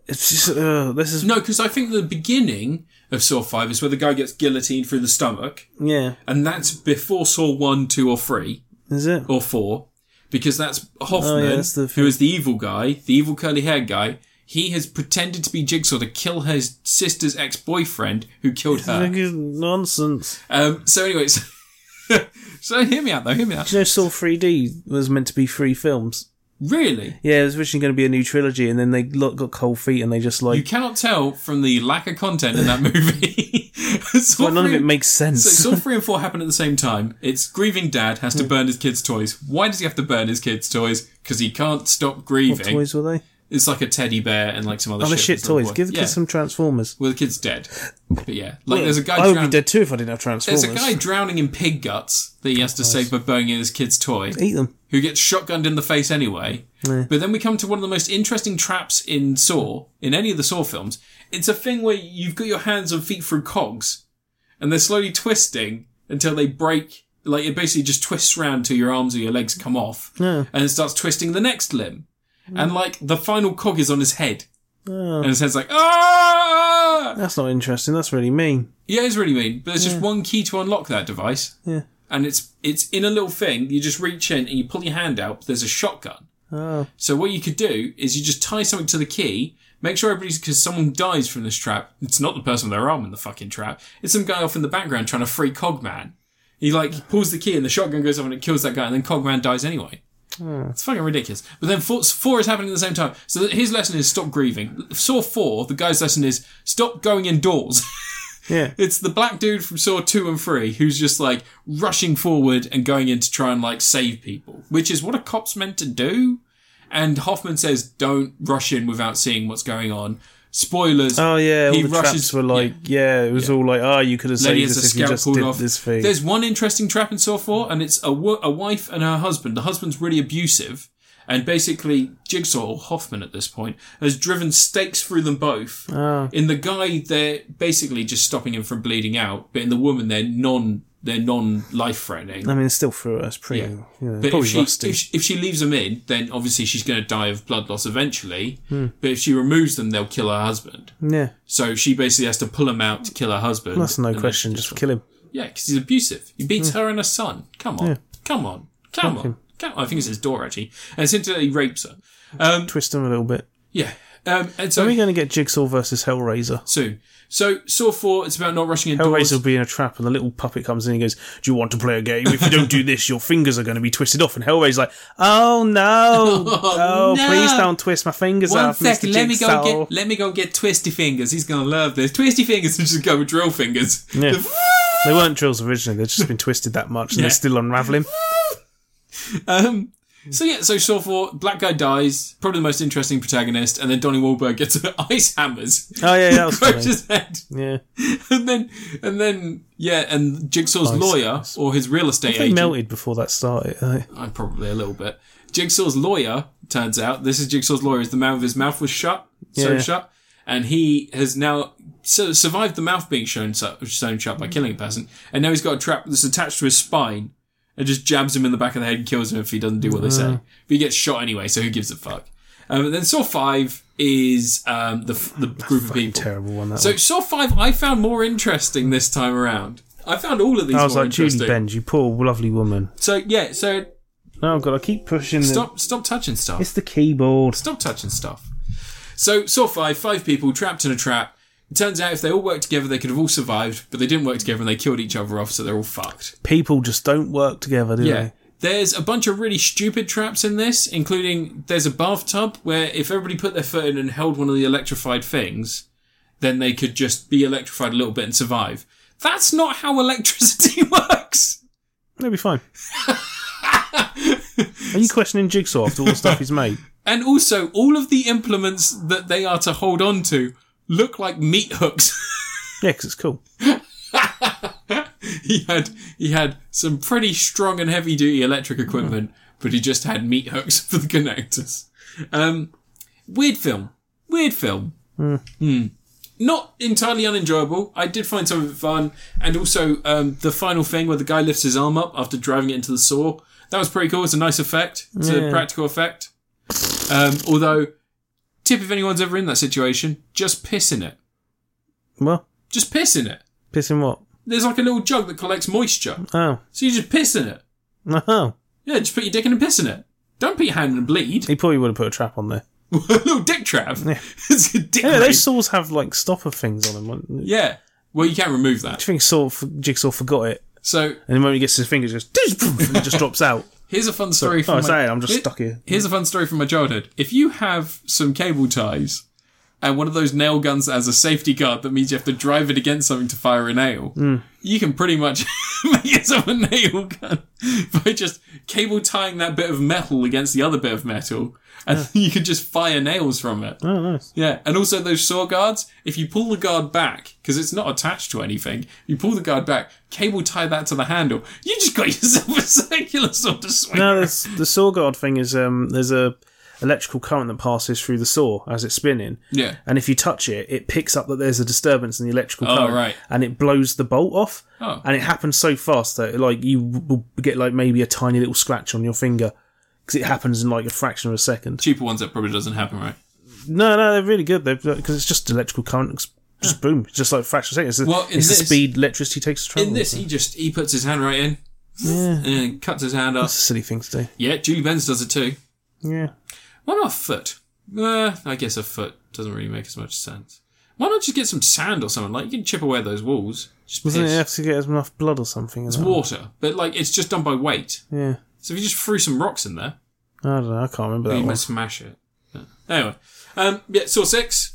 Speaker 2: It's just uh, this is
Speaker 1: No, because I think the beginning of Saw 5 is where the guy gets guillotined through the stomach,
Speaker 2: yeah,
Speaker 1: and that's before Saw 1, 2, or 3,
Speaker 2: is it?
Speaker 1: or 4, because that's Hoffman,
Speaker 2: Oh, yeah, that's the
Speaker 1: who is the evil guy, the evil curly haired guy. He has pretended to be Jigsaw to kill his sister's ex boyfriend who killed her.
Speaker 2: Uh. Nonsense.
Speaker 1: Um, so, anyways. so, hear me out, though. Hear me out.
Speaker 2: Do you know Saw 3D was meant to be three films?
Speaker 1: Really?
Speaker 2: Yeah, it was originally going to be a new trilogy, and then they lo- got cold feet and they just
Speaker 1: You
Speaker 2: like
Speaker 1: cannot tell from the lack of content in that movie. Saw
Speaker 2: well, none of
Speaker 1: three-
Speaker 2: it makes sense.
Speaker 1: So Saw 3 and 4 happen at the same time. It's grieving dad has to burn his kids' toys. Why does he have to burn his kids' toys? Because he can't stop
Speaker 2: what
Speaker 1: grieving.
Speaker 2: toys were they?
Speaker 1: It's like a teddy bear and like some other
Speaker 2: Other
Speaker 1: shit.
Speaker 2: shit
Speaker 1: that's not
Speaker 2: toys.
Speaker 1: worth-
Speaker 2: Give the
Speaker 1: yeah.
Speaker 2: kids some Transformers.
Speaker 1: Well, the kid's dead. But yeah. Like there's a guy
Speaker 2: I would be
Speaker 1: drown-
Speaker 2: dead too if I didn't have
Speaker 1: There's
Speaker 2: Transformers.
Speaker 1: a guy drowning in pig guts that he has to save by burning his kid's toy,
Speaker 2: Eat them.
Speaker 1: who gets shotgunned in the face anyway. But then we come to one of the most interesting traps in Saw, in any of the Saw films. It's a thing where you've got your hands and feet through cogs, and they're slowly twisting until they break. Like it basically just twists round till your arms or your legs come off, and it starts twisting the next limb. And like the final cog is on his head, and his head's like ah.
Speaker 2: That's not interesting. That's really mean.
Speaker 1: Yeah, it's really mean. But there's just one key to unlock that device.
Speaker 2: Yeah.
Speaker 1: And it's it's in a little thing. You just reach in and you pull your hand out. There's a shotgun.
Speaker 2: Oh.
Speaker 1: So what you could do is you just tie something to the key. Make sure everybody's because someone dies from this trap. It's not the person with their arm in the fucking trap. It's some guy off in the background trying to free Cogman. He like pulls the key and the shotgun goes off and it kills that guy and then Cogman dies anyway.
Speaker 2: Hmm.
Speaker 1: It's fucking ridiculous. But then four, four is happening at the same time. So that- his lesson is stop grieving. Saw four, the guy's lesson is stop going indoors.
Speaker 2: Yeah.
Speaker 1: It's the black dude from Saw 2 and 3 who's just like rushing forward and going in to try and like save people, which is what a cop's meant to do. And Hoffman says, don't rush in without seeing what's going on. Spoilers.
Speaker 2: Oh yeah. All
Speaker 1: He
Speaker 2: the
Speaker 1: rushes-
Speaker 2: traps were like yeah. it was all like oh you could have
Speaker 1: Lady
Speaker 2: saved
Speaker 1: has a
Speaker 2: this if you
Speaker 1: scalp
Speaker 2: just
Speaker 1: pulled
Speaker 2: did
Speaker 1: off.
Speaker 2: this thing.
Speaker 1: There's one interesting trap in Saw 4, and it's a, wo- a wife and her husband. The husband's really abusive, and basically Jigsaw, or Hoffman at this point, has driven stakes through them both.
Speaker 2: Ah.
Speaker 1: In the guy, they're basically just stopping him from bleeding out, but in the woman, they're non they're non life threatening.
Speaker 2: I mean, it's still through us. Pretty.
Speaker 1: Yeah.
Speaker 2: You know,
Speaker 1: But if
Speaker 2: probably
Speaker 1: she,
Speaker 2: rusty.
Speaker 1: if, she, if she leaves them in, then obviously she's going to die of blood loss eventually.
Speaker 2: Hmm.
Speaker 1: But if she removes them, they'll kill her husband.
Speaker 2: yeah.
Speaker 1: So she basically has to pull him out to kill her husband.
Speaker 2: That's no
Speaker 1: and then
Speaker 2: question.
Speaker 1: she
Speaker 2: Just kill him.
Speaker 1: yeah, because he's abusive. He beats
Speaker 2: Hmm.
Speaker 1: her and her son. Come on. Come on. Come on. Come on. I think it's his daughter, actually. And it's into he rapes her. Um,
Speaker 2: Twist him a little bit.
Speaker 1: yeah. Um, and so,
Speaker 2: Are we going to get Jigsaw versus Hellraiser?
Speaker 1: soon. So, Saw 4, it's about not rushing indoors.
Speaker 2: Hellraiser will be in a trap, and the little puppet comes in and goes, "Do you want to play a game? If you don't do this, your fingers are going to be twisted off." And Hellraiser's like, "Oh no,
Speaker 1: Oh,
Speaker 2: oh,
Speaker 1: no.
Speaker 2: please don't twist my fingers
Speaker 1: One
Speaker 2: off,
Speaker 1: sec,
Speaker 2: Mr.
Speaker 1: let me
Speaker 2: Jigsaw."
Speaker 1: go get let me go get twisty fingers. He's gonna love this. Twisty fingers and just go with drill fingers.
Speaker 2: Yeah. They weren't drills originally; they've just been twisted that much, and
Speaker 1: Yeah.
Speaker 2: they're still unraveling.
Speaker 1: Um, so yeah, so Saw 4, black guy dies, probably the most interesting protagonist, and then Donnie Wahlberg gets ice hammers.
Speaker 2: Oh yeah, that was
Speaker 1: Crushes
Speaker 2: funny.
Speaker 1: his head.
Speaker 2: Yeah,
Speaker 1: and then and then yeah, and Jigsaw's lawyer or his real estate
Speaker 2: they
Speaker 1: agent.
Speaker 2: melted before that started. eh?
Speaker 1: I'm probably a little bit. Jigsaw's lawyer turns out this is Jigsaw's lawyer. Is the man with his mouth was shut, sewn
Speaker 2: Yeah.
Speaker 1: shut, and he has now su- survived the mouth being shown su- sewn shut by killing a person, and now he's got a trap that's attached to his spine and just jabs him in the back of the head and kills him if he doesn't do what they
Speaker 2: Uh.
Speaker 1: say. But he gets shot anyway, so who gives a fuck? Um, and then Saw Five is um, the f- the group of people.
Speaker 2: Terrible one that
Speaker 1: So
Speaker 2: one.
Speaker 1: Saw Five, I found more interesting this time around. I found all of these
Speaker 2: I was
Speaker 1: more
Speaker 2: like,
Speaker 1: interesting.
Speaker 2: Julie Benj, you poor lovely woman.
Speaker 1: So yeah, so
Speaker 2: Oh god, I keep pushing.
Speaker 1: stop, stop touching stuff.
Speaker 2: The, it's the keyboard.
Speaker 1: Stop touching stuff. So Saw Five, five people trapped in a trap. It turns out if they all worked together, they could have all survived, but they didn't work together and they killed each other off, so they're all fucked.
Speaker 2: People just don't work together, do
Speaker 1: Yeah.
Speaker 2: they?
Speaker 1: There's a bunch of really stupid traps in this, including there's a bathtub where if everybody put their foot in and held one of the electrified things, then they could just be electrified a little bit and survive. That's not how electricity works.
Speaker 2: It'll be fine. Are you questioning Jigsaw after all the stuff he's made?
Speaker 1: And also, all of the implements that they are to hold on to look like meat hooks.
Speaker 2: Yeah, 'cause it's cool.
Speaker 1: he had he had some pretty strong and heavy duty electric equipment, but he just had meat hooks for the connectors. Um, weird film, weird film. Hmm. not entirely unenjoyable. I did find some of it fun, and also um, the final thing where the guy lifts his arm up after driving it into the saw. That was pretty cool. It's a nice effect. It's a
Speaker 2: Yeah.
Speaker 1: practical effect. Um, although, tip if anyone's ever in that situation, just piss in it.
Speaker 2: Well,
Speaker 1: Just piss in it.
Speaker 2: pissing what?
Speaker 1: There's like a little jug that collects moisture,
Speaker 2: Oh,
Speaker 1: so you just piss in it.
Speaker 2: no.
Speaker 1: Yeah, just put your dick in and piss in it. Don't put your hand in and bleed.
Speaker 2: He probably would have put a trap on there.
Speaker 1: a little dick trap. it's a dick.
Speaker 2: Yeah,
Speaker 1: rape.
Speaker 2: those saws have like stopper things on them. wouldn't they?
Speaker 1: yeah. Well, you can't remove
Speaker 2: Do
Speaker 1: that.
Speaker 2: you think saw Jigsaw forgot it?
Speaker 1: So
Speaker 2: And the moment he gets his fingers, just and it just drops out.
Speaker 1: here's a fun story. from
Speaker 2: Oh,
Speaker 1: my-
Speaker 2: sorry, I'm just
Speaker 1: Here-
Speaker 2: stuck here.
Speaker 1: Here's a fun story from my childhood. If you have some cable ties and one of those nail guns that has a safety guard that means you have to drive it against something to fire a nail,
Speaker 2: Hmm.
Speaker 1: you can pretty much make yourself a nail gun by just cable tying that bit of metal against the other bit of metal. And you can just fire nails from it.
Speaker 2: Oh, nice.
Speaker 1: Yeah, and also those saw guards. If you pull the guard back because it's not attached to anything, you pull the guard back. Cable tie that to the handle. You just got yourself a circular sort of swing.
Speaker 2: No, there's, the saw guard thing is um, there's a electrical current that passes through the saw as it's spinning.
Speaker 1: Yeah.
Speaker 2: And if you touch it, it picks up that there's a disturbance in the electrical
Speaker 1: Oh,
Speaker 2: current,
Speaker 1: right.
Speaker 2: and it blows the bolt off.
Speaker 1: Oh.
Speaker 2: And it happens so fast that like you will get like maybe a tiny little scratch on your finger because it happens in like a fraction of a second.
Speaker 1: cheaper ones that probably doesn't happen right
Speaker 2: No, no, they're really good. They're because it's just electrical current, it's just boom, it's just like fraction of a second. It's,
Speaker 1: Well,
Speaker 2: well,
Speaker 1: in
Speaker 2: it's the
Speaker 1: this-
Speaker 2: speed electricity takes to travel.
Speaker 1: in this he just he puts his hand right in and then cuts his hand
Speaker 2: It's
Speaker 1: off
Speaker 2: a silly thing to do.
Speaker 1: yeah julie benz does it too
Speaker 2: Yeah.
Speaker 1: why not a foot uh, i guess a foot doesn't really make as much sense why not just get some sand or something like you can chip away those walls just piss.
Speaker 2: Doesn't it have to get enough blood or something? as
Speaker 1: it's
Speaker 2: well?
Speaker 1: water but like it's just done by weight
Speaker 2: Yeah.
Speaker 1: so if you just threw some rocks in there
Speaker 2: I don't know. I can't remember that
Speaker 1: you
Speaker 2: one.
Speaker 1: might smash it Yeah. anyway um yeah saw six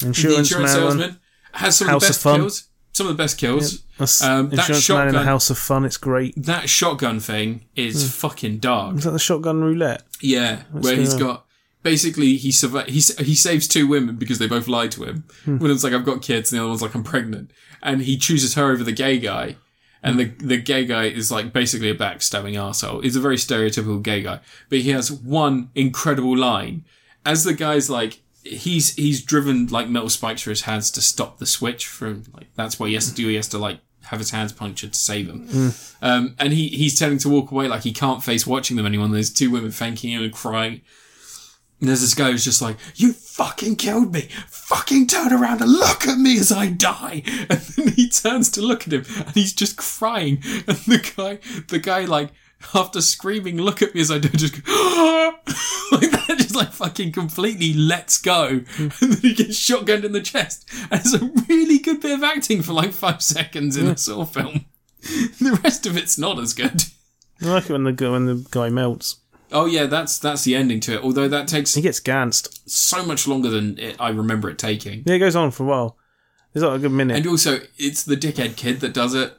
Speaker 1: the
Speaker 2: Insurance,
Speaker 1: insurance
Speaker 2: man.
Speaker 1: salesman has some of
Speaker 2: House
Speaker 1: the
Speaker 2: of
Speaker 1: best
Speaker 2: Fun.
Speaker 1: kills some of the best kills
Speaker 2: That's
Speaker 1: Um, that
Speaker 2: insurance man in the
Speaker 1: shotgun-
Speaker 2: house of fun. It's great.
Speaker 1: that shotgun thing is
Speaker 2: Hmm.
Speaker 1: fucking dark
Speaker 2: Is that the shotgun roulette?
Speaker 1: Yeah, where
Speaker 2: going
Speaker 1: he's
Speaker 2: on?
Speaker 1: got basically he survi- he s- he saves two women because they both lie to him.
Speaker 2: Hmm.
Speaker 1: One of them's like I've got kids, and the other one's like I'm pregnant, and he chooses her over the gay guy. And the the gay guy is like basically a backstabbing asshole. He's a very stereotypical gay guy, but he has one incredible line. As the guy's like he's he's driven like metal spikes through his hands to stop the switch from like that's what he has to do. He has to like have his hands punctured to save him.
Speaker 2: Hmm.
Speaker 1: Um, and he, he's telling to walk away like he can't face watching them anymore. There's two women thanking him and crying. And there's this guy who's just like, you fucking killed me. Fucking turn around and look at me as I die. And then he turns to look at him and he's just crying. And the guy, the guy like, after screaming, look at me as I do, just go, like that, just like fucking completely lets go. And then he gets shotgunned in the chest. And it's a really good bit of acting for like five seconds in a Saw film. The rest of it's not as good.
Speaker 2: I like it when the gu- when the guy melts.
Speaker 1: Oh yeah, that's that's the ending to it. Although that takes
Speaker 2: He gets gansed.
Speaker 1: so much longer than it, I remember it taking.
Speaker 2: Yeah, it goes on for a while. It's like a good minute.
Speaker 1: And also, it's the dickhead kid that does it,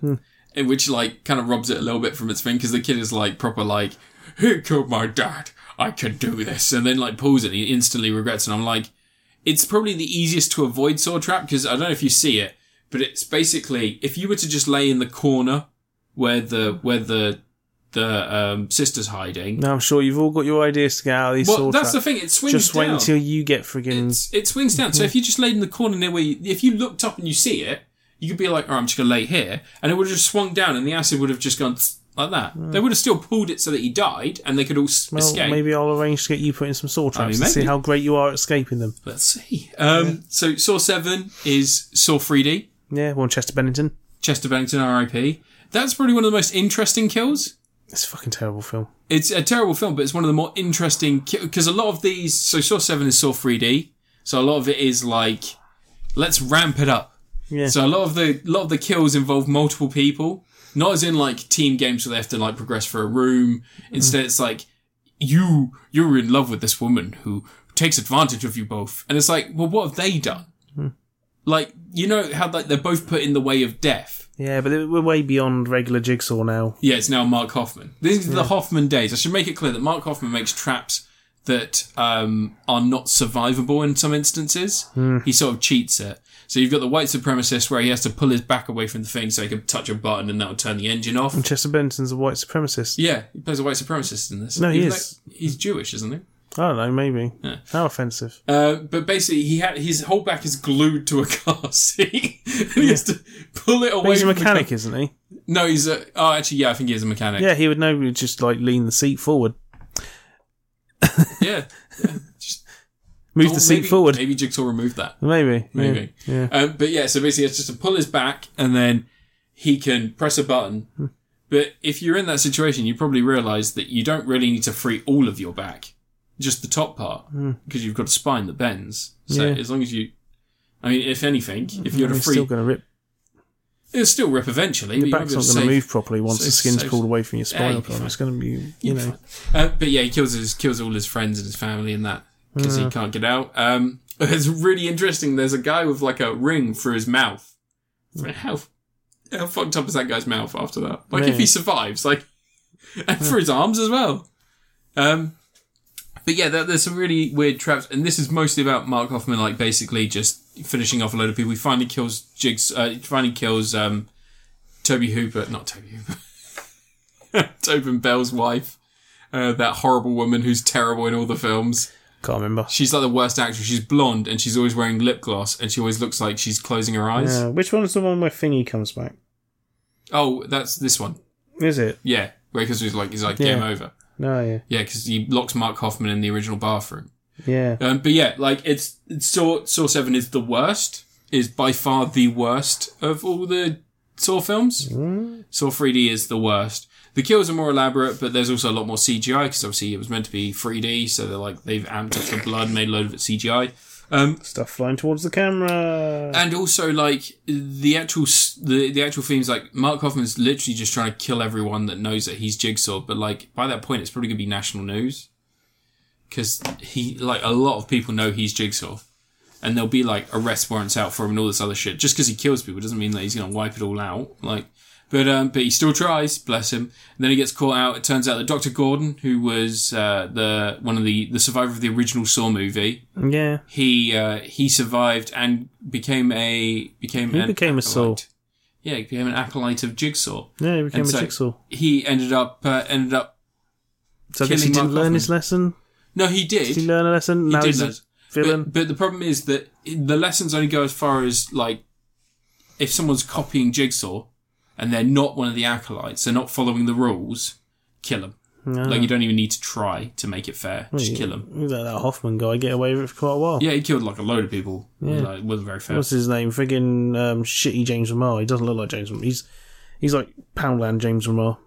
Speaker 1: in which like kind of robs it a little bit from its thing because the kid is like proper like, "Who killed my dad? I can do this," and then like pulls it and he instantly regrets. And I'm like, it's probably the easiest to avoid saw trap because I don't know if you see it, but it's basically if you were to just lay in the corner where the where the the um, sister's hiding.
Speaker 2: now I'm sure you've all got your ideas to get out of these
Speaker 1: Well,
Speaker 2: saw
Speaker 1: that's the
Speaker 2: traps.
Speaker 1: thing. It swings
Speaker 2: Just wait
Speaker 1: down.
Speaker 2: until you Mm-hmm. get friggin'
Speaker 1: It's- it swings down. So if you just laid in the corner near where, you, if you looked up and you see it, you could be like, "All right, I'm just gonna lay here," and it would have just swung down, and the acid would have just gone tss, like that. They would have still pulled it so that he died, and they could all s
Speaker 2: Mm. well,
Speaker 1: escape.
Speaker 2: Maybe I'll arrange to get you put in some saw traps and see
Speaker 1: maybe.
Speaker 2: how great you are at escaping them.
Speaker 1: Let's see. Um, So Saw Seven is Saw 3D.
Speaker 2: Yeah, well, Chester Bennington.
Speaker 1: Chester Bennington, R.I.P. That's probably one of the most interesting kills.
Speaker 2: It's a fucking terrible film.
Speaker 1: It's a terrible film, but it's one of the more interesting because a lot of these. So Saw Seven is Saw 3D. So a lot of it is like, let's ramp it up.
Speaker 2: Yeah.
Speaker 1: So a lot of the lot of the kills involve multiple people. Not as in like team games where they have to like progress for a room. Instead, it's like you you're in love with this woman who takes advantage of you both, and it's like, well, what have they done? Like you know how like they're both put in the way of death.
Speaker 2: yeah, but we're way beyond regular jigsaw now.
Speaker 1: Yeah, it's now Mark Hoffman. These are the Hoffman days. I should make it clear that Mark Hoffman makes traps that um, are not survivable in some instances.
Speaker 2: Hmm.
Speaker 1: He sort of cheats it. So you've got the white supremacist where he has to pull his back away from the thing so he can touch a button and that'll turn the engine off.
Speaker 2: Hmm. Chester Bennington's a white supremacist.
Speaker 1: Yeah, he plays a white supremacist in this.
Speaker 2: No, he
Speaker 1: Even
Speaker 2: is.
Speaker 1: though He's Jewish, isn't he?
Speaker 2: I don't know, maybe.
Speaker 1: Yeah.
Speaker 2: How offensive.
Speaker 1: Uh, but basically, he had his whole back is glued to a car seat. and he has to pull it away.
Speaker 2: He's a
Speaker 1: from the car.
Speaker 2: mechanic, isn't he?
Speaker 1: No, he's a. Oh, actually, yeah, I think he is a mechanic.
Speaker 2: Yeah, he would know. He'd just like lean the seat forward,
Speaker 1: yeah. yeah. Just,
Speaker 2: move
Speaker 1: or
Speaker 2: the seat
Speaker 1: maybe-
Speaker 2: forward.
Speaker 1: Maybe Jigsaw removed that.
Speaker 2: Maybe. yeah,
Speaker 1: Maybe.
Speaker 2: Yeah.
Speaker 1: Um, but yeah, so basically, it's just to pull his back, and then he can press a button. But if you're in that situation, you probably realise that you don't really need to free all of your back, just the top part, because you've got a spine that bends. So
Speaker 2: Hmm. Yeah.
Speaker 1: as long as you, I mean, if anything, if
Speaker 2: He's
Speaker 1: you're to free,
Speaker 2: still going to rip.
Speaker 1: it'll still rip eventually.
Speaker 2: Your
Speaker 1: but
Speaker 2: back's
Speaker 1: you
Speaker 2: not
Speaker 1: won't be able to
Speaker 2: going to
Speaker 1: save-
Speaker 2: move properly once
Speaker 1: so-
Speaker 2: the skin's
Speaker 1: so-
Speaker 2: pulled away from your
Speaker 1: Yeah,
Speaker 2: spinal
Speaker 1: you'll be
Speaker 2: column.
Speaker 1: fine.
Speaker 2: It's going to be, you know.
Speaker 1: Uh, but yeah, he kills his kills all his friends and his family and that because
Speaker 2: Hmm.
Speaker 1: he can't get out. Um, it's really interesting. There's a guy with like a ring for his mouth. How how fucked up is that guy's mouth after that? Like if
Speaker 2: Really?
Speaker 1: he survives, like and for his arms as well. Um, but yeah, there, there's some really weird traps, and this is mostly about Mark Hoffman, like basically just finishing off a load of people. He finally kills Jigs. Uh, he finally kills um, Toby Hooper, not Toby Hooper, Tobin Bell's wife uh, that horrible woman who's terrible in all the films.
Speaker 2: Can't remember.
Speaker 1: She's like the worst actress. She's blonde and she's always wearing lip gloss and she always looks like she's closing her eyes.
Speaker 2: Yeah. Which one's the one where Thingy comes back?
Speaker 1: Oh, that's this one.
Speaker 2: Is it?
Speaker 1: Yeah, because he's like he's like game
Speaker 2: Yeah.
Speaker 1: over.
Speaker 2: No, yeah.
Speaker 1: Yeah, because he locks Mark Hoffman in the original bathroom.
Speaker 2: Yeah.
Speaker 1: Um, but yeah, like it's, it's Saw Saw Seven is the worst. Is by far the worst of all the Saw films. Saw 3D is the worst. The kills are more elaborate, but there's also a lot more CGI because obviously it was meant to be 3D, so they're like they've amped up the blood, made a load of it CGI. Um,
Speaker 2: Stuff flying towards the camera.
Speaker 1: and also like the actual s- the, the actual themes like mark hoffman's literally just trying to kill everyone that knows that he's jigsaw but like by that point it's probably going to be national news because he like a lot of people know he's jigsaw and there'll be like arrest warrants out for him and all this other shit just because he kills people doesn't mean that he's going to wipe it all out like but um but he still tries bless him and then he gets caught out it turns out that dr gordon who was uh the one of the the survivor of the original saw movie
Speaker 2: yeah.
Speaker 1: he uh, he survived and became a became
Speaker 2: He
Speaker 1: an
Speaker 2: became a Saw.
Speaker 1: acolyte. Yeah, he became an acolyte of Jigsaw.
Speaker 2: Yeah, he became
Speaker 1: And
Speaker 2: a
Speaker 1: so-
Speaker 2: jigsaw.
Speaker 1: He ended up uh, ended up.
Speaker 2: So I guess he
Speaker 1: killing
Speaker 2: didn't
Speaker 1: Mark
Speaker 2: learn his lesson.
Speaker 1: No, he did.
Speaker 2: Did he learn a lesson?
Speaker 1: He
Speaker 2: now
Speaker 1: did
Speaker 2: he's
Speaker 1: learn.
Speaker 2: a villain.
Speaker 1: But, but the problem is that the lessons only go as far as like if someone's copying Jigsaw and they're not one of the acolytes, they're not following the rules, kill them.
Speaker 2: No.
Speaker 1: Like you don't even need to try to make it fair. Just
Speaker 2: Yeah.
Speaker 1: kill them.
Speaker 2: Who's that, that Hoffman guy get away with it for quite a while.
Speaker 1: Yeah, he killed like a load of people.
Speaker 2: Yeah.
Speaker 1: Like, it wasn't very fair.
Speaker 2: What's his name? Friggin' um, shitty James Lamar. He doesn't look like James Lamar. He's he's like Poundland James Lamar.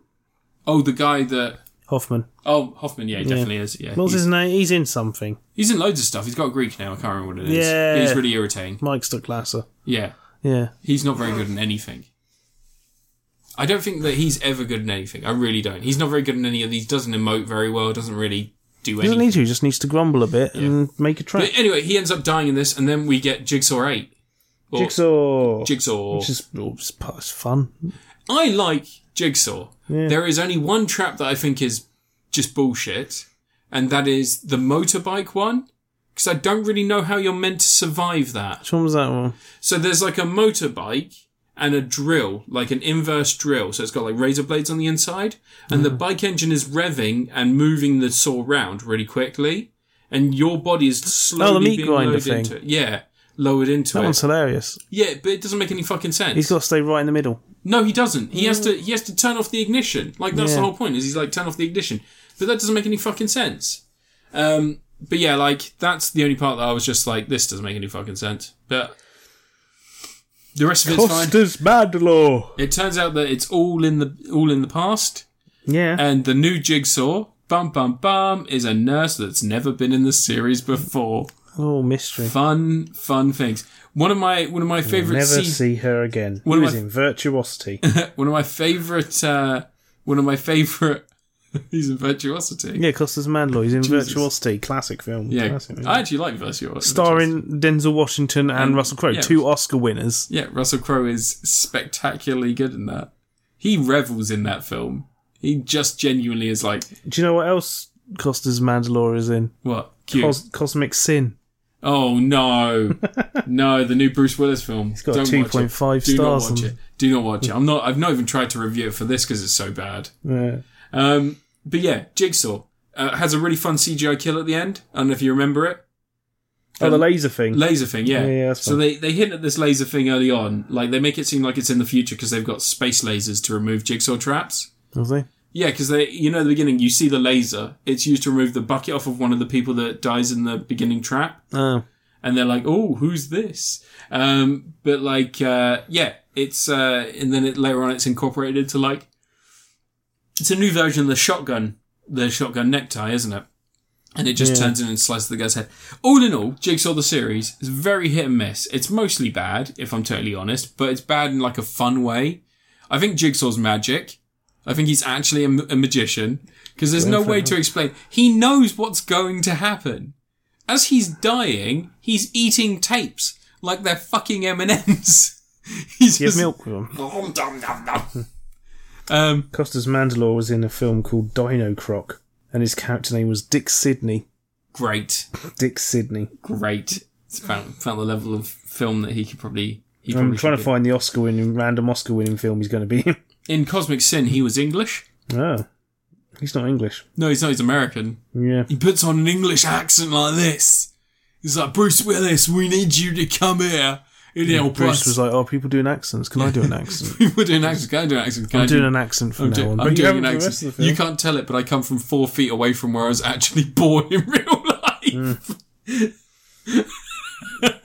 Speaker 1: Oh, the guy that
Speaker 2: Hoffman.
Speaker 1: oh Hoffman, yeah, he definitely is. Yeah,
Speaker 2: What's
Speaker 1: he's-
Speaker 2: his name? He's in something.
Speaker 1: He's in loads of stuff. He's got Greek now. I can't remember what it is.
Speaker 2: Yeah.
Speaker 1: He's really irritating.
Speaker 2: Mike Stucklasser.
Speaker 1: Yeah.
Speaker 2: Yeah.
Speaker 1: He's not very good in anything. I don't think that he's ever good in anything. I really don't. He's not very good in any of these. Doesn't emote very well. Doesn't really do
Speaker 2: He doesn't
Speaker 1: anything.
Speaker 2: need to. He just needs to grumble a bit and make a track.
Speaker 1: But anyway, he ends up dying in this, and then we get Jigsaw 8. Or
Speaker 2: Jigsaw.
Speaker 1: Jigsaw.
Speaker 2: Which is oh, it's, part- it's fun.
Speaker 1: I like Jigsaw. There is only one trap that I think is just bullshit, and that is the motorbike one. Because I don't really know how you're meant to survive that.
Speaker 2: Which one was that one?
Speaker 1: So there's like a motorbike and a drill, like an inverse drill. So it's got like razor blades on the inside, and
Speaker 2: Mm.
Speaker 1: the bike engine is revving and moving the saw round really quickly, and your body is slowly
Speaker 2: Oh, the meat
Speaker 1: being
Speaker 2: grinder
Speaker 1: lowered
Speaker 2: thing.
Speaker 1: into it. Yeah, lowered into
Speaker 2: That
Speaker 1: it.
Speaker 2: one's hilarious.
Speaker 1: Yeah, but it doesn't make any fucking sense.
Speaker 2: He's got to stay right in the middle.
Speaker 1: No, he doesn't. He has to. He has to turn off the ignition. Like that's the
Speaker 2: Mm. Yeah.
Speaker 1: whole point. Is he's like turn off the ignition, but that doesn't make any fucking sense. Um, but yeah, like that's the only part that I was just like, this doesn't make any fucking sense. But the rest of it's fine.
Speaker 2: Madlaw.
Speaker 1: It turns out that it's all in the all in the past,
Speaker 2: Yeah.
Speaker 1: and the new jigsaw, bum bum bum, is a nurse that's never been in the series before.
Speaker 2: oh, mystery.
Speaker 1: Fun, fun things. One of my one of my favorite
Speaker 2: Never
Speaker 1: scenes.
Speaker 2: see her again. He
Speaker 1: One of
Speaker 2: was
Speaker 1: my-
Speaker 2: in Virtuosity.
Speaker 1: one of my favorite uh, one of my favorite he's in virtuosity
Speaker 2: yeah, because there's Mandalore. He's in Virtuosity. Classic film.
Speaker 1: yeah,
Speaker 2: Classic movie.
Speaker 1: i actually like virtuosity
Speaker 2: Starring Denzel Washington and
Speaker 1: And-
Speaker 2: Russell Crowe,
Speaker 1: yeah.
Speaker 2: two Oscar winners.
Speaker 1: yeah russell crowe is spectacularly good in that he revels in that film he just genuinely is like
Speaker 2: Do you know what else Costa's Mandalore is in?
Speaker 1: what cute
Speaker 2: Cos- Cosmic Sin.
Speaker 1: oh no no the new bruce willis film it's
Speaker 2: got a 2.5
Speaker 1: do not
Speaker 2: stars
Speaker 1: watch
Speaker 2: on-
Speaker 1: it do not watch it i'm not i've not even tried to review it for this because it's so bad
Speaker 2: Yeah.
Speaker 1: Um, but yeah, Jigsaw. Uh, has a really fun CGI kill at the end. I don't know if you remember it.
Speaker 2: Oh,
Speaker 1: Um,
Speaker 2: the laser thing.
Speaker 1: Laser thing, yeah.
Speaker 2: Yeah, yeah, that's
Speaker 1: so
Speaker 2: fun.
Speaker 1: they, they hint at this laser thing early on. Like, they make it seem like it's in the future because they've got space lasers to remove jigsaw traps.
Speaker 2: Was they?
Speaker 1: Yeah, because they, you know, at the beginning, you see the laser. It's used to remove the bucket off of one of the people that dies in the beginning trap,
Speaker 2: Oh,
Speaker 1: and they're like, "Oh, who's this?" Um, but like, uh, yeah, it's uh, and then it, later on, it's incorporated into like, it's a new version of the shotgun, the shotgun necktie, isn't it? And it just
Speaker 2: Yeah.
Speaker 1: turns in and slices the guy's head. All in all, Jigsaw the series is very hit and miss. It's mostly bad, if I'm totally honest, but it's bad in like a fun way. I think Jigsaw's magic. I think he's actually a, m- a magician because there's no way to explain. He knows what's going to happen. As he's dying, he's eating tapes like they're fucking M and M's. He's
Speaker 2: he had
Speaker 1: just-
Speaker 2: milk with him.
Speaker 1: Nom, nom, nom, nom. um,
Speaker 2: Costas Mandalore was in a film called Dino Croc, and his character name was Dick Sidney.
Speaker 1: great,
Speaker 2: Dick Sidney.
Speaker 1: great. It's found, found the level of film that he could probably. He probably
Speaker 2: I'm trying
Speaker 1: should
Speaker 2: to
Speaker 1: do.
Speaker 2: find the Oscar-winning, random Oscar-winning film he's going to be in.
Speaker 1: in Cosmic Sin. He was English.
Speaker 2: oh, he's not English.
Speaker 1: No, he's not. He's American.
Speaker 2: Yeah.
Speaker 1: He puts on an English accent like this. He's like, Bruce Willis, we need you to come here. It'd help
Speaker 2: Bruce
Speaker 1: us.
Speaker 2: was like, "Are people doing accents? Can I do an accent?
Speaker 1: We're doing accents. Can I do an accent? Can
Speaker 2: I'm
Speaker 1: I do-
Speaker 2: doing an accent from
Speaker 1: I'm,
Speaker 2: now
Speaker 1: do-
Speaker 2: on."
Speaker 1: I'm
Speaker 2: But you
Speaker 1: doing
Speaker 2: haven't
Speaker 1: an
Speaker 2: for the
Speaker 1: accent.
Speaker 2: rest of the
Speaker 1: You
Speaker 2: film.
Speaker 1: can't tell it, but I come from four feet away from where I was actually born in real life.
Speaker 2: Hmm.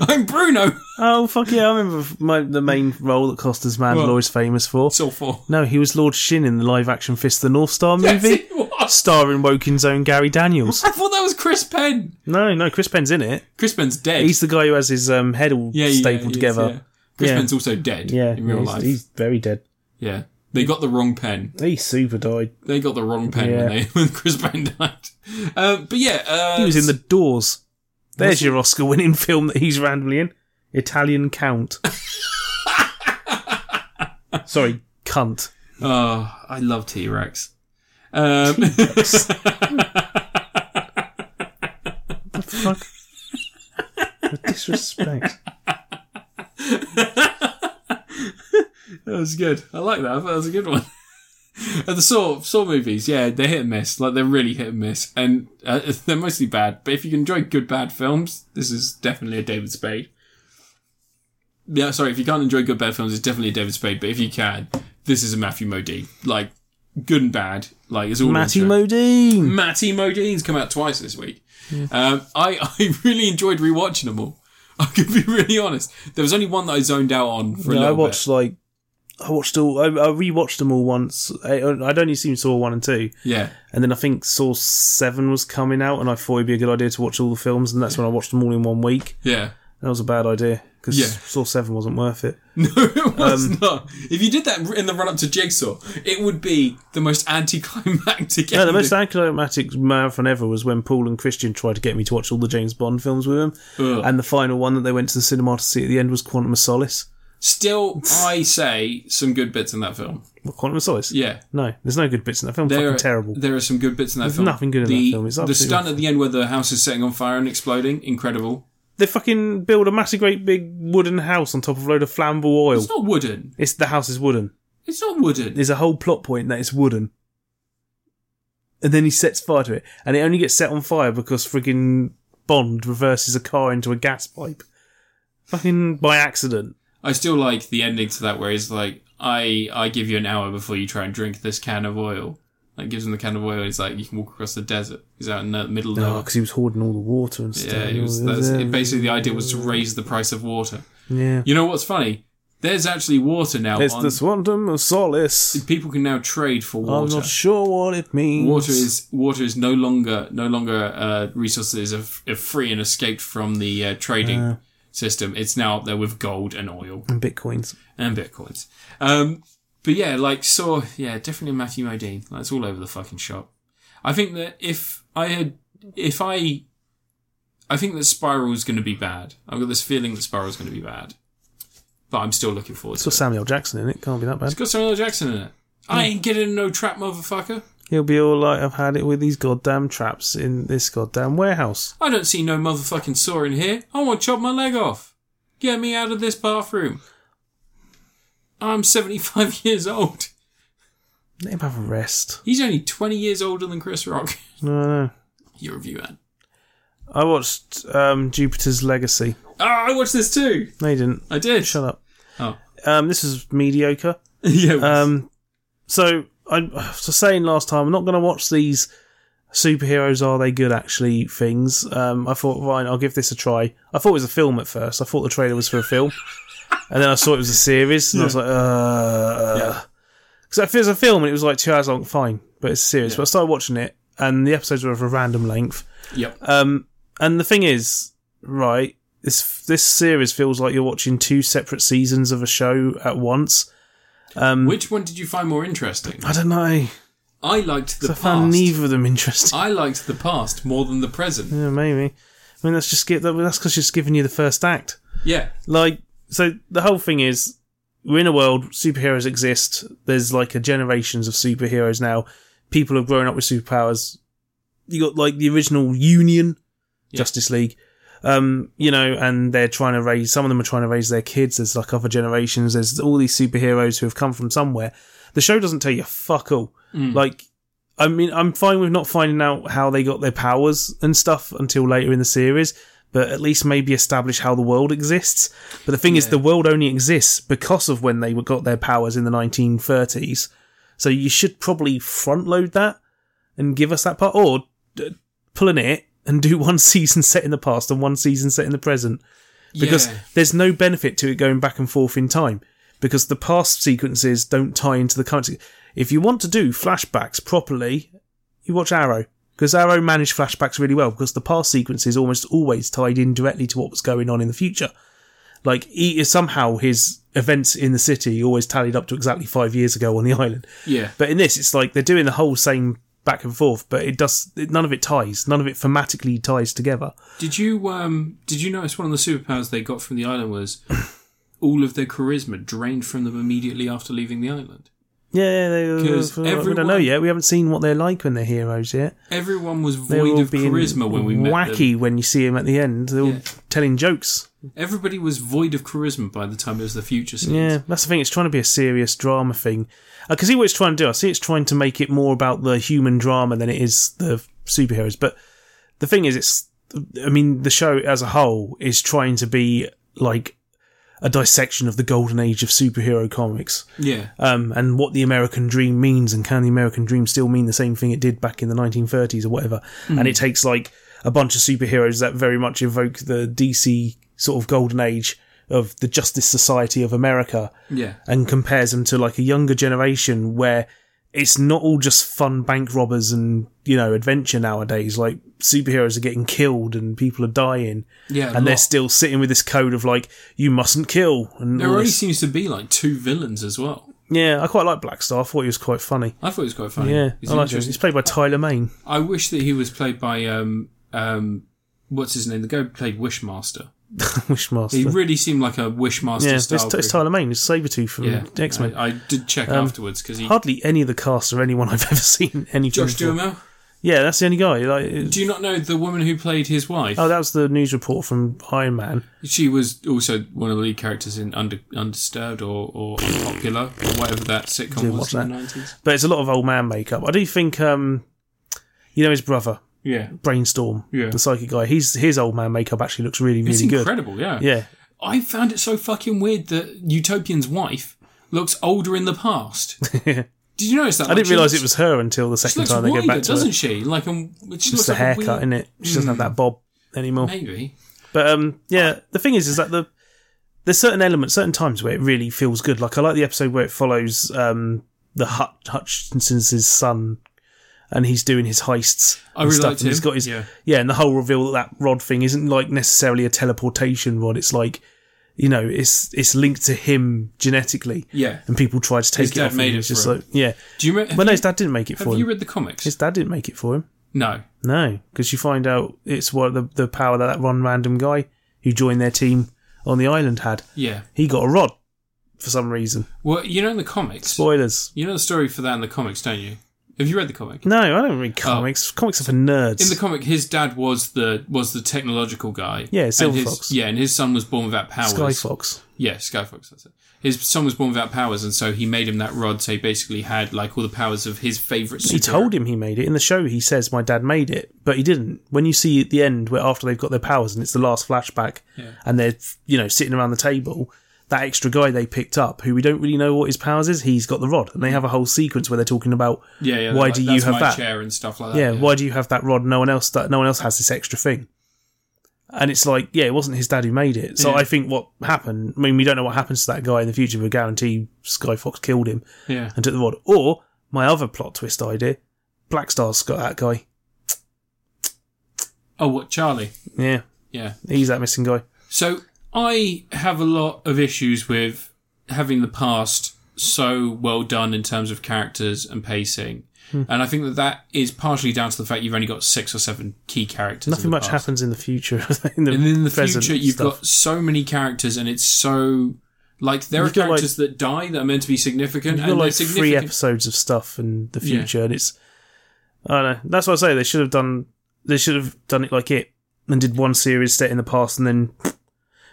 Speaker 1: I'm Bruno.
Speaker 2: Oh fuck yeah! I remember my, the main role that Costas Mandalore
Speaker 1: Well-
Speaker 2: is famous for.
Speaker 1: It's all four.
Speaker 2: No, he was Lord Shin in the live-action Fist of the North Star movie,
Speaker 1: Yes, he was.
Speaker 2: starring Wokin's own Gary Daniels.
Speaker 1: I thought that was Chris Penn.
Speaker 2: No, no, Chris Penn's in it.
Speaker 1: Chris Penn's dead.
Speaker 2: He's the guy who has his um, head all
Speaker 1: yeah, yeah, he
Speaker 2: stapled
Speaker 1: is, yeah.
Speaker 2: together.
Speaker 1: Chris
Speaker 2: Yeah.
Speaker 1: Penn's also dead
Speaker 2: Yeah,
Speaker 1: in real
Speaker 2: he's,
Speaker 1: life.
Speaker 2: he's very dead.
Speaker 1: Yeah. They got the wrong pen.
Speaker 2: He super died.
Speaker 1: They got the wrong pen
Speaker 2: Yeah.
Speaker 1: when, they, when Chris Penn died. Uh, but yeah, uh,
Speaker 2: He was in the Doors. There's your Oscar-winning film that he's randomly in. Italian Count. Sorry, cunt.
Speaker 1: Oh, I love T Rex. Um,
Speaker 2: Fuck. The disrespect.
Speaker 1: That was good. I like that. I thought that was a good one. And the Saw Saw movies, yeah, they're hit and miss. Like they're really hit and miss, and uh, they're mostly bad. But if you can enjoy good bad films, this is definitely a David Spade. Yeah, sorry, if you can't enjoy good bad films, it's definitely a David Spade. But if you can, this is a Matthew Modine. Like good and bad, like it's all Mm,
Speaker 2: Matty
Speaker 1: into it.
Speaker 2: Modine.
Speaker 1: Matty Modine's come out twice this week. Um, I, I really enjoyed rewatching them all. I could be really honest. There was only one that I zoned out on for a
Speaker 2: No, I
Speaker 1: little
Speaker 2: watched like I watched all. I, I rewatched them all once. I, I'd only seen Saw one and two,
Speaker 1: bit. Yeah.
Speaker 2: and then I think Saw seven was coming out, and I thought it'd be a good idea to watch all the films, and that's when I watched them all in one week.
Speaker 1: Yeah.
Speaker 2: That was a bad idea because
Speaker 1: Yeah.
Speaker 2: Saw seven wasn't worth it.
Speaker 1: No, it was
Speaker 2: Um,
Speaker 1: not. If you did that in the run up to Jigsaw, it would be the most anticlimactic.
Speaker 2: No, the most
Speaker 1: ending.
Speaker 2: anticlimactic marathon ever was when Paul and Christian tried to get me to watch all the James Bond films with them,
Speaker 1: Ugh.
Speaker 2: and the final one that they went to the cinema to see at the end was Quantum of Solace.
Speaker 1: Still, I say some good bits in that film.
Speaker 2: What, Quantum of Solace?
Speaker 1: Yeah.
Speaker 2: No, there's no good bits in that film.
Speaker 1: There
Speaker 2: Fucking
Speaker 1: are,
Speaker 2: terrible.
Speaker 1: There are some good bits in that film.
Speaker 2: nothing good in that
Speaker 1: the,
Speaker 2: film. It's
Speaker 1: the
Speaker 2: absolutely
Speaker 1: stunt at the end where the house is setting on fire and exploding, incredible.
Speaker 2: They fucking build a massive, great big wooden house on top of a load of flammable oil.
Speaker 1: It's not wooden.
Speaker 2: It's the house is wooden.
Speaker 1: It's not wooden.
Speaker 2: There's a whole plot point that it's wooden. And then he sets fire to it. And it only gets set on fire because friggin' Bond reverses a car into a gas pipe. Fucking by accident.
Speaker 1: I still like the ending to that where he's like, I, I give you an hour before you try and drink this can of oil. Like gives him the can of oil. He's like, you can walk across the desert. He's out in the middle of
Speaker 2: No,
Speaker 1: nowhere.
Speaker 2: because Oh, he was hoarding all the water and stuff.
Speaker 1: Yeah, it was, that's, it, basically the idea was to raise the price of water.
Speaker 2: yeah.
Speaker 1: You know what's funny? There's actually water now.
Speaker 2: It's
Speaker 1: on,
Speaker 2: the Quantum of Solace.
Speaker 1: people can now trade for
Speaker 2: I'm
Speaker 1: water.
Speaker 2: not sure what it means.
Speaker 1: Water is water is no longer no longer uh, resources of, of free and escaped from the uh, trading system. It's now up there with gold and oil
Speaker 2: And bitcoins.
Speaker 1: and bitcoins. Um, but yeah, like saw yeah, definitely Matthew Modine. That's all over the fucking shop. I think that if I had if I I think that Spiral's going to be bad. I've got this feeling that Spiral's going to be bad, but I'm still looking forward
Speaker 2: It's
Speaker 1: to
Speaker 2: got
Speaker 1: it.
Speaker 2: Samuel Jackson in it. Can't be that bad.
Speaker 1: It's got Samuel L. Jackson in it. I ain't getting no trap, motherfucker.
Speaker 2: He'll be all like, I've had it with these goddamn traps in this goddamn warehouse.
Speaker 1: I don't see no motherfucking saw in here. I want to chop my leg off. Get me out of this bathroom. I'm 75 years old.
Speaker 2: Let him have a rest.
Speaker 1: He's only 20 years older than Chris Rock.
Speaker 2: No, no.
Speaker 1: You're a view ad.
Speaker 2: I watched um, Jupiter's Legacy.
Speaker 1: Oh, I watched this too.
Speaker 2: No, you didn't.
Speaker 1: I did.
Speaker 2: Shut up.
Speaker 1: Oh.
Speaker 2: Um, this is mediocre.
Speaker 1: yeah. it was.
Speaker 2: Um, so I was saying last time, I'm not going to watch these superheroes. Are they good? Actually, things. Um, I thought, fine, I'll give this a try. I thought it was a film at first. I thought the trailer was for a film, and then I saw it was a series, and I was like,
Speaker 1: Yeah.
Speaker 2: uh, because if it was a film and it was like two hours long, fine, but it's a series. But I started watching it, and the episodes were of a random length.
Speaker 1: yep.
Speaker 2: Um, and the thing is, right, this this series feels like you're watching two separate seasons of a show at once.
Speaker 1: Which one did you find more interesting?
Speaker 2: I don't know.
Speaker 1: I liked the
Speaker 2: I found
Speaker 1: past.
Speaker 2: neither of them interesting.
Speaker 1: I liked the past more than the present.
Speaker 2: yeah, maybe. I mean, that's just gi- that- that's because she's giving you the first act.
Speaker 1: Yeah.
Speaker 2: Like, so the whole thing is, we're in a world superheroes exist. There's like a generations of superheroes now. People have grown up with superpowers. You got like the original Union, Justice League. Um, you know, and they're trying to raise. Some of them are trying to raise their kids. There's like other generations. There's all these superheroes who have come from somewhere. The show doesn't tell you fuck all. Like, I mean, I'm fine with not finding out how they got their powers and stuff until later in the series, but at least maybe establish how the world exists. But the thing is, the world only exists because of when they got their powers in the 1930s. So you should probably front load that and give us that part, or uh, pull an it and do one season set in the past and one season set in the present because
Speaker 1: yeah.
Speaker 2: there's no benefit to it going back and forth in time because the past sequences don't tie into the current. se- If you want to do flashbacks properly, you watch Arrow because Arrow managed flashbacks really well because the past sequence is almost always tied in directly to what was going on in the future. Like he is somehow his events in the city always tallied up to exactly five years ago on the island.
Speaker 1: yeah.
Speaker 2: But in this, it's like they're doing the whole same back and forth, but it does it, none of it ties, none of it thematically ties together.
Speaker 1: Did you um did you notice one of the superpowers they got from the island was all of their charisma drained from them immediately after leaving the island?
Speaker 2: Yeah, they, uh,
Speaker 1: 'Cause
Speaker 2: we don't know
Speaker 1: everyone-
Speaker 2: yet. We haven't seen what they're like when they're heroes yet.
Speaker 1: Everyone was
Speaker 2: They're
Speaker 1: void
Speaker 2: all
Speaker 1: of
Speaker 2: being
Speaker 1: charisma when we met
Speaker 2: wacky when you see them at the end. They're
Speaker 1: Yeah.
Speaker 2: all telling jokes.
Speaker 1: them. Everybody was void of charisma by the time it was the future scenes.
Speaker 2: Yeah, that's the thing. It's trying to be a serious drama thing. I can see what it's trying to do. I see it's trying to make it more about the human drama than it is the superheroes. But the thing is, it's. I mean, the show as a whole is trying to be like a dissection of the golden age of superhero comics.
Speaker 1: Yeah.
Speaker 2: um, and what the American dream means, and can the American dream still mean the same thing it did back in the 1930s or whatever? And it takes like a bunch of superheroes that very much evoke the DC sort of golden age of the Justice Society of America
Speaker 1: Yeah.
Speaker 2: and compares them to like a younger generation where it's not all just fun bank robbers and you know adventure nowadays like superheroes are getting killed and people are dying
Speaker 1: Yeah. a
Speaker 2: and they're
Speaker 1: lot.
Speaker 2: still sitting with this code of like you mustn't kill and
Speaker 1: there
Speaker 2: all
Speaker 1: already
Speaker 2: this.
Speaker 1: seems to be like two villains as well.
Speaker 2: yeah i quite like black star i thought he was quite funny
Speaker 1: I thought it was quite funny.
Speaker 2: yeah,
Speaker 1: It's
Speaker 2: I like him.
Speaker 1: interesting.
Speaker 2: He's played by Tyler Main.
Speaker 1: I wish that he was played by um um what's his name? The guy who played Wishmaster.
Speaker 2: Wishmaster.
Speaker 1: He really seemed like a Wishmaster
Speaker 2: yeah, it's,
Speaker 1: style.
Speaker 2: it's
Speaker 1: creature.
Speaker 2: Tyler Main. It's Sabretooth from X Men. Um,
Speaker 1: I, I did check afterwards because he
Speaker 2: Hardly any of the cast or anyone I've ever seen anything.
Speaker 1: Josh
Speaker 2: from.
Speaker 1: Duhamel.
Speaker 2: Yeah, that's the only guy. Like, it-
Speaker 1: Do you not know the woman who played his wife?
Speaker 2: oh, that was the news report from Iron Man.
Speaker 1: She was also one of the lead characters in Under, Undisturbed or, or Unpopular or whatever that sitcom
Speaker 2: Didn't
Speaker 1: was
Speaker 2: watch
Speaker 1: in the nineties.
Speaker 2: But it's a lot of old man makeup. I do think, um, you know, his brother
Speaker 1: Yeah,
Speaker 2: Brainstorm,
Speaker 1: Yeah.
Speaker 2: the psychic guy. He's his old man makeup actually looks really, really
Speaker 1: it's
Speaker 2: good.
Speaker 1: incredible. Yeah.
Speaker 2: Yeah,
Speaker 1: I found it so fucking weird that Utopian's wife looks older in the past. Did you notice that?
Speaker 2: I didn't realise it was her until the
Speaker 1: She
Speaker 2: second
Speaker 1: looks
Speaker 2: time they
Speaker 1: wider,
Speaker 2: go back to
Speaker 1: doesn't
Speaker 2: her.
Speaker 1: she? Like, um, she
Speaker 2: It's
Speaker 1: looks
Speaker 2: the
Speaker 1: like
Speaker 2: haircut,
Speaker 1: a weird, Hmm.
Speaker 2: in it? She doesn't have that bob anymore.
Speaker 1: maybe.
Speaker 2: But um, yeah, the thing is, is that the there's certain elements, certain times where it really feels good. Like I like the episode where it follows um the Hut- Hutchinson's son, and he's doing his heists.
Speaker 1: I
Speaker 2: and
Speaker 1: really
Speaker 2: stuff,
Speaker 1: liked
Speaker 2: and he's
Speaker 1: him,
Speaker 2: got his
Speaker 1: yeah.
Speaker 2: and the whole reveal that that rod thing isn't like necessarily a teleportation rod. It's like you know, it's it's linked to him genetically.
Speaker 1: Yeah.
Speaker 2: And people try to take
Speaker 1: His
Speaker 2: it
Speaker 1: dad
Speaker 2: off
Speaker 1: made
Speaker 2: him.
Speaker 1: it
Speaker 2: It's just
Speaker 1: for him.
Speaker 2: like yeah.
Speaker 1: Do you remember?
Speaker 2: Well, no, his dad didn't make it
Speaker 1: have
Speaker 2: for
Speaker 1: you
Speaker 2: him.
Speaker 1: read the comics?
Speaker 2: His dad didn't make it for him.
Speaker 1: No.
Speaker 2: No, because you find out it's what the, the power that that one random guy who joined their team on the island had.
Speaker 1: Yeah.
Speaker 2: He got a rod for some reason.
Speaker 1: Well, you know in the comics,
Speaker 2: Spoilers.
Speaker 1: you know the story for that in the comics, don't you? Have you read the comic?
Speaker 2: No, I don't read comics. Comics are for nerds.
Speaker 1: Oh. In the comic, his dad was the was the technological guy.
Speaker 2: Yeah,
Speaker 1: and
Speaker 2: Silver
Speaker 1: his,
Speaker 2: Fox.
Speaker 1: Yeah, and his son was born without powers.
Speaker 2: Sky Fox.
Speaker 1: Yeah, Skyfox, that's it. His son was born without powers, and so he made him that rod, so he basically had like all the powers of his favourite
Speaker 2: He
Speaker 1: superhero.
Speaker 2: told him he made it. In the show, he says, My dad made it. But he didn't. When you see at the end, where after they've got their powers and it's the last flashback, and they're, you know, sitting around the table, that extra guy they picked up, who we don't really know what his powers is, he's got the rod. And they have a whole sequence where they're talking about,
Speaker 1: Yeah, yeah.
Speaker 2: Why
Speaker 1: like,
Speaker 2: do you
Speaker 1: "That's
Speaker 2: have
Speaker 1: my
Speaker 2: that?"
Speaker 1: chair and stuff like that?
Speaker 2: yeah, why do you have that rod? No one else that no one else has this extra thing. And it's like, yeah, it wasn't his dad who made it. So
Speaker 1: Yeah.
Speaker 2: I think what happened. I mean, we don't know what happens to that guy in the future. But guarantee Sky Fox killed him
Speaker 1: yeah.
Speaker 2: and took the rod. Or my other plot twist idea: Black Star's got that guy.
Speaker 1: Oh, what Charlie?
Speaker 2: Yeah,
Speaker 1: Yeah.
Speaker 2: he's that missing guy.
Speaker 1: So I have a lot of issues with having the past so well done in terms of characters and pacing.
Speaker 2: Hmm.
Speaker 1: And I think that that is partially down to the fact you've only got six or seven key characters. in
Speaker 2: Nothing
Speaker 1: the
Speaker 2: much
Speaker 1: past.
Speaker 2: happens in the future. in the,
Speaker 1: And in the
Speaker 2: present
Speaker 1: future, you've
Speaker 2: stuff.
Speaker 1: got so many characters, and it's so like there
Speaker 2: You've
Speaker 1: are
Speaker 2: got, like-
Speaker 1: characters that die that are meant to be significant,
Speaker 2: You've
Speaker 1: and
Speaker 2: got
Speaker 1: they're
Speaker 2: like three
Speaker 1: significant.
Speaker 2: episodes of stuff in the
Speaker 1: Yeah.
Speaker 2: future, and it's I don't know. That's what I say. They should have done. They should have done it like it, and did one series set in the past, and then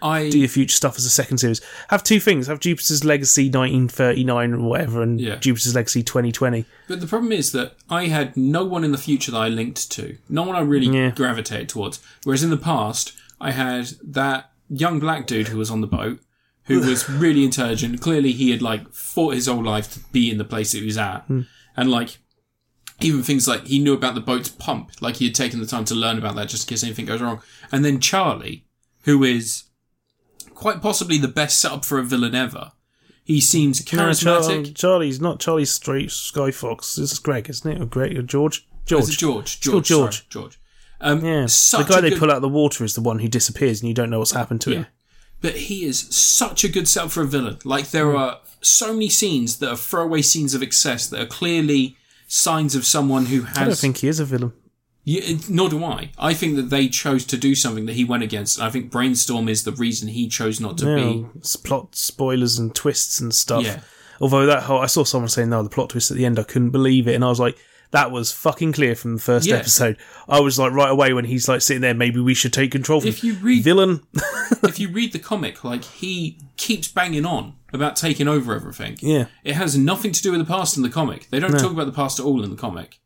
Speaker 1: I
Speaker 2: do your future stuff as a second series. Have two things. Have Jupiter's Legacy 1939 or whatever, and
Speaker 1: Yeah.
Speaker 2: Jupiter's Legacy 2020.
Speaker 1: but the problem is that I had no one in the future that I linked to, no one I really
Speaker 2: Yeah.
Speaker 1: gravitated towards. Whereas in the past, I had that young black dude who was on the boat, who was really intelligent. Clearly, he had like fought his whole life to be in the place that he was at, and like. Even things like he knew about the boat's pump, like he had taken the time to learn about that just in case anything goes wrong. And then Charlie, who is quite possibly the best setup for a villain ever, he seems
Speaker 2: No,
Speaker 1: charismatic.
Speaker 2: Char- Charlie's not Charlie Street Sky Fox. This is Greg, isn't it? Or Greg or George? George.
Speaker 1: Is it George? George.
Speaker 2: called George.
Speaker 1: sorry, George. Um,
Speaker 2: Yeah.
Speaker 1: Such
Speaker 2: the guy
Speaker 1: a
Speaker 2: they
Speaker 1: good,
Speaker 2: pull out of the water is the one who disappears, and you don't know what's happened to him.
Speaker 1: But he is such a good setup for a villain. Like, there
Speaker 2: Mm.
Speaker 1: are so many scenes that are throwaway scenes of excess that are clearly signs of someone who has.
Speaker 2: I don't think he is a villain.
Speaker 1: Yeah, nor do I. I think that they chose to do something that he went against. And I think Brainstorm is the reason he chose not to be.
Speaker 2: No, it's plot spoilers and twists and stuff.
Speaker 1: Yeah.
Speaker 2: Although that whole, I saw someone saying, "No, the plot twist at the end," I couldn't believe it, and I was like, "That was fucking clear from the first
Speaker 1: Yeah.
Speaker 2: episode." I was like, right away when he's like sitting there, maybe we should take control. From
Speaker 1: If you read-
Speaker 2: villain,
Speaker 1: if you read the comic, like, he keeps banging on about taking over everything.
Speaker 2: yeah,
Speaker 1: It has nothing to do with the past in the comic. They don't talk about the past at all in the comic.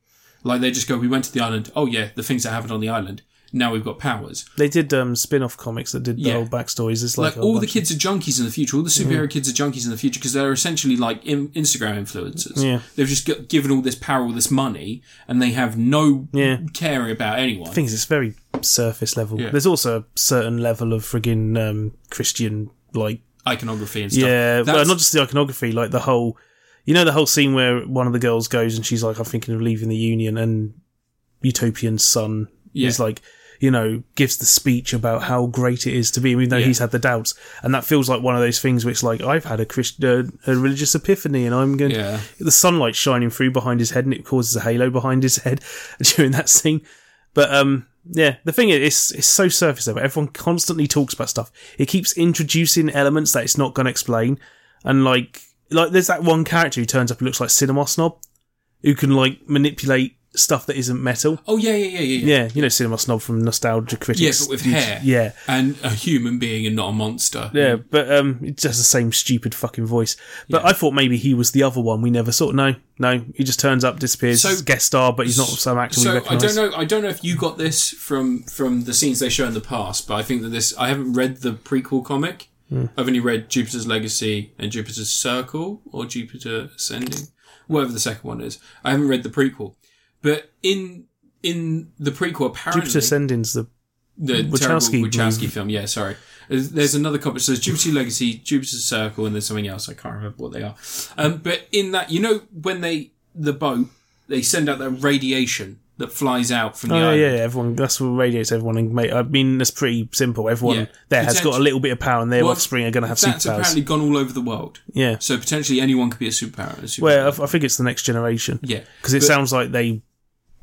Speaker 1: Like they just go, we went to the island. Oh yeah, the things that happened on the island. Now we've got powers.
Speaker 2: they did um, spin-off comics that did the
Speaker 1: Yeah.
Speaker 2: whole backstories. It's like,
Speaker 1: Like all the kids are junkies in the future. All the superhero
Speaker 2: Mm-hmm.
Speaker 1: kids are junkies in the future because they're essentially like in- Instagram influencers.
Speaker 2: Yeah.
Speaker 1: They've just got given all this power, all this money, and they have no
Speaker 2: Yeah.
Speaker 1: care about anyone.
Speaker 2: things. It's very surface level.
Speaker 1: Yeah.
Speaker 2: There's also a certain level of friggin' um, Christian like
Speaker 1: Iconography and stuff.
Speaker 2: Yeah, well,
Speaker 1: That's-
Speaker 2: not just the iconography, like the whole, you know, the whole scene where one of the girls goes and she's like, "I'm thinking of leaving the union," and Utopian's son
Speaker 1: Yeah.
Speaker 2: is like, you know, gives the speech about how great it is to be, even though
Speaker 1: Yeah.
Speaker 2: he's had the doubts, and that feels like one of those things which, like, I've had a Christian, a religious epiphany, and I'm going,
Speaker 1: Yeah.
Speaker 2: the sunlight shining through behind his head, and it causes a halo behind his head during that scene, but um. Yeah, the thing is, it's, it's so surface level. Everyone constantly talks about stuff. It keeps introducing elements that it's not going to explain. And like, like there's that one character who turns up and looks like Cinema Snob, who can like manipulate stuff that isn't metal.
Speaker 1: Oh yeah, yeah, yeah, yeah, yeah.
Speaker 2: Yeah, you know Cinema Snob from Nostalgia
Speaker 1: Yeah,
Speaker 2: Critics.
Speaker 1: but with hair.
Speaker 2: Yeah.
Speaker 1: And a human being and not a monster.
Speaker 2: Yeah, but um, it just has the same stupid fucking voice. But I thought maybe he was the other one we never saw. No, no, he just turns up, disappears,
Speaker 1: So-
Speaker 2: guest star, but he's not some actor we
Speaker 1: So I
Speaker 2: recognise.
Speaker 1: don't know. I don't know if you got this from from the scenes they show in the past, but I think that this. I haven't read the prequel comic. I've only read Jupiter's Legacy and Jupiter's Circle or Jupiter Ascending, whatever the second one is. I haven't read the prequel, but in in the prequel, apparently
Speaker 2: Jupiter Ascending's the
Speaker 1: the
Speaker 2: Mm, Wachowski
Speaker 1: terrible Wachowski film. Yeah, sorry. There's there's another copy. So there's Jupiter Legacy, Jupiter's Circle, and there's something else. I can't remember what they are. Um, but in that, you know, when they the boat, they send out that radiation that flies out from the
Speaker 2: Oh
Speaker 1: island.
Speaker 2: yeah, yeah, everyone. That's what radiates everyone. And mate, I mean, that's pretty simple. Everyone
Speaker 1: Yeah.
Speaker 2: there has got a
Speaker 1: Potential-
Speaker 2: little bit of power, and their
Speaker 1: Well,
Speaker 2: offspring are going to have
Speaker 1: That's
Speaker 2: superpowers.
Speaker 1: apparently gone all over the world.
Speaker 2: yeah.
Speaker 1: So potentially anyone could be a superpower. A superpower.
Speaker 2: Well, I, I think it's the next generation.
Speaker 1: yeah,
Speaker 2: because it
Speaker 1: But-
Speaker 2: sounds like they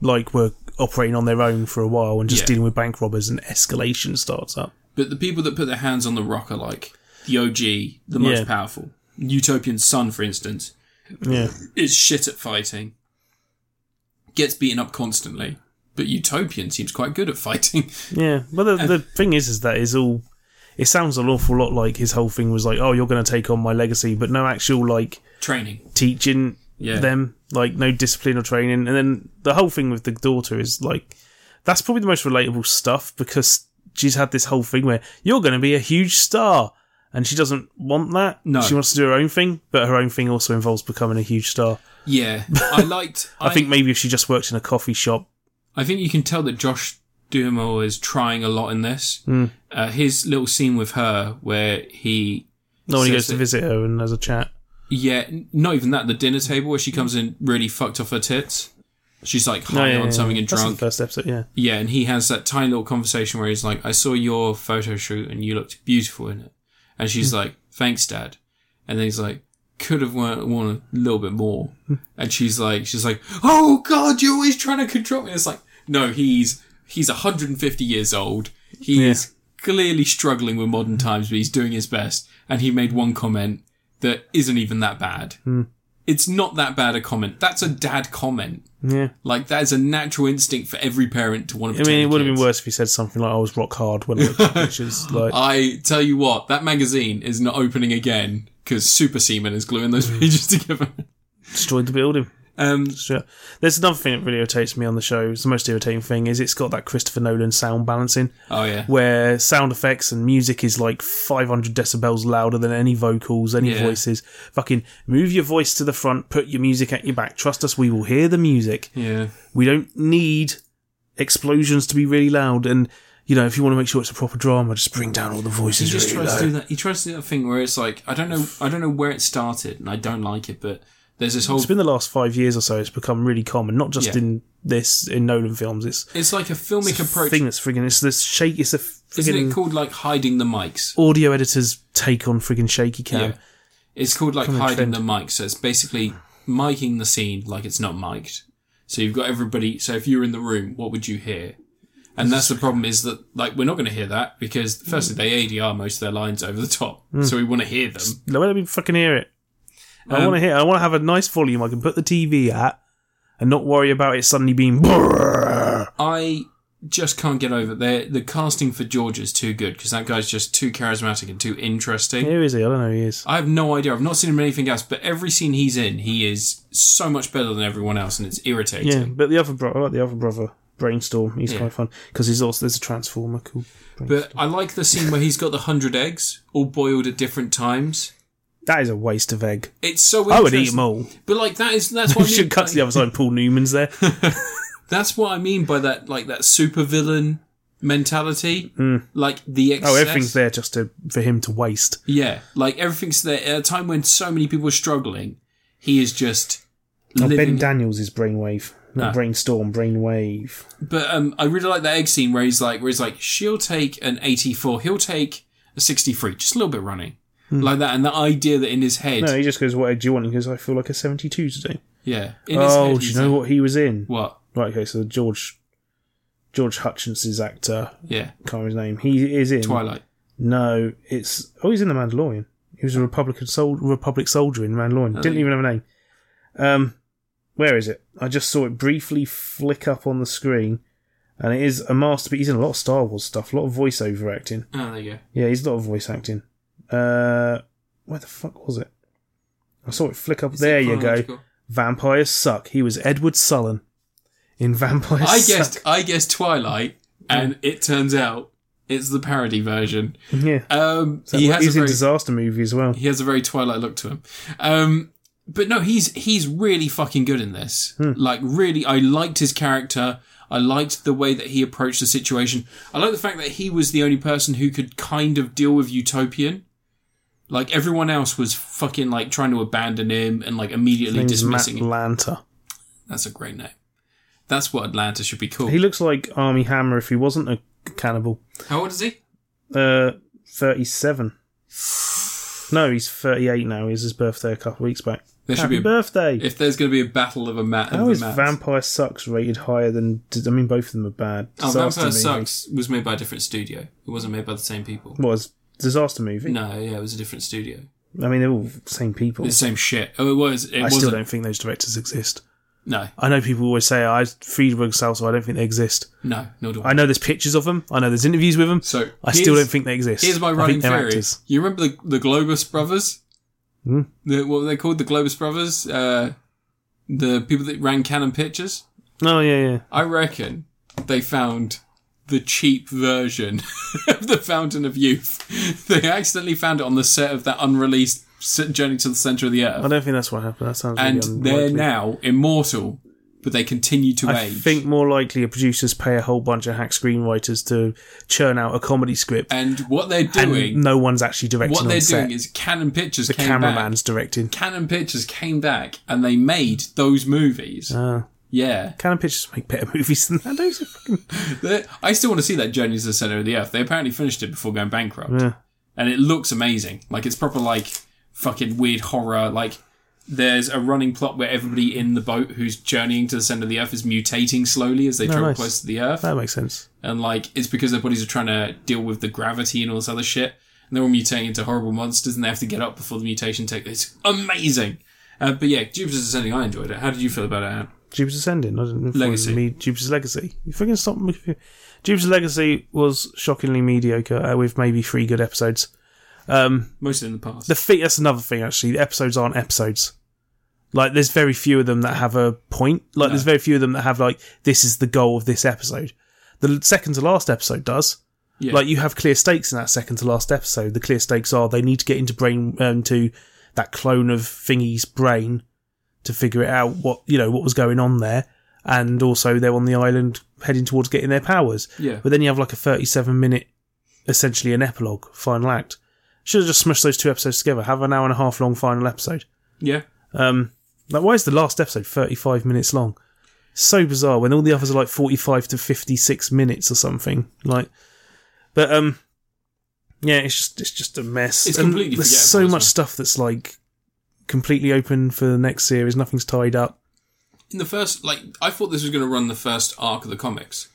Speaker 2: like were operating on their own for a while and just
Speaker 1: Yeah.
Speaker 2: dealing with bank robbers, and escalation starts up.
Speaker 1: But the people that put their hands on the rock are like the OG, the most
Speaker 2: Yeah.
Speaker 1: powerful. Utopian Sun, for instance,
Speaker 2: Yeah,
Speaker 1: is shit at fighting. gets beaten up constantly. But Utopian seems quite good at fighting.
Speaker 2: Yeah, well, the, the thing is, is that is all. It sounds an awful lot like his whole thing was like, "Oh, you're going to take on my legacy," but no actual like
Speaker 1: Training.
Speaker 2: teaching
Speaker 1: Yeah.
Speaker 2: them, like no discipline or training. And then the whole thing with the daughter is like, that's probably the most relatable stuff because she's had this whole thing where you're going to be a huge star, and she doesn't want that.
Speaker 1: No.
Speaker 2: she wants to do her own thing, but her own thing also involves becoming a huge star.
Speaker 1: Yeah. I liked.
Speaker 2: I think maybe if she just worked in a coffee shop,
Speaker 1: I think you can tell that Josh Duhamel is trying a lot in this.
Speaker 2: Hmm.
Speaker 1: Uh, his little scene with her, where he,
Speaker 2: nobody
Speaker 1: So
Speaker 2: goes to
Speaker 1: it's-
Speaker 2: visit her and has a chat.
Speaker 1: yeah, n- not even that, the dinner table where she comes in really fucked off her tits. She's like
Speaker 2: No,
Speaker 1: high
Speaker 2: yeah,
Speaker 1: on
Speaker 2: yeah,
Speaker 1: something
Speaker 2: yeah.
Speaker 1: and
Speaker 2: That's in the
Speaker 1: drunk.
Speaker 2: first episode, yeah.
Speaker 1: Yeah, and he has that tiny little conversation where he's like, I saw your photo shoot and you looked beautiful in it. And she's like, thanks, dad. And then he's like, could have won, won a little bit more. And she's like, she's like, oh God, you're always trying to control me. It's like, no, he's, he's 150 years old. He is clearly struggling with modern times, but he's doing his best. And he made one comment that isn't even that bad. It's not that bad a comment. That's a dad comment.
Speaker 2: Yeah.
Speaker 1: Like that is a natural instinct for every parent to want to.
Speaker 2: I mean, it would have
Speaker 1: kids.
Speaker 2: been worse if he said something like, I was rock hard when I looked at pictures. Like,
Speaker 1: I tell you what, that magazine is not opening again because Super Seaman is gluing
Speaker 2: Mm.
Speaker 1: those pages together.
Speaker 2: destroyed the building.
Speaker 1: Um,
Speaker 2: Sure. There's another thing that really irritates me on the show. It's the most irritating thing is it's got that Christopher Nolan sound balancing,
Speaker 1: oh yeah,
Speaker 2: where sound effects and music is like 500 decibels louder than any vocals, any
Speaker 1: Yeah.
Speaker 2: voices. Fucking move your voice to the front, put your music at your back. Trust us, we will hear the music.
Speaker 1: yeah,
Speaker 2: We don't need explosions to be really loud. And you know, if you want to make sure it's a proper drama, just bring down all the
Speaker 1: he
Speaker 2: voices.
Speaker 1: just
Speaker 2: really
Speaker 1: tries
Speaker 2: low.
Speaker 1: to do that. He tries to do that thing where it's like I don't know, I don't know where it started, and I don't like it, but there's this whole.
Speaker 2: it's been the last five years or so. It's become really common, not just
Speaker 1: Yeah.
Speaker 2: in this in Nolan films. It's
Speaker 1: It's like a filmic approach.
Speaker 2: thing that's friggin' it's this shake. It's a
Speaker 1: Isn't
Speaker 2: friggin'
Speaker 1: it called like hiding the mics?
Speaker 2: audio editor's take on friggin' shaky cam.
Speaker 1: Yeah. It's called like
Speaker 2: a
Speaker 1: hiding
Speaker 2: trend.
Speaker 1: the mic. So it's basically miking the scene like it's not mic'd. So you've got everybody. So if you were in the room, what would you hear? And that's the problem is that like we're not going to hear that because firstly they ADR most of their lines over the top,
Speaker 2: Hmm.
Speaker 1: so we want to hear them.
Speaker 2: No, Let me fucking hear it. I
Speaker 1: Um,
Speaker 2: want to hear. I want to have a nice volume. I can put the TV at and not worry about it suddenly being. Brrrr.
Speaker 1: I just can't get over the the casting for George is too good because that guy's just too charismatic and too interesting.
Speaker 2: Here is he? I don't know. Who he is.
Speaker 1: I have no idea. I've not seen him in anything else, but every scene he's in, he is so much better than everyone else, and it's irritating.
Speaker 2: Yeah, but the other brother, I like the other brother, Brainstorm. He's quite fun because he's also there's a transformer. Cool.
Speaker 1: But I like the scene where he's got the hundred eggs all boiled at different times.
Speaker 2: That is a waste of egg.
Speaker 1: It's so
Speaker 2: I would
Speaker 1: interesting.
Speaker 2: eat them all.
Speaker 1: But like that is that's
Speaker 2: We
Speaker 1: what I mean.
Speaker 2: should cut to the
Speaker 1: like,
Speaker 2: other side. Paul Newman's there.
Speaker 1: that's what I mean by that like that supervillain mentality. Like the excess.
Speaker 2: Hmm. Oh, everything's there just to for him to waste.
Speaker 1: Yeah, like everything's there. At a time when so many people are struggling, he is just
Speaker 2: Oh,
Speaker 1: living.
Speaker 2: ben Daniels is Brainwave, not
Speaker 1: Ah.
Speaker 2: Brainstorm. Brainwave.
Speaker 1: but um, I really like that egg scene where he's like, where he's like, she'll take an eighty-four, he'll take a sixty-three, just a little bit running. Like that, and the idea that in his head,
Speaker 2: Hmm. No, he just goes, "What egg do you want?" He goes, "I feel like a 72 today."
Speaker 1: yeah, in his
Speaker 2: oh,
Speaker 1: head,
Speaker 2: do
Speaker 1: he's
Speaker 2: you know
Speaker 1: like,
Speaker 2: what he was in?
Speaker 1: what?
Speaker 2: Right, okay, so George George Hutchins' actor,
Speaker 1: Yeah,
Speaker 2: can't remember his name. He is in
Speaker 1: Twilight.
Speaker 2: No, it's oh, he's in the Mandalorian. He was a Republican sol- Republic soldier in Mandalorian.
Speaker 1: Oh,
Speaker 2: Didn't even have a name. Um, where is it? I just saw it briefly flick up on the screen, and it is a masterpiece. He's in a lot of Star Wars stuff, a lot of voiceover acting.
Speaker 1: Oh, there you go.
Speaker 2: Yeah, he's a lot of voice acting. Uh, where the fuck was it? I saw it flick up. there you go. Vampires suck. He was Edward Sullen in Vampires.
Speaker 1: I guessed.
Speaker 2: Suck.
Speaker 1: I guessed Twilight, and it turns out it's the parody version.
Speaker 2: Yeah,
Speaker 1: Um,
Speaker 2: So
Speaker 1: he
Speaker 2: he's
Speaker 1: has a
Speaker 2: in
Speaker 1: very,
Speaker 2: disaster movie as well.
Speaker 1: he has a very Twilight look to him. Um, but no, he's he's really fucking good in this.
Speaker 2: Hmm.
Speaker 1: Like, really, I liked his character. I liked the way that he approached the situation. I like the fact that he was the only person who could kind of deal with Utopian. Like everyone else was fucking like trying to abandon him and like immediately
Speaker 2: Name's Matt
Speaker 1: dismissing him.
Speaker 2: Lanta.
Speaker 1: That's a great name. That's what Atlanta should be called.
Speaker 2: He looks like Army Hammer if he wasn't a cannibal.
Speaker 1: How old is he?
Speaker 2: Uh, thirty-seven. No, he's thirty-eight now. It was his birthday a couple of weeks back.
Speaker 1: There should
Speaker 2: Happy
Speaker 1: be a
Speaker 2: birthday!
Speaker 1: If there's going to be a battle of a Matt and
Speaker 2: How
Speaker 1: the
Speaker 2: is
Speaker 1: Matts.
Speaker 2: Vampire Sucks rated higher than? I mean, both of them are bad.
Speaker 1: oh,
Speaker 2: Disaster
Speaker 1: Vampire
Speaker 2: movie.
Speaker 1: Sucks was made by a different studio. It wasn't made by the same people.
Speaker 2: Was disaster movie?
Speaker 1: No, yeah, it was a different studio.
Speaker 2: I mean, they're all the same people.
Speaker 1: The same shit. Oh, it was. It
Speaker 2: I
Speaker 1: wasn't.
Speaker 2: still don't think those directors exist.
Speaker 1: No,
Speaker 2: I know people always say I feed rug sal, so I don't think they exist.
Speaker 1: no, nor do I.
Speaker 2: I know there's pictures of them. I know there's interviews with them.
Speaker 1: So
Speaker 2: I still
Speaker 1: here's-
Speaker 2: don't think they exist.
Speaker 1: Here's my
Speaker 2: I
Speaker 1: running
Speaker 2: think they're
Speaker 1: theory.
Speaker 2: actors.
Speaker 1: You remember the the Globus brothers?
Speaker 2: Hmm.
Speaker 1: The, what were they called? The Globus brothers? Uh, the people that ran Canon Pictures?
Speaker 2: Oh yeah, yeah.
Speaker 1: I reckon they found the cheap version of the Fountain of Youth. They accidentally found it on the set of that unreleased S- Journey to the Center of the Earth.
Speaker 2: I don't think that's what happened. That sounds
Speaker 1: and
Speaker 2: really
Speaker 1: they're
Speaker 2: unlikely.
Speaker 1: now immortal, but they continue to
Speaker 2: I
Speaker 1: age.
Speaker 2: think more likely a producers pay a whole bunch of hack screenwriters to churn out a comedy script,
Speaker 1: and what they're
Speaker 2: and
Speaker 1: doing,
Speaker 2: no one's actually directing
Speaker 1: what
Speaker 2: on
Speaker 1: they're
Speaker 2: set.
Speaker 1: doing is Canon Pictures
Speaker 2: the
Speaker 1: came back.
Speaker 2: cameraman's directing.
Speaker 1: Canon Pictures came back and they made those movies.
Speaker 2: Ah.
Speaker 1: yeah.
Speaker 2: Canon Pictures make better movies than that. Don't you? Fucking-
Speaker 1: They- I still want to see that Journey to the Center of the Earth. They apparently finished it before going bankrupt.
Speaker 2: Yeah.
Speaker 1: And it looks amazing. Like, it's proper, like, fucking weird horror. Like, there's a running plot where everybody in the boat who's journeying to the center of the Earth is mutating slowly as they travel
Speaker 2: Oh, nice.
Speaker 1: close to the Earth.
Speaker 2: That makes sense.
Speaker 1: and like it's because their bodies are trying to deal with the gravity and all this other shit, and they're all mutating into horrible monsters, and they have to get up before the mutation takes. It's amazing. Uh, but yeah, Jupiter's Ascending. I enjoyed it. How did you feel about it? Ant?
Speaker 2: Jupiter's Ascending. I didn't
Speaker 1: Legacy.
Speaker 2: legacy. Me, Jupiter's Legacy. You fucking stop. me- Jupiter's Legacy was shockingly mediocre uh, with maybe three good episodes. Um,
Speaker 1: Mostly in the past.
Speaker 2: The feet. That's another thing. Actually, the episodes aren't episodes. Like, there's very few of them that have a point. Like, there's very few of them that have like this is the goal of this episode. The second to last episode does.
Speaker 1: Yeah.
Speaker 2: Like, you have clear stakes in that second to last episode. The clear stakes are they need to get into brain um, to that clone of Thingy's brain to figure it out what you know what was going on there, and also they're on the island heading towards getting their powers.
Speaker 1: yeah,
Speaker 2: But then you have like a 37 minute, essentially an epilogue, final act. Should have just smushed those two episodes together. Have an hour and a half long final episode.
Speaker 1: yeah.
Speaker 2: Um, like, why is the last episode 35 minutes long? So bizarre when all the others are like 45 to 56 minutes or something. Like, but um, yeah, it's just it's just a mess.
Speaker 1: It's
Speaker 2: And
Speaker 1: completely
Speaker 2: there's
Speaker 1: forgettable
Speaker 2: so
Speaker 1: as
Speaker 2: much
Speaker 1: well.
Speaker 2: stuff that's like completely open for the next series. Nothing's tied up.
Speaker 1: In the first, like, I thought this was going to run the first arc of the comics,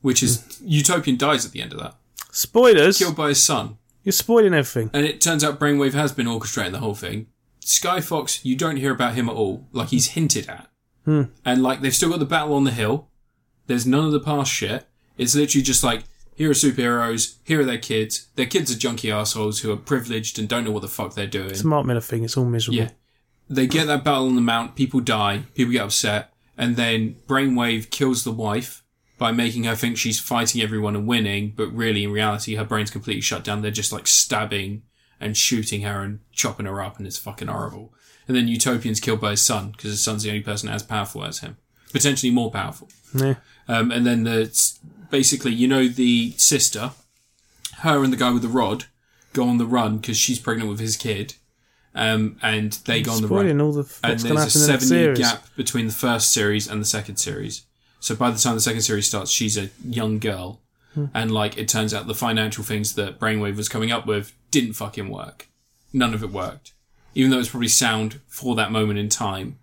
Speaker 1: which is Utopian dies at the end of that,
Speaker 2: Spoilers.
Speaker 1: killed by his son,
Speaker 2: You're spoiling everything.
Speaker 1: and it turns out Brainwave has been orchestrating the whole thing. Sky Fox, you don't hear about him at all. Like he's hinted at, and like they've still got the battle on the hill. There's none of the past shit. It's literally just like here are superheroes, here are their kids. Their kids are junky assholes who are privileged and don't know what the fuck they're doing.
Speaker 2: It's a Mark Miller thing. It's all miserable.
Speaker 1: Yeah. They get that battle on the mount, people die, people get upset, and then Brainwave kills the wife by making her think she's fighting everyone and winning, but really in reality her brain's completely shut down. They're just like stabbing and shooting her and chopping her up, and it's fucking horrible. And then Utopian's killed by his son, because his son's the only person as powerful as him. Potentially more powerful.
Speaker 2: Yeah.
Speaker 1: Um, and then the basically, you know, the sister, her and the guy with the rod go on the run because she's pregnant with his kid, um, and they go on the run.
Speaker 2: Spoiling all the
Speaker 1: And
Speaker 2: what's going to
Speaker 1: there's a
Speaker 2: happen in the next
Speaker 1: seven-year
Speaker 2: series.
Speaker 1: gap between the first series and the second series. So by the time the second series starts, she's a young girl,
Speaker 2: Hmm.
Speaker 1: and like it turns out, the financial things that Brainwave was coming up with didn't fucking work. None of it worked, even though it's probably sound for that moment in time.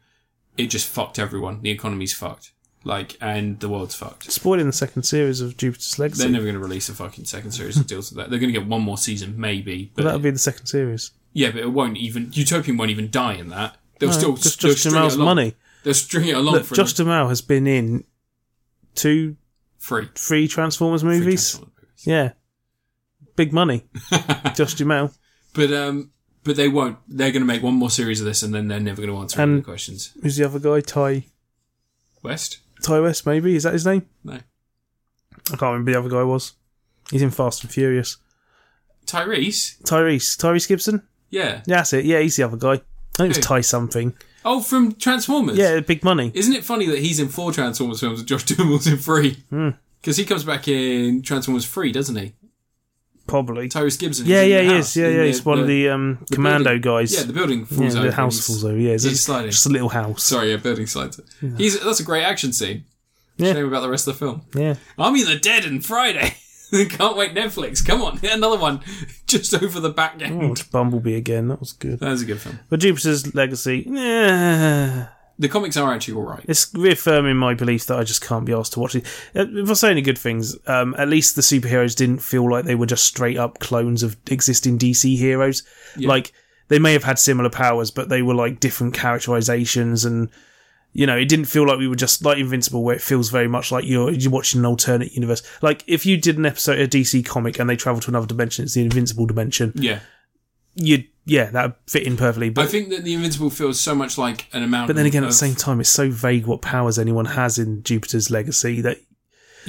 Speaker 1: It just fucked everyone. The economy's fucked, like, and the world's fucked.
Speaker 2: Spoiling the second series of Jupiter's Legacy.
Speaker 1: They're never going to release a fucking second series that deals with that. They're going to get one more season, maybe. But
Speaker 2: Well, that'll be the second series.
Speaker 1: yeah, but it won't even. Utopian won't even die in that. They'll
Speaker 2: No,
Speaker 1: still
Speaker 2: just
Speaker 1: they'll
Speaker 2: Justin
Speaker 1: string it
Speaker 2: Mao's
Speaker 1: along.
Speaker 2: money.
Speaker 1: They'll string it along
Speaker 2: Look,
Speaker 1: for
Speaker 2: Justin Mao has been in two,
Speaker 1: free
Speaker 2: three Transformers movies. yeah, big money. Justin Mao
Speaker 1: But um, but they won't. They're going to make one more series of this, and then they're never going to answer any
Speaker 2: And-
Speaker 1: of the questions.
Speaker 2: Who's the other guy? Ty
Speaker 1: West,
Speaker 2: Ty West, maybe is that his name?
Speaker 1: no,
Speaker 2: I can't remember who the other guy was. He's in Fast and Furious.
Speaker 1: Tyrese,
Speaker 2: Tyrese, Tyrese Gibson.
Speaker 1: yeah.
Speaker 2: Yeah, that's it. Yeah, he's the other guy. I think it
Speaker 1: Who?
Speaker 2: was Ty something.
Speaker 1: Oh, from Transformers.
Speaker 2: Yeah, big money.
Speaker 1: Isn't it funny that he's in four Transformers films and Josh Duhamel's in three?
Speaker 2: Hmm.
Speaker 1: Because he comes back in Transformers three, doesn't he?
Speaker 2: Probably.
Speaker 1: Tyrese Gibson. is
Speaker 2: Yeah,
Speaker 1: in
Speaker 2: yeah,
Speaker 1: the
Speaker 2: he
Speaker 1: house,
Speaker 2: is. Yeah,
Speaker 1: in
Speaker 2: yeah, he's one of the um, commando
Speaker 1: building-
Speaker 2: guys.
Speaker 1: Yeah, the building
Speaker 2: Yeah,
Speaker 1: falls over.
Speaker 2: the house
Speaker 1: He's-
Speaker 2: falls over. Yeah, it's
Speaker 1: he's
Speaker 2: just-
Speaker 1: sliding.
Speaker 2: just a little house.
Speaker 1: Sorry, yeah, building slides. He's that's a great action scene.
Speaker 2: Yeah.
Speaker 1: Shame about the rest of the film.
Speaker 2: Yeah.
Speaker 1: Army of the Dead and Friday. Can't wait, Netflix. Come on, another one just over the back end.
Speaker 2: Oh, it's Bumblebee again. That was good.
Speaker 1: That was a good film.
Speaker 2: But Jupiter's Legacy, eh,
Speaker 1: The comics are actually all right.
Speaker 2: it's reaffirming my belief that I just can't be asked to watch it. Uh, If I say any good things, um, at least the superheroes didn't feel like they were just straight up clones of existing DC heroes. Like, they may have had similar powers, but they were like different characterizations and you know, it didn't feel like we were just like Invincible, where it feels very much like you're you're watching an alternate universe. Like if you did an episode of DC comic and they travel to another dimension, it's the Invincible dimension.
Speaker 1: Yeah.
Speaker 2: You'd yeah, that would fit in perfectly.
Speaker 1: I
Speaker 2: But
Speaker 1: think that the Invincible feels so much like an amount.
Speaker 2: but then again, at
Speaker 1: of,
Speaker 2: the same time, it's so vague what powers anyone has in Jupiter's legacy that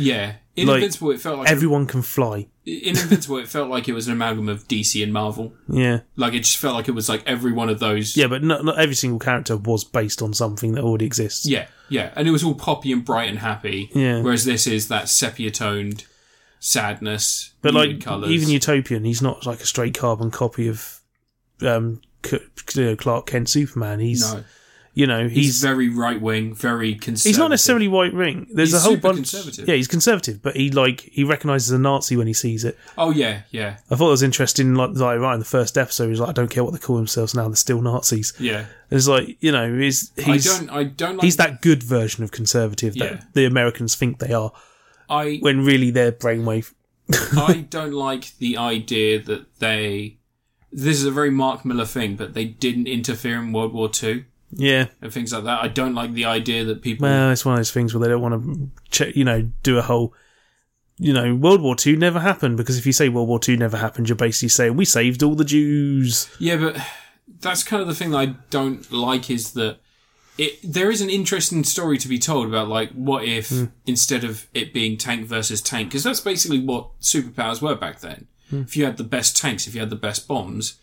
Speaker 1: yeah, in
Speaker 2: like,
Speaker 1: Invincible it felt like
Speaker 2: everyone can fly.
Speaker 1: in Invincible it felt like it was an amalgam of DC and Marvel.
Speaker 2: Yeah,
Speaker 1: Like it just felt like it was like every one of those.
Speaker 2: yeah, but not, not every single character was based on something that already exists.
Speaker 1: yeah, yeah, and it was all poppy and bright and happy.
Speaker 2: Yeah.
Speaker 1: Whereas this is that sepia toned sadness,
Speaker 2: But like
Speaker 1: colors.
Speaker 2: even Utopian, he's not like a straight carbon copy of um, C- you know, Clark Kent Superman. He's
Speaker 1: no,
Speaker 2: you know
Speaker 1: he's,
Speaker 2: he's
Speaker 1: very right wing, very conservative.
Speaker 2: he's not necessarily white ring. There's
Speaker 1: He's
Speaker 2: a whole
Speaker 1: super
Speaker 2: bunch.
Speaker 1: conservative.
Speaker 2: Yeah, he's conservative, but he like he recognizes a Nazi when he sees it.
Speaker 1: Oh yeah, yeah,
Speaker 2: I thought it was interesting. Like Zaya Ryan, the first episode, he's like, I don't care what they call themselves now; they're still Nazis.
Speaker 1: yeah.
Speaker 2: It's like you know, he's he's
Speaker 1: I don't, I don't like.
Speaker 2: he's that good version of conservative that
Speaker 1: Yeah.
Speaker 2: the Americans think they are,
Speaker 1: I
Speaker 2: when really they're brainwave.
Speaker 1: I don't like the idea that they. This is a very Mark Miller thing, but they didn't interfere in World War Two
Speaker 2: Yeah,
Speaker 1: and things like that. I don't like the idea that people.
Speaker 2: Well, it's one of those things where they don't want to, check, you know, do a whole, you know, World War Two never happened because if you say World War Two never happened, you're basically saying we saved all the Jews.
Speaker 1: Yeah, but that's kind of the thing that I don't like is that it there is an interesting story to be told about like what if
Speaker 2: Hmm.
Speaker 1: instead of it being tank versus tank because that's basically what superpowers were back then.
Speaker 2: Hmm.
Speaker 1: If you had the best tanks, if you had the best bombs,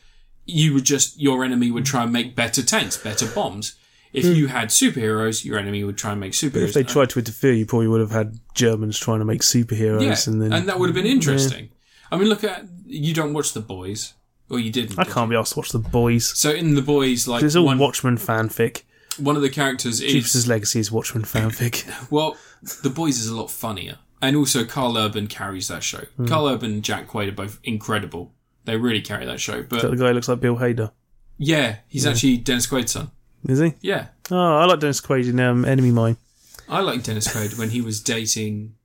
Speaker 1: you would just your enemy would try and make better tanks, better bombs. If you had superheroes, your enemy would try and make superheroes.
Speaker 2: Hmm. If they tried to interfere, you probably would have had Germans trying to make superheroes,
Speaker 1: yeah,
Speaker 2: and then
Speaker 1: that would have been interesting. I mean, look at you don't watch the boys, or you didn't.
Speaker 2: I
Speaker 1: did
Speaker 2: can't
Speaker 1: you?
Speaker 2: be asked to watch the boys.
Speaker 1: So in the boys, like
Speaker 2: It's all
Speaker 1: one,
Speaker 2: Watchmen fanfic.
Speaker 1: one of the characters is
Speaker 2: Jupiter's Legacy is Watchmen fanfic.
Speaker 1: Well, The Boys is a lot funnier. And also, Carl Urban carries that show.
Speaker 2: Hmm.
Speaker 1: Carl Urban and Jack Quaid are both incredible. They really carry that show.
Speaker 2: that
Speaker 1: But
Speaker 2: the guy who looks like Bill Hader,
Speaker 1: yeah, he's actually Dennis Quaid's son.
Speaker 2: is he?
Speaker 1: Yeah.
Speaker 2: Oh, I like Dennis Quaid in um, Enemy Mine
Speaker 1: I liked Dennis Quaid when he was dating.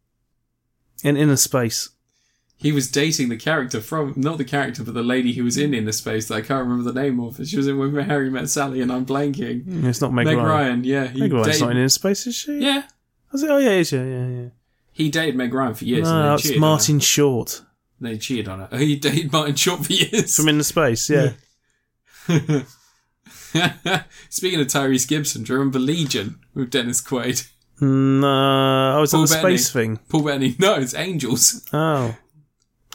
Speaker 2: and Inner Space.
Speaker 1: He was dating the character from, not the character, but the lady who was in Inner Space that I can't remember the name of. She was in When Harry Met Sally, and I'm blanking.
Speaker 2: It's not Hmm. Meg,
Speaker 1: Meg Ryan.
Speaker 2: Ryan.
Speaker 1: yeah. He
Speaker 2: Meg Ryan's
Speaker 1: dated-
Speaker 2: not in Inner Space, is she?
Speaker 1: yeah.
Speaker 2: Was it? Oh yeah, it is, yeah, yeah, yeah.
Speaker 1: He dated Meg Ryan for years.
Speaker 2: No,
Speaker 1: and they
Speaker 2: that's
Speaker 1: cheated on her.
Speaker 2: Martin Short
Speaker 1: They cheated on her. He dated Martin Short for years.
Speaker 2: from Inner Space. Yeah,
Speaker 1: Speaking of Tyrese Gibson, do you remember Legion with Dennis Quaid?
Speaker 2: no, oh, it's
Speaker 1: Paul
Speaker 2: not the
Speaker 1: Bettany.
Speaker 2: space thing.
Speaker 1: Paul Bettany? No, it's Angels.
Speaker 2: Oh,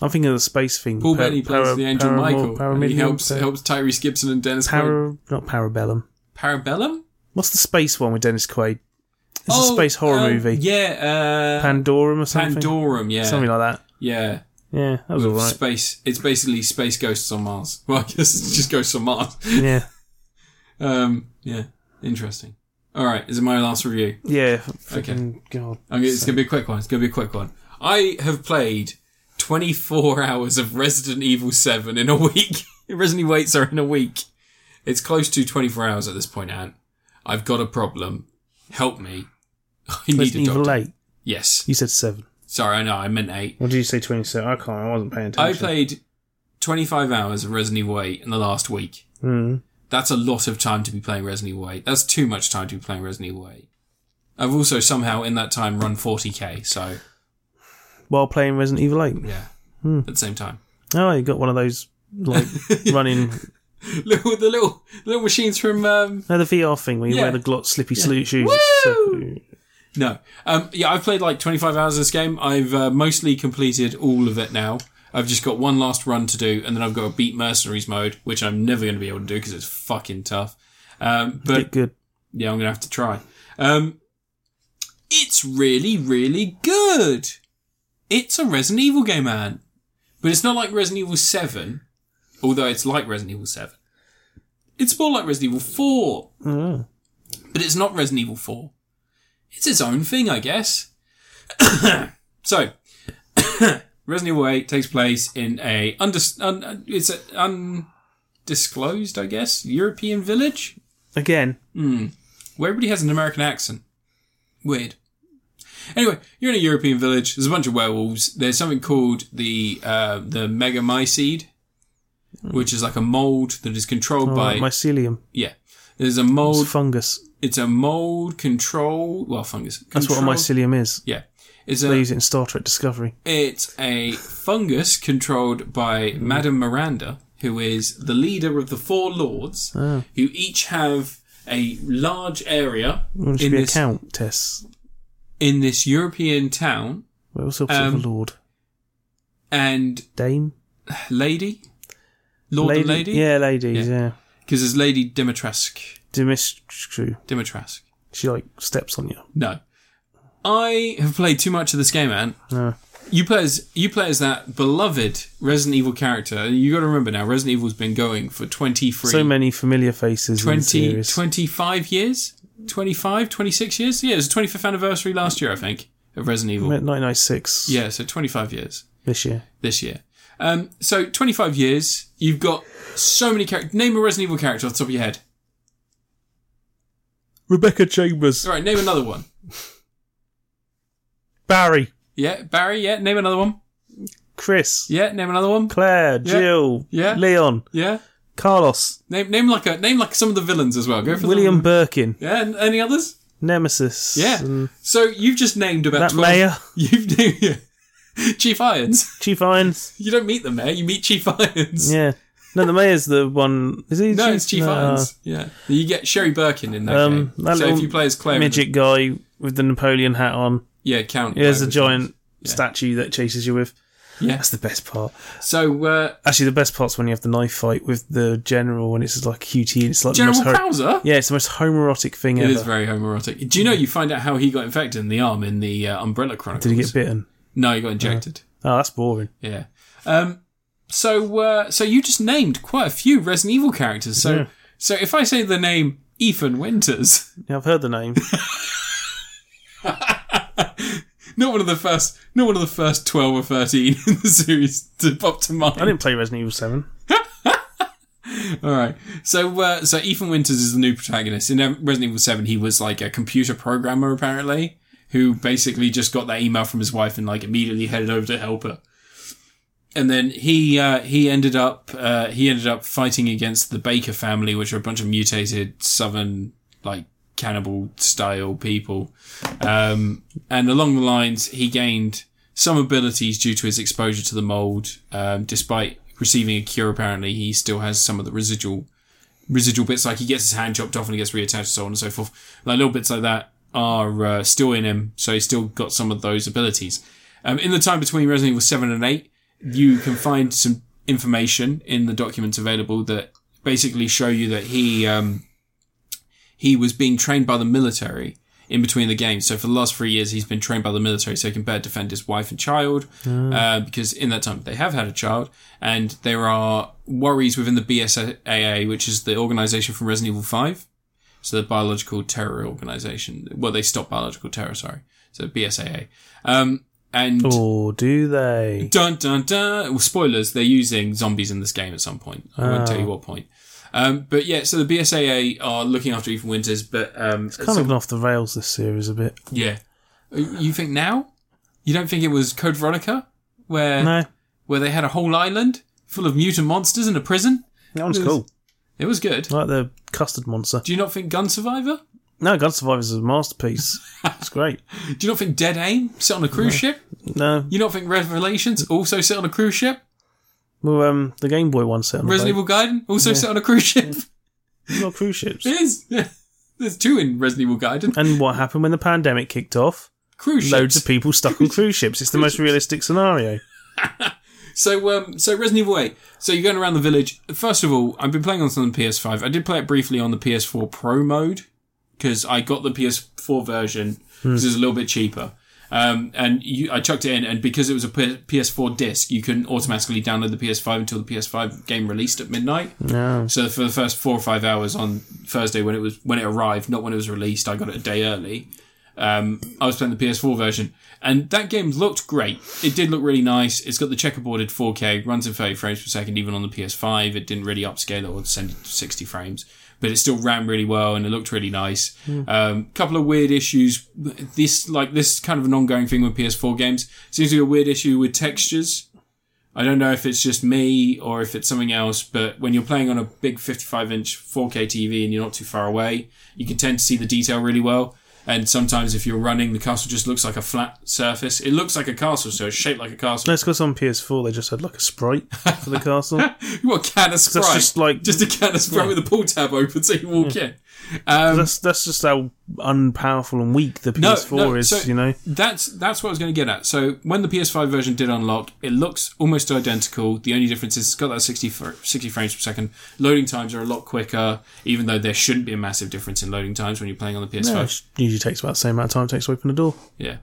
Speaker 2: I'm thinking of the space thing.
Speaker 1: Paul
Speaker 2: Pa-
Speaker 1: Bettany plays
Speaker 2: para-
Speaker 1: the angel
Speaker 2: paramor-
Speaker 1: Michael, and he
Speaker 2: paramedium-
Speaker 1: helps
Speaker 2: pa-
Speaker 1: helps Tyrese Gibson and Dennis
Speaker 2: para- not Parabellum.
Speaker 1: Quaid. Parabellum?
Speaker 2: What's the space one with Dennis Quaid? It's a space horror
Speaker 1: um,
Speaker 2: movie.
Speaker 1: Yeah, uh,
Speaker 2: Pandorum or something.
Speaker 1: Pandorum. Yeah,
Speaker 2: Something like that.
Speaker 1: yeah.
Speaker 2: Yeah, that was all right.
Speaker 1: Space. It's basically space ghosts on Mars. Well, I guess it's just ghosts on Mars.
Speaker 2: yeah,
Speaker 1: Um, yeah, interesting. All right, is it my last review?
Speaker 2: yeah. Freaking God.
Speaker 1: I'm gonna, it's going to be a quick one. It's going to be a quick one. I have played 24 hours of Resident Evil 7 in a week. Resident Evil 8, sorry, in a week. It's close to 24 hours at this point, Ant. I've got a problem. Help me. I need a
Speaker 2: Resident
Speaker 1: doctor.
Speaker 2: Evil Eight.
Speaker 1: Yes.
Speaker 2: You said seven.
Speaker 1: Sorry, I know. I meant 8.
Speaker 2: What did you say? Twenty-seven. I can't. I wasn't paying
Speaker 1: I
Speaker 2: attention.
Speaker 1: played 25 hours of Resident Evil 8 in the last week.
Speaker 2: Mm.
Speaker 1: That's a lot of time to be playing Resident Evil 8. That's too much time to be playing Resident Evil 8. I've also somehow in that time run 40k, so
Speaker 2: While playing Resident Evil Eight.
Speaker 1: yeah,
Speaker 2: Hmm.
Speaker 1: at the same time.
Speaker 2: Oh, you got one of those like running
Speaker 1: little the little little machines from um
Speaker 2: No, the VR thing where you
Speaker 1: Yeah.
Speaker 2: wear the glot slippy slu- shoes.
Speaker 1: Woo! no um yeah I've played like 25 hours of this game I've uh, mostly completed all of it now I've just got one last run to do and then I've got to beat mercenaries mode which I'm never going to be able to do because it's fucking tough um but
Speaker 2: Get good.
Speaker 1: yeah I'm gonna have to try um it's really really good it's a Resident Evil game man but it's not like Resident Evil 7 although it's like Resident Evil 7 it's more like Resident Evil 4
Speaker 2: Oh.
Speaker 1: But it's not Resident Evil 4. It's its own thing, I guess. so, Resident Evil 8 takes place in a undis- un- uh, it's an undisclosed, I guess, European village
Speaker 2: Again,
Speaker 1: where everybody has an American accent. Weird. Anyway, you're in a European village. There's a bunch of werewolves. There's something called the uh, the Megamycete, which is like a mold that is controlled
Speaker 2: oh,
Speaker 1: by
Speaker 2: mycelium.
Speaker 1: yeah. There's a
Speaker 2: It's
Speaker 1: mold.
Speaker 2: fungus.
Speaker 1: It's a mold control. Well, fungus.
Speaker 2: That's what a
Speaker 1: control-
Speaker 2: mycelium is.
Speaker 1: Yeah. It's
Speaker 2: They
Speaker 1: a,
Speaker 2: use it in Star Trek Discovery.
Speaker 1: it's a fungus controlled by Madame Miranda, who is the leader of the four lords,
Speaker 2: Ah.
Speaker 1: who each have a large area
Speaker 2: It should
Speaker 1: in
Speaker 2: be
Speaker 1: this,
Speaker 2: a countess.
Speaker 1: in this European town
Speaker 2: What else opposite
Speaker 1: Um,
Speaker 2: of a lord?
Speaker 1: and
Speaker 2: Dame?
Speaker 1: lady, lord and lady,
Speaker 2: Yeah, ladies, yeah.
Speaker 1: because there's Lady Dimitrescu.
Speaker 2: Dimistru.
Speaker 1: Dimitrescu.
Speaker 2: She, like, steps on you.
Speaker 1: No, I have played too much of this game, man.
Speaker 2: No.
Speaker 1: You play as you play as that beloved Resident Evil character. You got to remember now, Resident Evil's been going for 23,
Speaker 2: So many familiar faces in the
Speaker 1: 20,
Speaker 2: series.
Speaker 1: 25 years, 25, 26 years. Yeah, it was the 25th anniversary last year, I think, of Resident Evil.
Speaker 2: 1996
Speaker 1: Yeah, so 25 years.
Speaker 2: this year.
Speaker 1: this year. Um, so 25 years, you've got so many characters. Name a Resident Evil character off the top of your head.
Speaker 2: Rebecca Chambers.
Speaker 1: All right, name another one.
Speaker 2: Barry.
Speaker 1: Yeah, Barry. Yeah, name another one.
Speaker 2: Chris.
Speaker 1: Yeah, name another one.
Speaker 2: Claire.
Speaker 1: Yeah.
Speaker 2: Jill.
Speaker 1: Yeah.
Speaker 2: Leon.
Speaker 1: Yeah,
Speaker 2: Carlos.
Speaker 1: name name like a name like some of the villains as well. Go for
Speaker 2: William
Speaker 1: The,
Speaker 2: Birkin.
Speaker 1: yeah, and any others?
Speaker 2: Nemesis.
Speaker 1: Yeah.
Speaker 2: and
Speaker 1: So you've just named about
Speaker 2: that
Speaker 1: 12
Speaker 2: mayor.
Speaker 1: You've named yeah. Chief Irons.
Speaker 2: Chief Irons.
Speaker 1: You don't meet the mayor. You meet Chief Irons.
Speaker 2: Yeah. No, the mayor's the one. Is he?
Speaker 1: No, it's Chief
Speaker 2: no.
Speaker 1: Irons. Yeah, you get Sherry Birkin in that
Speaker 2: Um,
Speaker 1: game.
Speaker 2: that
Speaker 1: so if
Speaker 2: little
Speaker 1: you play as Claire, in the-
Speaker 2: Ah, Midget guy with the Napoleon hat on.
Speaker 1: yeah, count.
Speaker 2: He has a
Speaker 1: whatever.
Speaker 2: giant statue that chases you with.
Speaker 1: Yeah.
Speaker 2: That's the best part.
Speaker 1: So uh,
Speaker 2: Actually, the best part's when you have the knife fight with the general, and it's just like QT, and it's like
Speaker 1: General
Speaker 2: the most ho-
Speaker 1: Krauser.
Speaker 2: yeah, it's the most homoerotic thing
Speaker 1: It
Speaker 2: ever.
Speaker 1: is very homoerotic. Do you know you find out how he got infected in the arm in the uh, Umbrella Chronicles?
Speaker 2: Did he get bitten?
Speaker 1: no, he got injected.
Speaker 2: Oh, that's boring.
Speaker 1: yeah. Um. So, uh, so you just named quite a few Resident Evil characters. So,
Speaker 2: Yeah.
Speaker 1: so if I say the name Ethan Winters,
Speaker 2: Yeah, I've heard the name.
Speaker 1: not one of the first, not one of the first twelve or thirteen in the series to pop to mind.
Speaker 2: I didn't play Resident Evil Seven.
Speaker 1: All right. So, uh, so Ethan Winters is the new protagonist in um, Resident Evil Seven. He was like a computer programmer apparently, who basically just got that email from his wife and like immediately headed over to help her. And then he uh, he ended up uh, he ended up fighting against the Baker family, which are a bunch of mutated Southern like cannibal style people. Um, and along the lines, he gained some abilities due to his exposure to the mold. Um, despite receiving a cure, apparently he still has some of the residual residual bits. Like he gets his hand chopped off and he gets reattached, so on and so forth. Like little bits like that are uh, still in him, so he's still got some of those abilities. Um, in the time between Resident Evil Seven and Eight, you can find some information in the documents available that basically show you that he um, he was being trained by the military in between the games. So for the last three years, he's been trained by the military so he can better defend his wife and child. Uh, because in that time, they have had a child, and there are worries within the BSAA, which is the organization from Resident Evil Five, so the biological terror organization. Well, they stop biological terror. Sorry, so BSAA. Um, and
Speaker 2: Or do they?
Speaker 1: Dun dun dun. Well, spoilers. They're using zombies in this game at some point. I won't
Speaker 2: Ah.
Speaker 1: tell you what point. Um, but yeah, so the BSAA are looking after Ethan Winters, but um, at
Speaker 2: Kind of
Speaker 1: some-
Speaker 2: gone off the rails this series a bit.
Speaker 1: yeah. Uh, You think now? You don't think it was Code Veronica, where
Speaker 2: No,
Speaker 1: where they had a whole island full of mutant monsters in a prison?
Speaker 2: that one's
Speaker 1: It was-
Speaker 2: cool.
Speaker 1: It was good.
Speaker 2: I like the custard monster.
Speaker 1: Do you not think Gun Survivor?
Speaker 2: No, Gun Survivors is a masterpiece. it's great.
Speaker 1: Do you not think Dead Aim sit on a cruise ship?
Speaker 2: No,
Speaker 1: You not think Revelations also sit on a cruise ship?
Speaker 2: well, um, the Game Boy one set on
Speaker 1: Resident
Speaker 2: the
Speaker 1: Evil Gaiden also sit on a cruise ship?
Speaker 2: boat. Not cruise ships.
Speaker 1: It is. Yeah. There's two in Resident Evil Gaiden.
Speaker 2: And what happened when the pandemic kicked off?
Speaker 1: cruise
Speaker 2: Loads
Speaker 1: ships.
Speaker 2: of people stuck on cruise ships. It's the most realistic scenario.
Speaker 1: So, um, so Resident Evil 8. So you're going around the village. First of all, I've been playing on some PS5. I did play it briefly on the PS4 Pro mode because I got the PS4 version because it was a little bit cheaper. Um, and you, I chucked it in, and because it was a P- PS4 disc, you couldn't automatically download the PS5 until the PS5 game released at midnight.
Speaker 2: No.
Speaker 1: So for the first four or five hours on Thursday when it was when it arrived, not when it was released, I got it a day early. Um, I was playing the PS4 version, and that game looked great. It did look really nice. It's got the checkerboarded 4K, runs in 30 frames per second, even on the PS5. It didn't really upscale or send it to 60 frames, but it still ran really well and it looked really nice. Um, couple of weird issues. This like this is kind of an ongoing thing with PS4 games. Seems to be a weird issue with textures I don't know if it's just me or if it's something else, but when you're playing on a big 55 inch 4K TV and you're not too far away, you can tend to see the detail really well. And sometimes if you're running, the castle just looks like a flat surface. It looks like a castle, so it's shaped like a castle.
Speaker 2: That's because on PS4 they just had like a sprite for the castle.
Speaker 1: You want a can of Sprite?
Speaker 2: just like-
Speaker 1: just a can of Sprite with a pull tab open so you walk in. Um,
Speaker 2: that's that's just how unpowerful and weak the PS4
Speaker 1: no,
Speaker 2: is.
Speaker 1: so-
Speaker 2: you know,
Speaker 1: That's that's what I was going to get at. So when the PS5 version did unlock, it looks almost identical. The only difference is it's got that 60, fr- 60 frames per second. Loading times are a lot quicker, even though there shouldn't be a massive difference in loading times when you're playing on the PS5.
Speaker 2: Yeah, it usually takes about the same amount of time it takes to open the door.
Speaker 1: Yeah.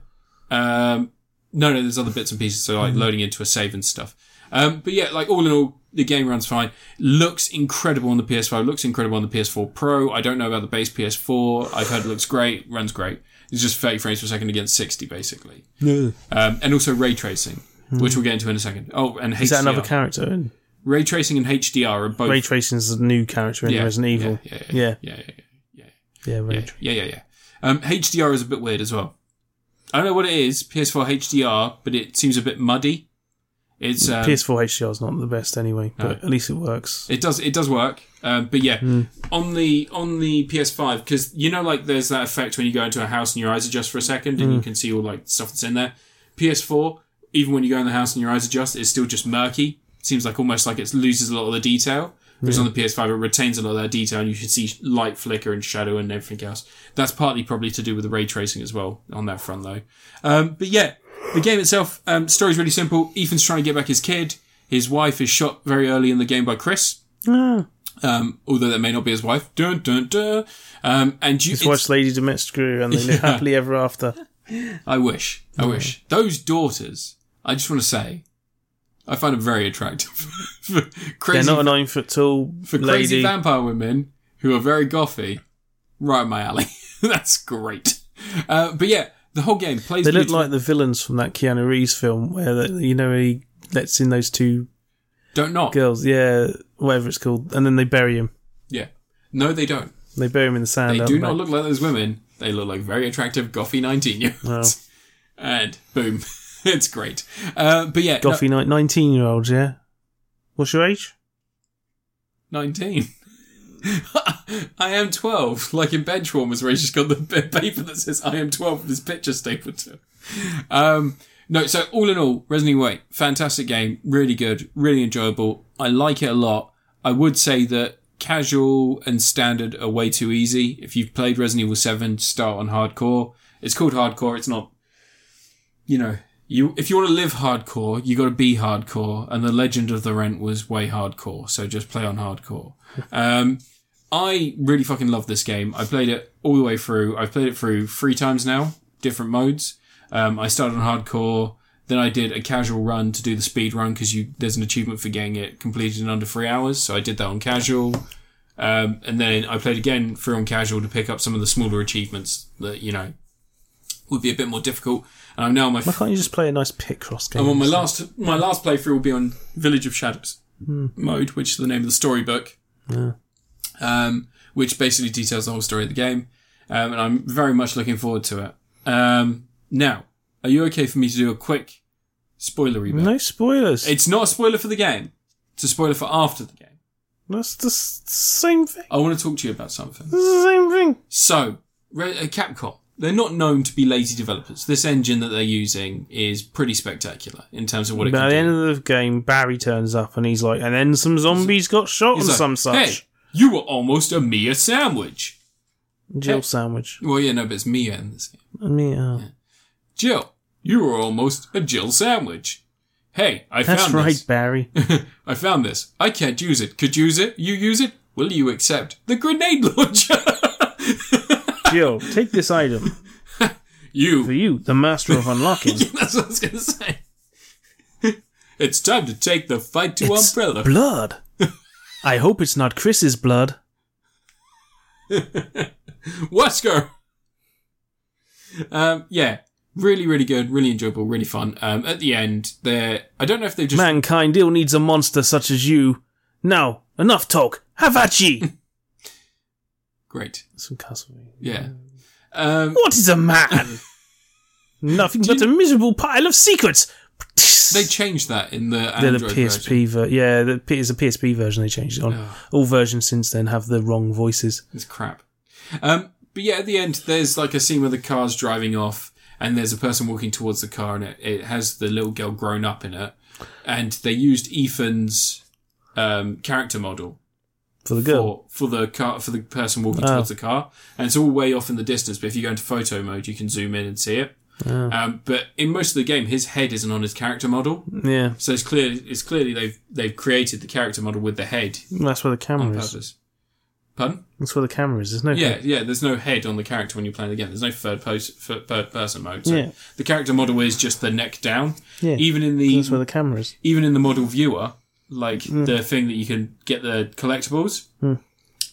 Speaker 1: Um, no, no, there's other bits and pieces, so like loading into a save and stuff. Um, but yeah, like all in all, the game runs fine. Looks incredible on the PS5. Looks incredible on the PS4 Pro. I don't know about the base PS4. I've heard it looks great. Runs great. It's just 30 frames per second against 60, basically. Um, and also ray tracing, which we'll get into in a second. Oh, and HDR.
Speaker 2: Is that another character? And
Speaker 1: ray tracing and HDR are both.
Speaker 2: Ray Tracing's a new character in
Speaker 1: yeah,
Speaker 2: Resident Evil.
Speaker 1: Yeah, yeah, yeah,
Speaker 2: Yeah,
Speaker 1: yeah, yeah,
Speaker 2: yeah, Ray
Speaker 1: yeah,
Speaker 2: Tra-
Speaker 1: yeah, yeah, yeah. Um, HDR is a bit weird as well. I don't know what it is, PS4 HDR, but it seems a bit muddy. It's um,
Speaker 2: PS4 HDR is not the best anyway, but at least it works.
Speaker 1: it does it does work, um, but yeah,
Speaker 2: Hmm.
Speaker 1: on the on the PS5 because you know like there's that effect when you go into a house and your eyes adjust for a second and you
Speaker 2: Hmm.
Speaker 1: can see all like stuff that's in there. PS4, even when you go in the house and your eyes adjust, it's still just murky. Seems like almost like it loses a lot of the detail. Whereas on the PS5, it retains a lot of that detail, and you can see light flicker and shadow and everything else. That's partly probably to do with the ray tracing as well on that front, though. Um, but yeah, the game itself, um, story's really simple. Ethan's trying to get back his kid. His wife is shot very early in the game by Chris.
Speaker 2: Ah.
Speaker 1: Um, although that may not be his wife. Dun, dun, dun. Um, and you,
Speaker 2: His
Speaker 1: it's-
Speaker 2: wife's Lady Dimitrescu, and they live happily ever after.
Speaker 1: I wish. I wish. Those daughters, I just want to say, I find them very attractive. For
Speaker 2: They're
Speaker 1: crazy,
Speaker 2: not a nine foot tall
Speaker 1: for crazy
Speaker 2: lady.
Speaker 1: vampire women who are very gothy, right in my alley. That's great. Uh, but yeah, the whole game plays
Speaker 2: They look
Speaker 1: beautifully.
Speaker 2: like the villains from that Keanu Reeves film where the, you know he lets in those two
Speaker 1: Don't knock.
Speaker 2: girls, yeah, whatever it's called, and then they bury him.
Speaker 1: Yeah. No, they don't.
Speaker 2: They bury him in the sand.
Speaker 1: They
Speaker 2: out
Speaker 1: do
Speaker 2: the
Speaker 1: not
Speaker 2: back.
Speaker 1: look like those women. They look like very attractive gothy 19 year
Speaker 2: Oh,
Speaker 1: olds. And boom. it's great. Uh, but yeah, no-
Speaker 2: Goffy night, nineteen year olds. Yeah, what's your age?
Speaker 1: 19. I am 12. Like in Benchwarmers, where he's just got the bit of paper that says I am 12 with his picture stapled to it. Um, no, so all in all, Resident Evil 8, fantastic game, really good, really enjoyable. I like it a lot. I would say that casual and standard are way too easy. If you've played Resident Evil 7, start on hardcore. It's called hardcore, it's not, you know, you, if you want to live hardcore, you got to be hardcore. And the Legend of the Rent was way hardcore, so just play on hardcore. Um, I really fucking love this game. I played it all the way through. I've played it through three times now, different modes. Um, I started on hardcore, then I did a casual run to do the speed run because you there's an achievement for getting it completed in under three hours. So I did that on casual, um, and then I played again through on casual to pick up some of the smaller achievements that you know would be a bit more difficult. And I'm now on my
Speaker 2: Why can't you just play a nice pit cross game?
Speaker 1: I'm on my last my last playthrough will be on Village of Shadows
Speaker 2: Hmm.
Speaker 1: mode, which is the name of the storybook, um, which basically details the whole story of the game, um, and I'm very much looking forward to it. Um, now, are you okay for me to do a quick spoilery? bit?
Speaker 2: no spoilers.
Speaker 1: It's not a spoiler for the game; it's a spoiler for after the game.
Speaker 2: That's the s- same thing.
Speaker 1: I want to talk to you about something.
Speaker 2: It's the same thing.
Speaker 1: So, Re- uh, Capcom, they're not known to be lazy developers. This engine that they're using is pretty spectacular in terms of what it
Speaker 2: But
Speaker 1: can
Speaker 2: at
Speaker 1: do.
Speaker 2: the end of the game, Barry turns up and he's like, and then some zombies got shot and
Speaker 1: He's like,
Speaker 2: some such.
Speaker 1: Hey, you were almost a Mia sandwich.
Speaker 2: Jill
Speaker 1: hey.
Speaker 2: sandwich.
Speaker 1: Well, yeah, no, but it's Mia in this game.
Speaker 2: I mean, uh,
Speaker 1: Jill, you were almost a Jill sandwich. Hey, I
Speaker 2: that's
Speaker 1: found
Speaker 2: right,
Speaker 1: this.
Speaker 2: Barry.
Speaker 1: I found this. I can't use it. Could use it. You use it. Will you accept the grenade launcher?
Speaker 2: Jill, take this item for
Speaker 1: you.
Speaker 2: you, the master of unlocking.
Speaker 1: That's what I was gonna say. it's time to take the fight to
Speaker 2: It's
Speaker 1: umbrella.
Speaker 2: blood. I hope it's not Chris's blood.
Speaker 1: Wesker. Um, yeah, really, really good, really enjoyable, really fun. Um, at the end, there. I don't know if they've just
Speaker 2: Mankind ill needs a monster such as you. Now, enough talk. Have at ye.
Speaker 1: great.
Speaker 2: Some Castlevania.
Speaker 1: Yeah. Um,
Speaker 2: What is a man? Nothing but a miserable pile of secrets.
Speaker 1: They changed that in the
Speaker 2: the
Speaker 1: Android version.
Speaker 2: PSP ver- yeah, the P- it's a PSP version they changed it on.
Speaker 1: Ugh.
Speaker 2: All versions since then have the wrong voices.
Speaker 1: It's crap. Um, but yeah, at the end, there's like a scene where the car's driving off, and there's a person walking towards the car, and it, it has the little girl grown up in it, and they used Ethan's um, character model
Speaker 2: For the girl.
Speaker 1: for for the car for the person walking
Speaker 2: Oh.
Speaker 1: towards the car, and it's all way off in the distance. But if you go into photo mode, you can zoom in and see it. Um, but in most of the game, his head isn't on his character model,
Speaker 2: Yeah.
Speaker 1: so it's clear it's clearly they've they've created the character model with the head
Speaker 2: That's where the
Speaker 1: on
Speaker 2: camera is.
Speaker 1: purpose. Pardon?
Speaker 2: That's where the camera is, isn't it?
Speaker 1: Yeah, yeah. There's no head on the character when you're playing the game. There's no third post, third person mode. So
Speaker 2: Yeah.
Speaker 1: the character model is just the neck down.
Speaker 2: Yeah.
Speaker 1: Even in
Speaker 2: That's Mm. where
Speaker 1: the
Speaker 2: the camera is.
Speaker 1: even in the model viewer, like the thing that you can get the collectibles,
Speaker 2: Mm.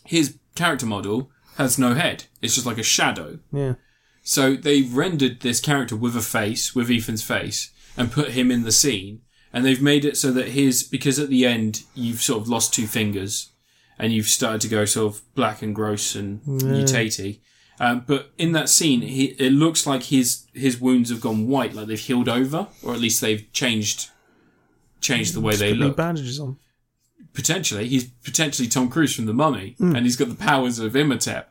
Speaker 1: his character model has no head. It's just like a shadow.
Speaker 2: Yeah.
Speaker 1: So they rendered this character with a face, with Ethan's face, and put him in the scene. And they've made it so that his, because at the end you've sort of lost two fingers, and you've started to go sort of black and gross and mutaty. Um, but in that scene, he, it looks like his his wounds have gone white, like they've healed over, or at least they've changed changed the way they
Speaker 2: New
Speaker 1: look.
Speaker 2: bandages on.
Speaker 1: Potentially, he's potentially Tom Cruise from The Mummy, and he's got the powers of Imhotep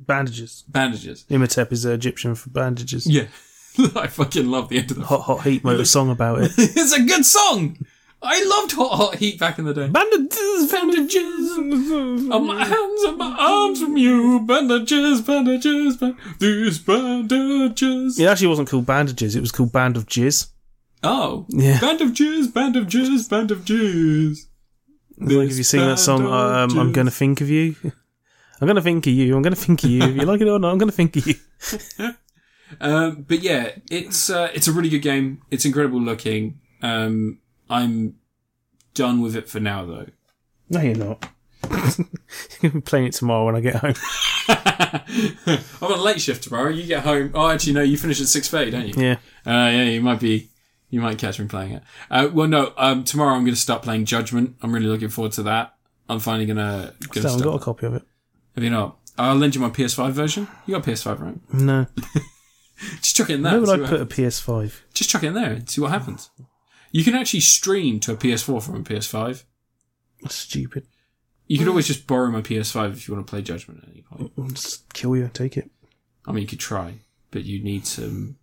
Speaker 2: Bandages.
Speaker 1: bandages.
Speaker 2: Imhotep is uh, Egyptian for bandages.
Speaker 1: Yeah, I fucking love the end of the
Speaker 2: Hot Hot Heat wrote a song about it.
Speaker 1: it's a good song. I loved Hot Hot Heat back in the day.
Speaker 2: Bandages!
Speaker 1: Bandages on my hands and my arms from you. Bandages, bandages, band- these bandages.
Speaker 2: It actually wasn't called bandages, it was called Band of Jizz.
Speaker 1: Oh,
Speaker 2: Yeah.
Speaker 1: Band of jizz, band of jizz, band of jizz.
Speaker 2: Like if you sing that song, um, I'm going to think of you. I'm going to think of you. I'm going to think of you. If you like it or not, I'm going to think of you.
Speaker 1: Um, but yeah, it's uh, it's a really good game. It's incredible looking. Um, I'm done with it for now though.
Speaker 2: No, you're not. You'll be playing it tomorrow when I get home.
Speaker 1: I'm on a late shift tomorrow. You get home. Oh, actually, no. You finish at six thirty, don't you?
Speaker 2: Yeah.
Speaker 1: Uh, yeah, you might be, you might catch me playing it. Uh, well, no, um, tomorrow I'm going to start playing Judgment. I'm really looking forward to that. I'm finally gonna.
Speaker 2: So
Speaker 1: gonna
Speaker 2: I've got
Speaker 1: start.
Speaker 2: a copy of it.
Speaker 1: Have you not? I'll lend you my PS5 version. You got PS5, right?
Speaker 2: No.
Speaker 1: Just chuck it in there.
Speaker 2: Where would
Speaker 1: and see
Speaker 2: I
Speaker 1: what
Speaker 2: put a
Speaker 1: happens.
Speaker 2: PS5?
Speaker 1: Just chuck it in there and see what happens. You can actually stream to a PS4 from a PS5.
Speaker 2: That's stupid.
Speaker 1: You
Speaker 2: Mm.
Speaker 1: can always just borrow my PS5 if you want to play Judgment at any point.
Speaker 2: I'll just kill you and take it.
Speaker 1: I mean, you could try, but you need some.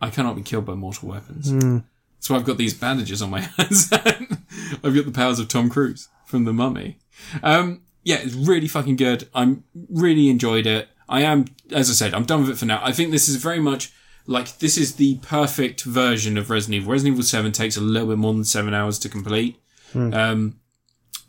Speaker 1: I cannot be killed by mortal weapons. That's why I've got these bandages on my hands. I've got the powers of Tom Cruise from The Mummy. Um, yeah, it's really fucking good. I'm really enjoyed it. I am, as I said, I'm done with it for now. I think this is very much like this is the perfect version of Resident Evil. Resident Evil Seven takes a little bit more than seven hours to complete. Um,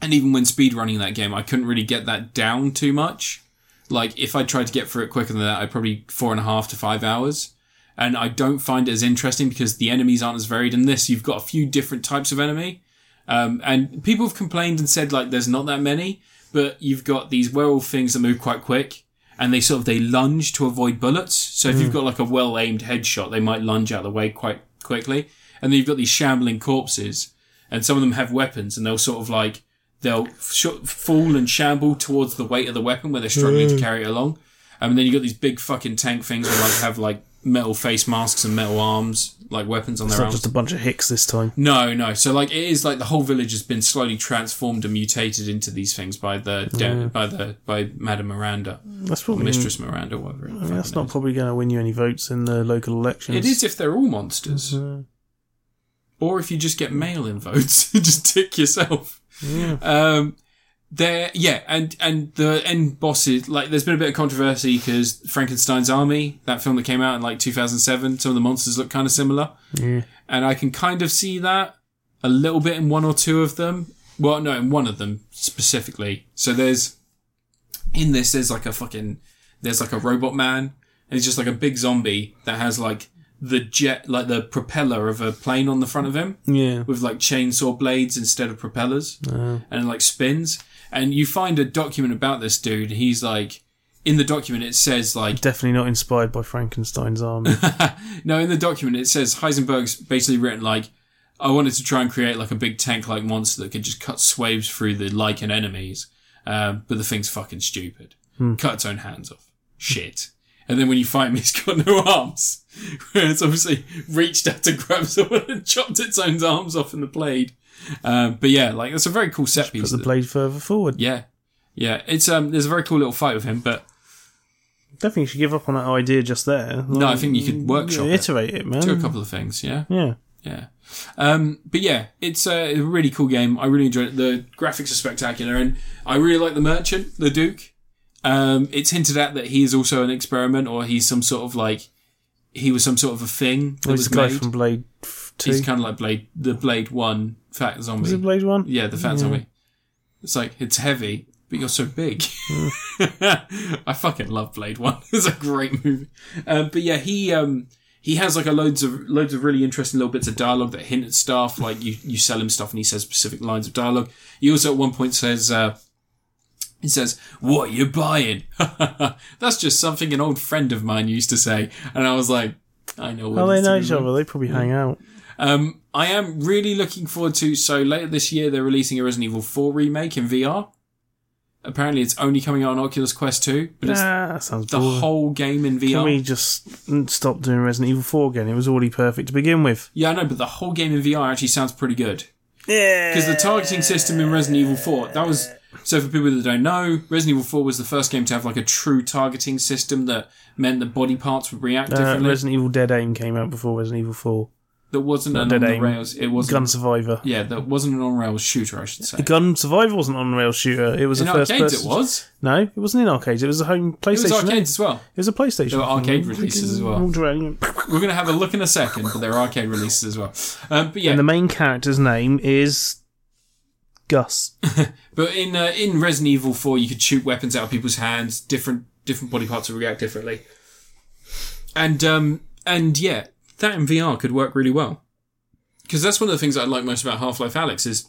Speaker 1: and even when speed running that game, I couldn't really get that down too much like if I tried to get through it quicker than that, I'd probably four and a half to five hours. And I don't find it as interesting because the enemies aren't as varied in this. You've got a few different types of enemy. Um, and people have complained and said like there's not that many, but you've got these werewolf things that move quite quick and they sort of they lunge to avoid bullets. So if
Speaker 2: Hmm.
Speaker 1: you've got like a well aimed headshot, they might lunge out of the way quite quickly. And then you've got these shambling corpses and some of them have weapons and they'll sort of like they'll sh- fall and shamble towards the weight of the weapon where they're struggling
Speaker 2: Hmm.
Speaker 1: to carry it along. and then you've got these big fucking tank things that like have like metal face masks and metal arms, like weapons on
Speaker 2: It's
Speaker 1: their
Speaker 2: not
Speaker 1: arms.
Speaker 2: just a bunch of hicks this time.
Speaker 1: No, no. So like it is like the whole village has been slowly transformed and mutated into these things by the de- by the by Madame Miranda,
Speaker 2: That's probably.
Speaker 1: Mistress Miranda, whatever. it
Speaker 2: I mean, Mm. that's
Speaker 1: fucking
Speaker 2: not probably going to win you any votes in the local elections.
Speaker 1: is. It is if they're all monsters, or if you just get mail-in votes, just tick yourself.
Speaker 2: Yeah.
Speaker 1: Um, there, yeah, and and the end bosses like there's been a bit of controversy because Frankenstein's Army, that film that came out in like 2007, some of the monsters look kind of similar.
Speaker 2: Yeah.
Speaker 1: and I can kind of see that a little bit in one or two of them. Well, no, in one of them specifically. So there's in this there's like a fucking there's like a robot man, and he's just like a big zombie that has like the jet like the propeller of a plane on the front of him
Speaker 2: Yeah.
Speaker 1: with like chainsaw blades instead of propellers and like spins. And you find a document about this dude. He's like in the document it says like
Speaker 2: Definitely not inspired by Frankenstein's army.
Speaker 1: no, in the document it says Heisenberg's basically written like, I wanted to try and create like a big tank-like monster that could just cut swaves through the lichen
Speaker 2: Hmm.
Speaker 1: enemies, um, but the thing's fucking stupid. Cut its own hands off. Shit. And then when you fight him, he's got no arms. Whereas obviously reached out to grab someone and chopped its own arms off in the blade. Uh, but yeah, like that's a very cool set piece.
Speaker 2: Put the
Speaker 1: that-
Speaker 2: blade further forward.
Speaker 1: yeah, yeah. It's um. There's a very cool little fight with him, but
Speaker 2: Don't think you should give up on that idea just there.
Speaker 1: No, I think you could workshop it.
Speaker 2: iterate it, man.
Speaker 1: do a couple of things. Yeah.
Speaker 2: Yeah.
Speaker 1: Yeah. Um, but yeah, it's a really cool game. I really enjoyed it. The graphics are spectacular, and I really like the merchant, the Duke. Um, it's hinted at that he is also an experiment, or he's some sort of like he was some sort of a thing that
Speaker 2: It was
Speaker 1: was
Speaker 2: the guy
Speaker 1: made.
Speaker 2: from Blade f- Two.
Speaker 1: he's kind of like Blade, the Blade One fat zombie.
Speaker 2: Was it Blade One?
Speaker 1: yeah, the fat zombie. It's like it's heavy, but you're so big. I fucking love Blade One. it's a great movie. Um, but yeah, he um, he has like a loads of loads of really interesting little bits of dialogue that hint at stuff. Like you you sell him stuff, and he says specific lines of dialogue. He also at one point says. Uh, he says, "What are you buying?" That's just something an old friend of mine used to say, and I was like, "I know." What
Speaker 2: Oh, they
Speaker 1: it's
Speaker 2: know
Speaker 1: to be
Speaker 2: each
Speaker 1: like.
Speaker 2: other. They probably hang out.
Speaker 1: Um, I am really looking forward to. So later this year, they're releasing a Resident Evil 4 remake in VR. Apparently, it's only coming out on Oculus Quest 2, but it's
Speaker 2: Ah, that sounds
Speaker 1: the
Speaker 2: boring.
Speaker 1: whole game in
Speaker 2: Can
Speaker 1: VR.
Speaker 2: we just stop doing Resident Evil 4 again? It was already perfect to begin with.
Speaker 1: Yeah, I know, but the whole game in VR actually sounds pretty good
Speaker 2: Yeah.
Speaker 1: because the targeting system in Resident Evil 4 that was. So for people that don't know, Resident Evil 4 was the first game to have like a true targeting system that meant that body parts would react
Speaker 2: Uh,
Speaker 1: differently.
Speaker 2: Resident Evil Dead Aim came out before Resident Evil 4.
Speaker 1: that wasn't an on
Speaker 2: Dead
Speaker 1: the
Speaker 2: Aim.
Speaker 1: rails. It wasn't.
Speaker 2: Gun Survivor.
Speaker 1: Yeah, that wasn't an on rails shooter, I should say.
Speaker 2: Gun Survivor wasn't on rail shooter. It was
Speaker 1: In
Speaker 2: a first
Speaker 1: arcades,
Speaker 2: person.
Speaker 1: it was.
Speaker 2: No, it wasn't in arcades. It was a home PlayStation.
Speaker 1: It was arcades as well.
Speaker 2: It was a PlayStation.
Speaker 1: There were arcade
Speaker 2: thing.
Speaker 1: releases as well.
Speaker 2: Walked around.
Speaker 1: We're going to have a look in a second, but there are arcade releases as well. Um, but yeah,
Speaker 2: And the main character's name is Gus.
Speaker 1: but in uh, in Resident Evil Four, you could shoot weapons out of people's hands. Different different body parts would react differently. And um and yeah, that in VR could work really well because that's one of the things I like most about Half Life Alex is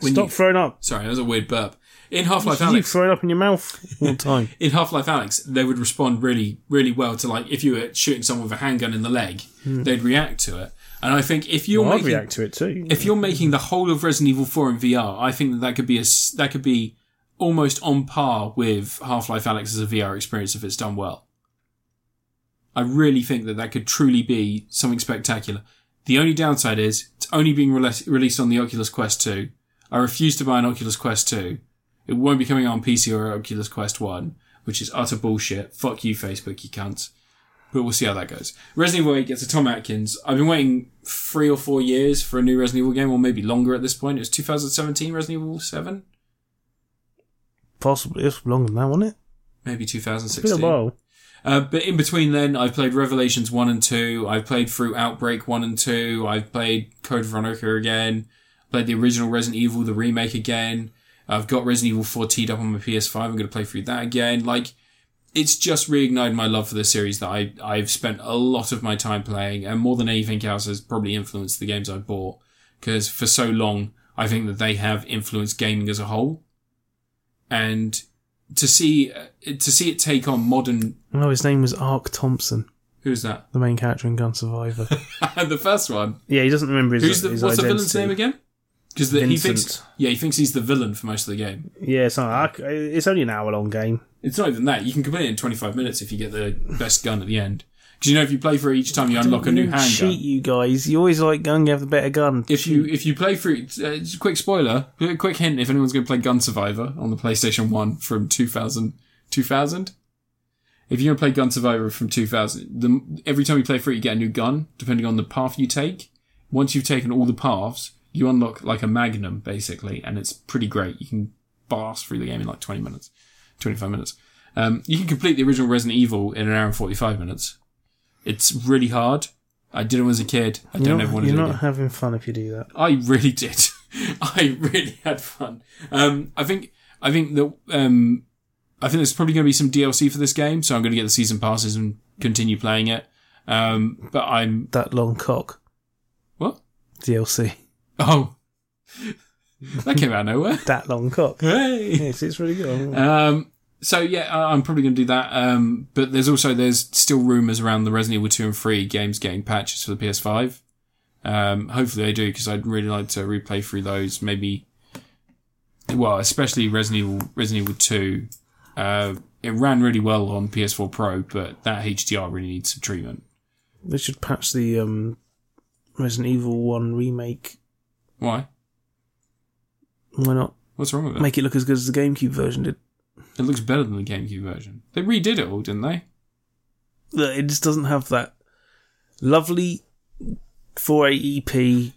Speaker 1: when
Speaker 2: Stop
Speaker 1: you
Speaker 2: throwing up.
Speaker 1: sorry, that was a weird burp. In Half Life
Speaker 2: You
Speaker 1: Alex,
Speaker 2: throwing up in your mouth all the time.
Speaker 1: in Half Life Alex, they would respond really, really well to like if you were shooting someone with a handgun in the leg, they'd react to it. And I think if you're
Speaker 2: Hmm. Well, I'd
Speaker 1: making
Speaker 2: react to it too.
Speaker 1: if you're making the whole of Resident Evil 4 in VR, I think that, that could be a s- that could be almost on par with Half Life Alex as a VR experience if it's done well. I really think that that could truly be something spectacular. The only downside is it's only being rele- released on the Oculus Quest 2. I refuse to buy an Oculus Quest 2. It won't be coming out on PC or Oculus Quest 1, which is utter bullshit. Fuck you, Facebook, you cunts but we'll see how that goes. Resident Evil 8 gets a Tom Atkins. I've been waiting three or four years for a new Resident Evil game, or maybe longer at this point. It was 2017 Resident Evil 7,
Speaker 2: Possibly. It's longer than that, wasn't it?
Speaker 1: maybe
Speaker 2: It's been a
Speaker 1: 2016.
Speaker 2: while.
Speaker 1: Uh, but in between then, I've played Revelations 1 and 2. I've played through Outbreak 1 and 2. I've played Code Veronica again. Played the original Resident Evil, the remake again. I've got Resident Evil 4 teed up on my PS5. I'm going to play through that again. Like, it's just reignited my love for the series that I, I've spent a lot of my time playing, and more than anything else has probably influenced the games I've bought. Because for so long, I think that they have influenced gaming as a whole. And to see uh, to see it take on modern
Speaker 2: No, his name was Ark Thompson,
Speaker 1: who's that?
Speaker 2: the main character in Gun Survivor.
Speaker 1: the first one.
Speaker 2: yeah, he doesn't remember his,
Speaker 1: Who's the
Speaker 2: his
Speaker 1: what's the
Speaker 2: identity.
Speaker 1: villain's name again? Because he thinks
Speaker 2: Vincent.
Speaker 1: yeah he thinks he's the villain for most of the game.
Speaker 2: Yeah, it's, not Ark. it's only an hour long game.
Speaker 1: It's not even that. You can complete it in 25 minutes if you get the best gun at the end. Because you know if you play through each time you unlock a new
Speaker 2: You Cheat,
Speaker 1: handgun.
Speaker 2: you guys. You always like gun, you have the better gun.
Speaker 1: If you if you play through, uh, just a quick spoiler, a quick hint if anyone's going to play Gun Survivor on the PlayStation One from 2000, 2000? If you're going to play Gun Survivor from 2000, the, every time you play through, you get a new gun depending on the path you take. once you've taken all the paths, you unlock like a magnum basically, and it's pretty great. You can blast through the game in like 20 minutes, 25 minutes. Um, you can complete the original Resident Evil in an hour and 45 minutes. It's really hard. I did it when I was a kid. I
Speaker 2: You're
Speaker 1: don't
Speaker 2: not,
Speaker 1: ever want to
Speaker 2: you're
Speaker 1: do it.
Speaker 2: not
Speaker 1: again.
Speaker 2: having fun if you do that.
Speaker 1: I really did. I really had fun. Um, I think I think that um, I think there's probably going to be some DLC for this game, so I'm going to get the season passes and continue playing it. Um, but I'm
Speaker 2: That long cock
Speaker 1: what?
Speaker 2: DLC.
Speaker 1: Oh, that came out of nowhere.
Speaker 2: That long cock.
Speaker 1: Hey.
Speaker 2: Yes, it's really good.
Speaker 1: Um, so yeah, I- I'm probably going to do that. Um, but there's also there's still rumors around the Resident Evil two and three games getting patches for the PS5. Um, hopefully they do because I'd really like to replay through those. Maybe, well, especially Resident Evil Resident Evil two. Uh, it ran really well on PS4 Pro, but that HDR really needs some treatment.
Speaker 2: They should patch the um, Resident Evil 1 remake.
Speaker 1: Why?
Speaker 2: Why not?
Speaker 1: What's wrong with it?
Speaker 2: Make it look as good as the GameCube version did.
Speaker 1: It looks better than the GameCube version. They redid it all, didn't they?
Speaker 2: Look, It just doesn't have that lovely 480p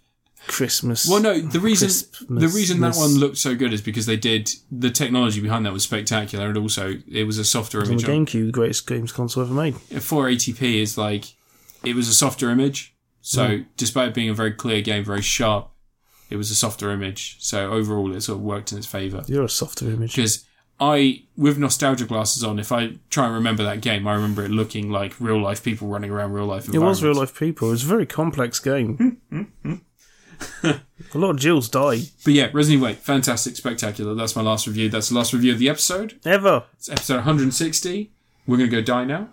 Speaker 2: Christmas.
Speaker 1: Well, no. The reason the
Speaker 2: Christmas-
Speaker 1: reason that one looked so good is because they did the technology behind that was spectacular, and also it was a softer
Speaker 2: on the
Speaker 1: image. on-
Speaker 2: GameCube, the greatest games console ever made.
Speaker 1: 480p is like it was a softer image. So despite it being a very clear game, very sharp, it was a softer image. So overall, it sort of worked in its favour.
Speaker 2: You're a softer image.
Speaker 1: Because I, with nostalgia glasses on, if I try and remember that game, I remember it looking like real life people running around real life.
Speaker 2: It was real life people. It was a very complex game. a lot of Jills died.
Speaker 1: But yeah, Resident Evil, 8, fantastic, spectacular. That's my last review. That's the last review of the episode.
Speaker 2: Ever.
Speaker 1: It's episode 160. We're gonna go die now.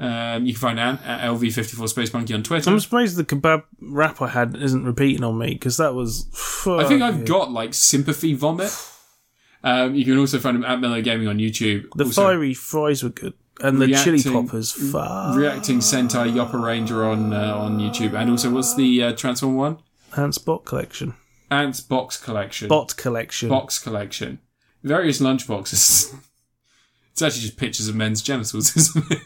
Speaker 1: Um, you can find Anne at LV54 Space Monkey on Twitter.
Speaker 2: I'm surprised the kebab rap I had isn't repeating on me because that was.
Speaker 1: I think
Speaker 2: fucking-
Speaker 1: I've got like sympathy vomit. Um, you can also find him at Mellow Gaming on YouTube.
Speaker 2: The
Speaker 1: also,
Speaker 2: fiery fries were good, and the chili
Speaker 1: Reacting-
Speaker 2: poppers. Fuck.
Speaker 1: reacting Sentai Yoppa Ranger on uh, on YouTube, and also what's the uh, Transform one?
Speaker 2: Hans Bot collection.
Speaker 1: Ant's box collection,
Speaker 2: Bot collection.
Speaker 1: box collection, various lunch boxes. it's actually just pictures of men's genitals, isn't it?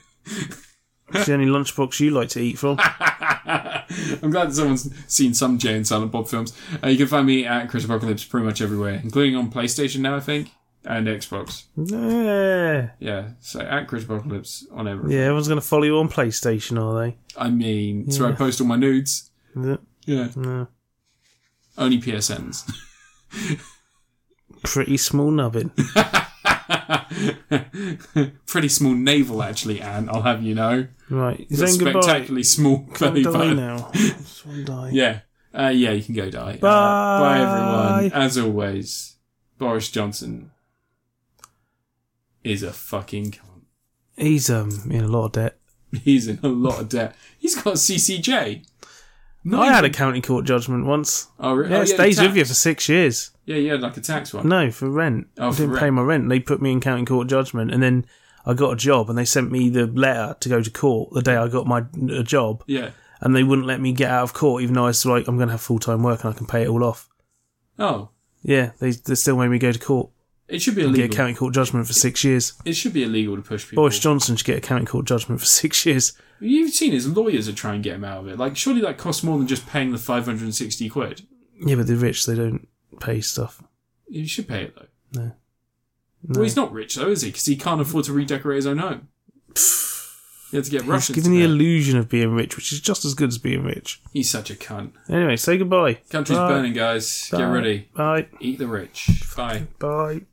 Speaker 2: It's the only lunchbox you like to eat from.
Speaker 1: I'm glad that someone's seen some Jay and Silent Bob films. Uh, you can find me at Chris Apocalypse pretty much everywhere, including on PlayStation now, I think, and Xbox.
Speaker 2: yeah.
Speaker 1: Yeah, so at Chris Apocalypse on everything.
Speaker 2: Yeah, everyone's going to follow you on PlayStation, are they?
Speaker 1: I mean, it's where I post all my nudes.
Speaker 2: Yeah.
Speaker 1: Yeah.
Speaker 2: No.
Speaker 1: Only PSNs.
Speaker 2: Pretty small nubbin.
Speaker 1: Pretty small navel, actually, Anne, I'll have you know.
Speaker 2: Right.
Speaker 1: Got
Speaker 2: Saying goodbye.
Speaker 1: spectacularly small
Speaker 2: Don't
Speaker 1: belly
Speaker 2: die
Speaker 1: button.
Speaker 2: now. Just wanna die.
Speaker 1: Yeah. Uh, yeah, you can go die. Uh, bye,
Speaker 2: Bye.
Speaker 1: everyone. As always, Boris Johnson is a fucking cunt.
Speaker 2: He's um in a lot of debt.
Speaker 1: He's in a lot of debt. He's got CCJ. Not
Speaker 2: I had a
Speaker 1: even-
Speaker 2: county court judgment once.
Speaker 1: Oh, re-
Speaker 2: Yeah,
Speaker 1: oh,
Speaker 2: it
Speaker 1: the
Speaker 2: stays with you
Speaker 1: tax.
Speaker 2: for six years.
Speaker 1: Yeah, yeah, like a tax one.
Speaker 2: No, for rent.
Speaker 1: Oh,
Speaker 2: I
Speaker 1: for
Speaker 2: didn't pay
Speaker 1: rent.
Speaker 2: my rent. They put me in county court judgment, and then I got a job, and they sent me the letter to go to court the day I got my uh, job,
Speaker 1: Yeah.
Speaker 2: and they wouldn't let me get out of court, even though I was like, I'm going to have full time work and I can pay it all off.
Speaker 1: Oh,
Speaker 2: Yeah, they, they still made me go to court,
Speaker 1: it should be
Speaker 2: get a
Speaker 1: illegal.
Speaker 2: county court judgment for six years.
Speaker 1: It should be illegal to push people.
Speaker 2: Boris Johnson should get a county court judgment for six years.
Speaker 1: You've seen his lawyers are trying to get him out of it. Like, surely that costs more than just paying the 560 quid.
Speaker 2: Yeah, but they're rich, they don't pay stuff.
Speaker 1: You should pay it, though.
Speaker 2: No.
Speaker 1: Well, he's not rich, though, is he? Because he can't afford to redecorate his own home. He had to get
Speaker 2: He's
Speaker 1: Russians.
Speaker 2: given
Speaker 1: to
Speaker 2: the
Speaker 1: pay it.
Speaker 2: illusion of being rich, which is just as good as being rich.
Speaker 1: he's such a cunt.
Speaker 2: Anyway, say goodbye.
Speaker 1: Country's
Speaker 2: Bye.
Speaker 1: burning, guys. Get
Speaker 2: Bye.
Speaker 1: ready.
Speaker 2: Bye.
Speaker 1: Eat the rich. Bye.
Speaker 2: Bye.